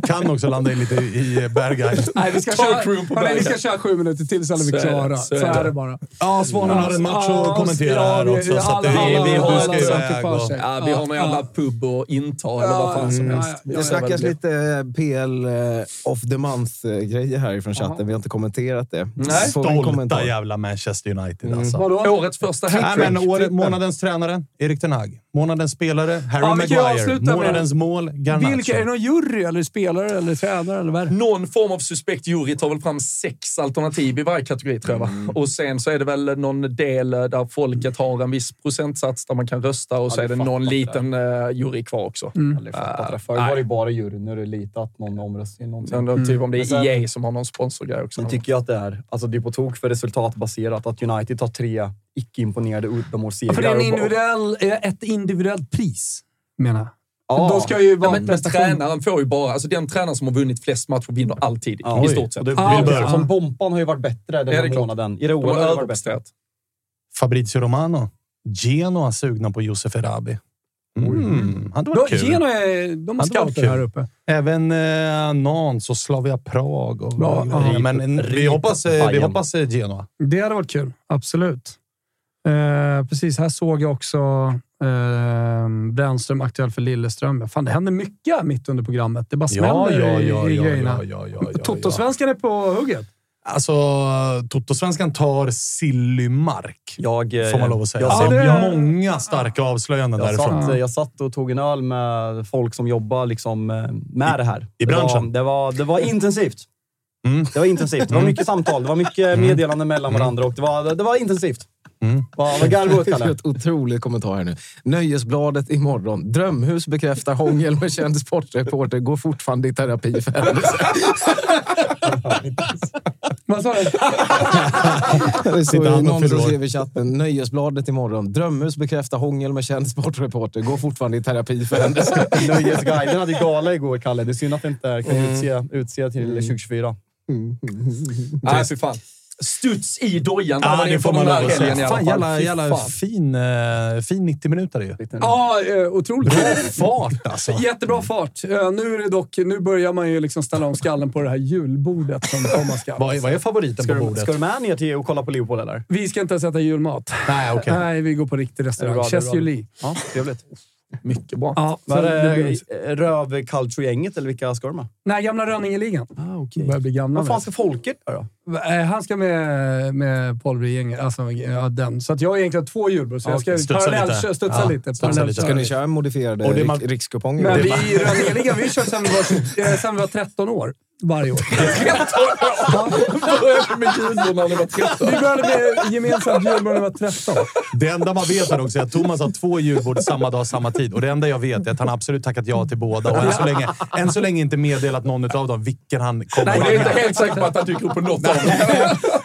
Kan också landa in lite i Berghain.
Nej, vi ska
Darkroom på
köra, hörni, vi ska
Berghain.
köra sju minuter till så är vi
Så är det,
klara.
så är
Så är
det.
det bara.
Ja, Svanen har en match
Ja,
att kommentera här
ja,
också. Så att det,
alla- alla-
vi,
alla-
du ska
alla
iväg
saker för
och...
sig.
Ja, vi har någon jävla pub och intag eller vad fan som
Ja,
helst.
ja, ja.
Det snackas lite PL eh, of the month-grejer här från chatten. Vi har inte kommenterat det.
Mm.
Nej.
Får vi en
Stolta
kommentar?
jävla Manchester United alltså.
Mm. Vadå?
Årets första
Nej, men
hattrick.
året, månadens tränare, Erik Ten Hag. Månadens spelare, Harry
Ja, vi kan ju
Maguire.
avsluta med-
Månadens mål, Garnacho.
Vilka? Är det någon jury, eller spelare, eller tränare eller vad är det?
alltså. Någon form av suspekt jury tar väl fram sex alternativ i varje kategori, tror jag. va? Och sen så är det väl någon del eh, där folket har en viss procentsats där man kan rösta och så är det någon liten eh, jury kvar också.
Mm.
Förr var det bara juryn. Nu är det lite att någon omröstar i någonting.
Sen då, typ om det
Men sen-
är EA som har någon sponsorgrej också.
Sen tycker jag att det är, alltså det är på tok för resultatbaserat att United tar tre icke-imponerade utomårssegrar.
För det är en
och-
individuell, eh, ett individuellt pris, menar jag.
Ja.
Då ska ju
Ja,
vara
men, men
prestation.
tränaren får ju bara... Alltså den tränaren som har vunnit flest matcher vinner alltid,
Ja, oj.
i stort sett.
Och det-
Ah,
Wilbur.
okej.
Som Bompan har ju varit bättre den
Ja, det är
här
klart.
månaden. I det
De
OL
har
har det varit bättre.
överpresterat.
Fabrizio Romano. Genoa sugna på Josef Erabi. Mm, hade
Då,
varit kul.
Genoa är, de har
Ja, det var
scouter
kul.
här uppe.
Även eh, Nantes och Slavia Prag. Och
Bra,
ja,
ja.
men en- vi hoppas, eh, vi
Bayern.
hoppas eh, Genoa.
Det hade varit kul, absolut. Eh, precis, här såg jag också eh, Brännström aktuell för Lilleström. Fan, det händer mycket mitt under programmet. Det bara
Ja,
smäller
ja,
i-
ja,
i
ja,
grejerna.
ja, ja, ja, ja.
Totosvenskan är på hugget.
Alltså, Totosvenskan tar Sillymark.
Jag, eh,
Får man lov att säga.
Jag,
Alltså,
satt-
det-
jag,
Många starka avslöjanden
jag,
därifrån.
satt, jag satt och tog en öl med folk som jobbar liksom eh, med det här.
i branschen.
Det var, det var, det var intensivt.
Mm.
Det var intensivt. Det var mycket samtal. Det var mycket meddelanden mellan varandra och det var, det var intensivt.
Mm.
Vad vad garv åt,
Det är
Kalle?
ett otroligt kommentar här nu. Nöjesbladet imorgon. Drömhus bekräftar hångel med känd sportreporter. Går fortfarande i terapi för henne.
Vad sa du?
Det står
Sitter
ju
han och
någon som
fyller år?
skrev i chatten. Nöjesbladet imorgon. Drömhus bekräftar hångel med känd sportreporter. Går fortfarande i terapi för henne.
Nöjesguiden hade gala igår, Kalle. Mm. Det är synd att det inte kan utse, utse till 2024.
Nej, fy fan. studs i dojan.
Ja, det får man lov att säga. Fan, jävla,
Fy
jävla
fan.
fin, eh, fin 90 minuter ju.
Ja, eh, otroligt.
Bra fart alltså.
Jättebra fart. Eh, Nu, är det dock, nu börjar man ju liksom ställa om skallen på det här julbordet som komma skall.
Vad är, vad är favoriten
Ska
på
du-
bordet?
ska du
med ner till och kolla på Liverpool eller?
Vi ska inte ens äta julmat.
Nej, okej.
Nej, vi går på riktig
Det är bra,
restaurang.
det är bra.
Chess Julie.
Ja, trevligt.
Mycket bra.
Ja,
Var
så det
det
blir-
Rövculture-gänget eller vilka ska de med?
Nej, gamla Rönninge-ligan.
Ah,
Börjar bli gamla
Vad fan
nu.
ska folket göra då?
Eh, Han ska med, med Paul Briegänger. Alltså, ja, den. Så att jag har egentligen två julbord, så
Ja,
jag ska
okej. Studsa
parallell,
lite.
studsa
Ja,
lite.
studsa
parallell-
lite. Ska ni köra modifierade
Och det
eh, rik-
man-
rikskuponger?
Men
Det
vi
man-
i Rönninge-ligan, vi kör sen vi, var, eh, sen vi var 13 år. Varje år.
Började med julbord när ni var 13.
Vi började med gemensamt julbord när vi var 13.
Det enda man vet är också att Thomas har två julbord samma dag, samma tid. Och det enda jag vet är att han absolut tackat ja till båda och än så länge, än så länge inte meddelat någon av dem vilken han kommer
Nej, jag är
välja.
inte helt säker på att han dyker upp på något av dem.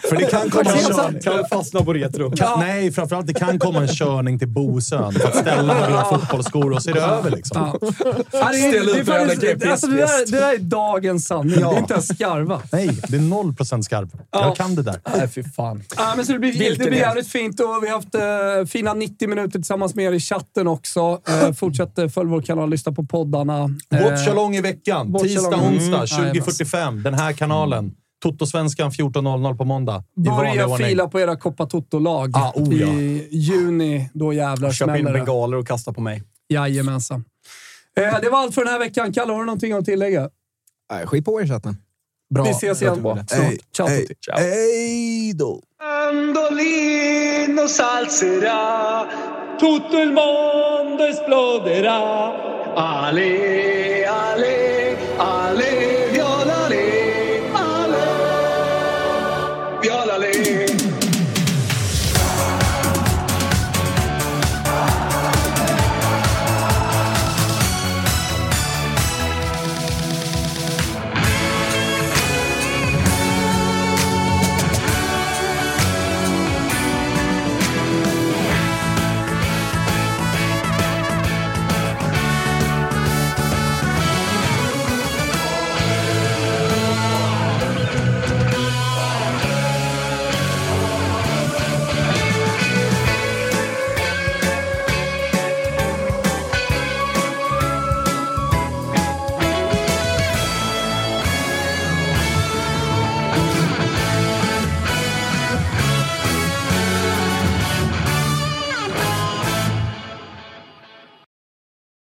För det kan komma en körning.
Kan fastna på retro.
Kan, nej, framförallt det kan komma en körning till Bosön för att ställa några fotbollsskor och så är det över liksom.
Ja, det är-
Ställ
det är
ut varenda
faktiskt-
GPS-test.
alltså, det, där, det där är dagens sanning.
Ja.
Det är inte ens skarva.
Nej, det är noll procent skarv. Jag kan det där.
Nej, fy fan.
Ja, men så det, blir,
Vilken
det blir
är?
jävligt fint och vi har haft eh, fina 90 minuter tillsammans med er i chatten också. Eh, fortsätt eh, följ vår kanal, lyssna på poddarna. Eh,
Watch along i veckan.
Watch
Tisdag,
along.
onsdag
Mm. Jajamän.
20.45. Den här kanalen. Totosvenskan 14.00 på måndag. I vanlig
Börja
ordning.
fila på era Coppa Toto-lag
Ah, oh ja.
i juni. Då jävlar
Köp in
smäller det.
bengaler och kasta på mig.
Jajamensan. Eh, det var allt för den här veckan. Kalle, har du någonting att tillägga?
Nej, skit på er chatten.
Bra.
Vi ses igen snart. Ciao,
Hej,
tutti.
hej, hej då!
Andolino salzerà, tutto il mondo esploderà. Ale,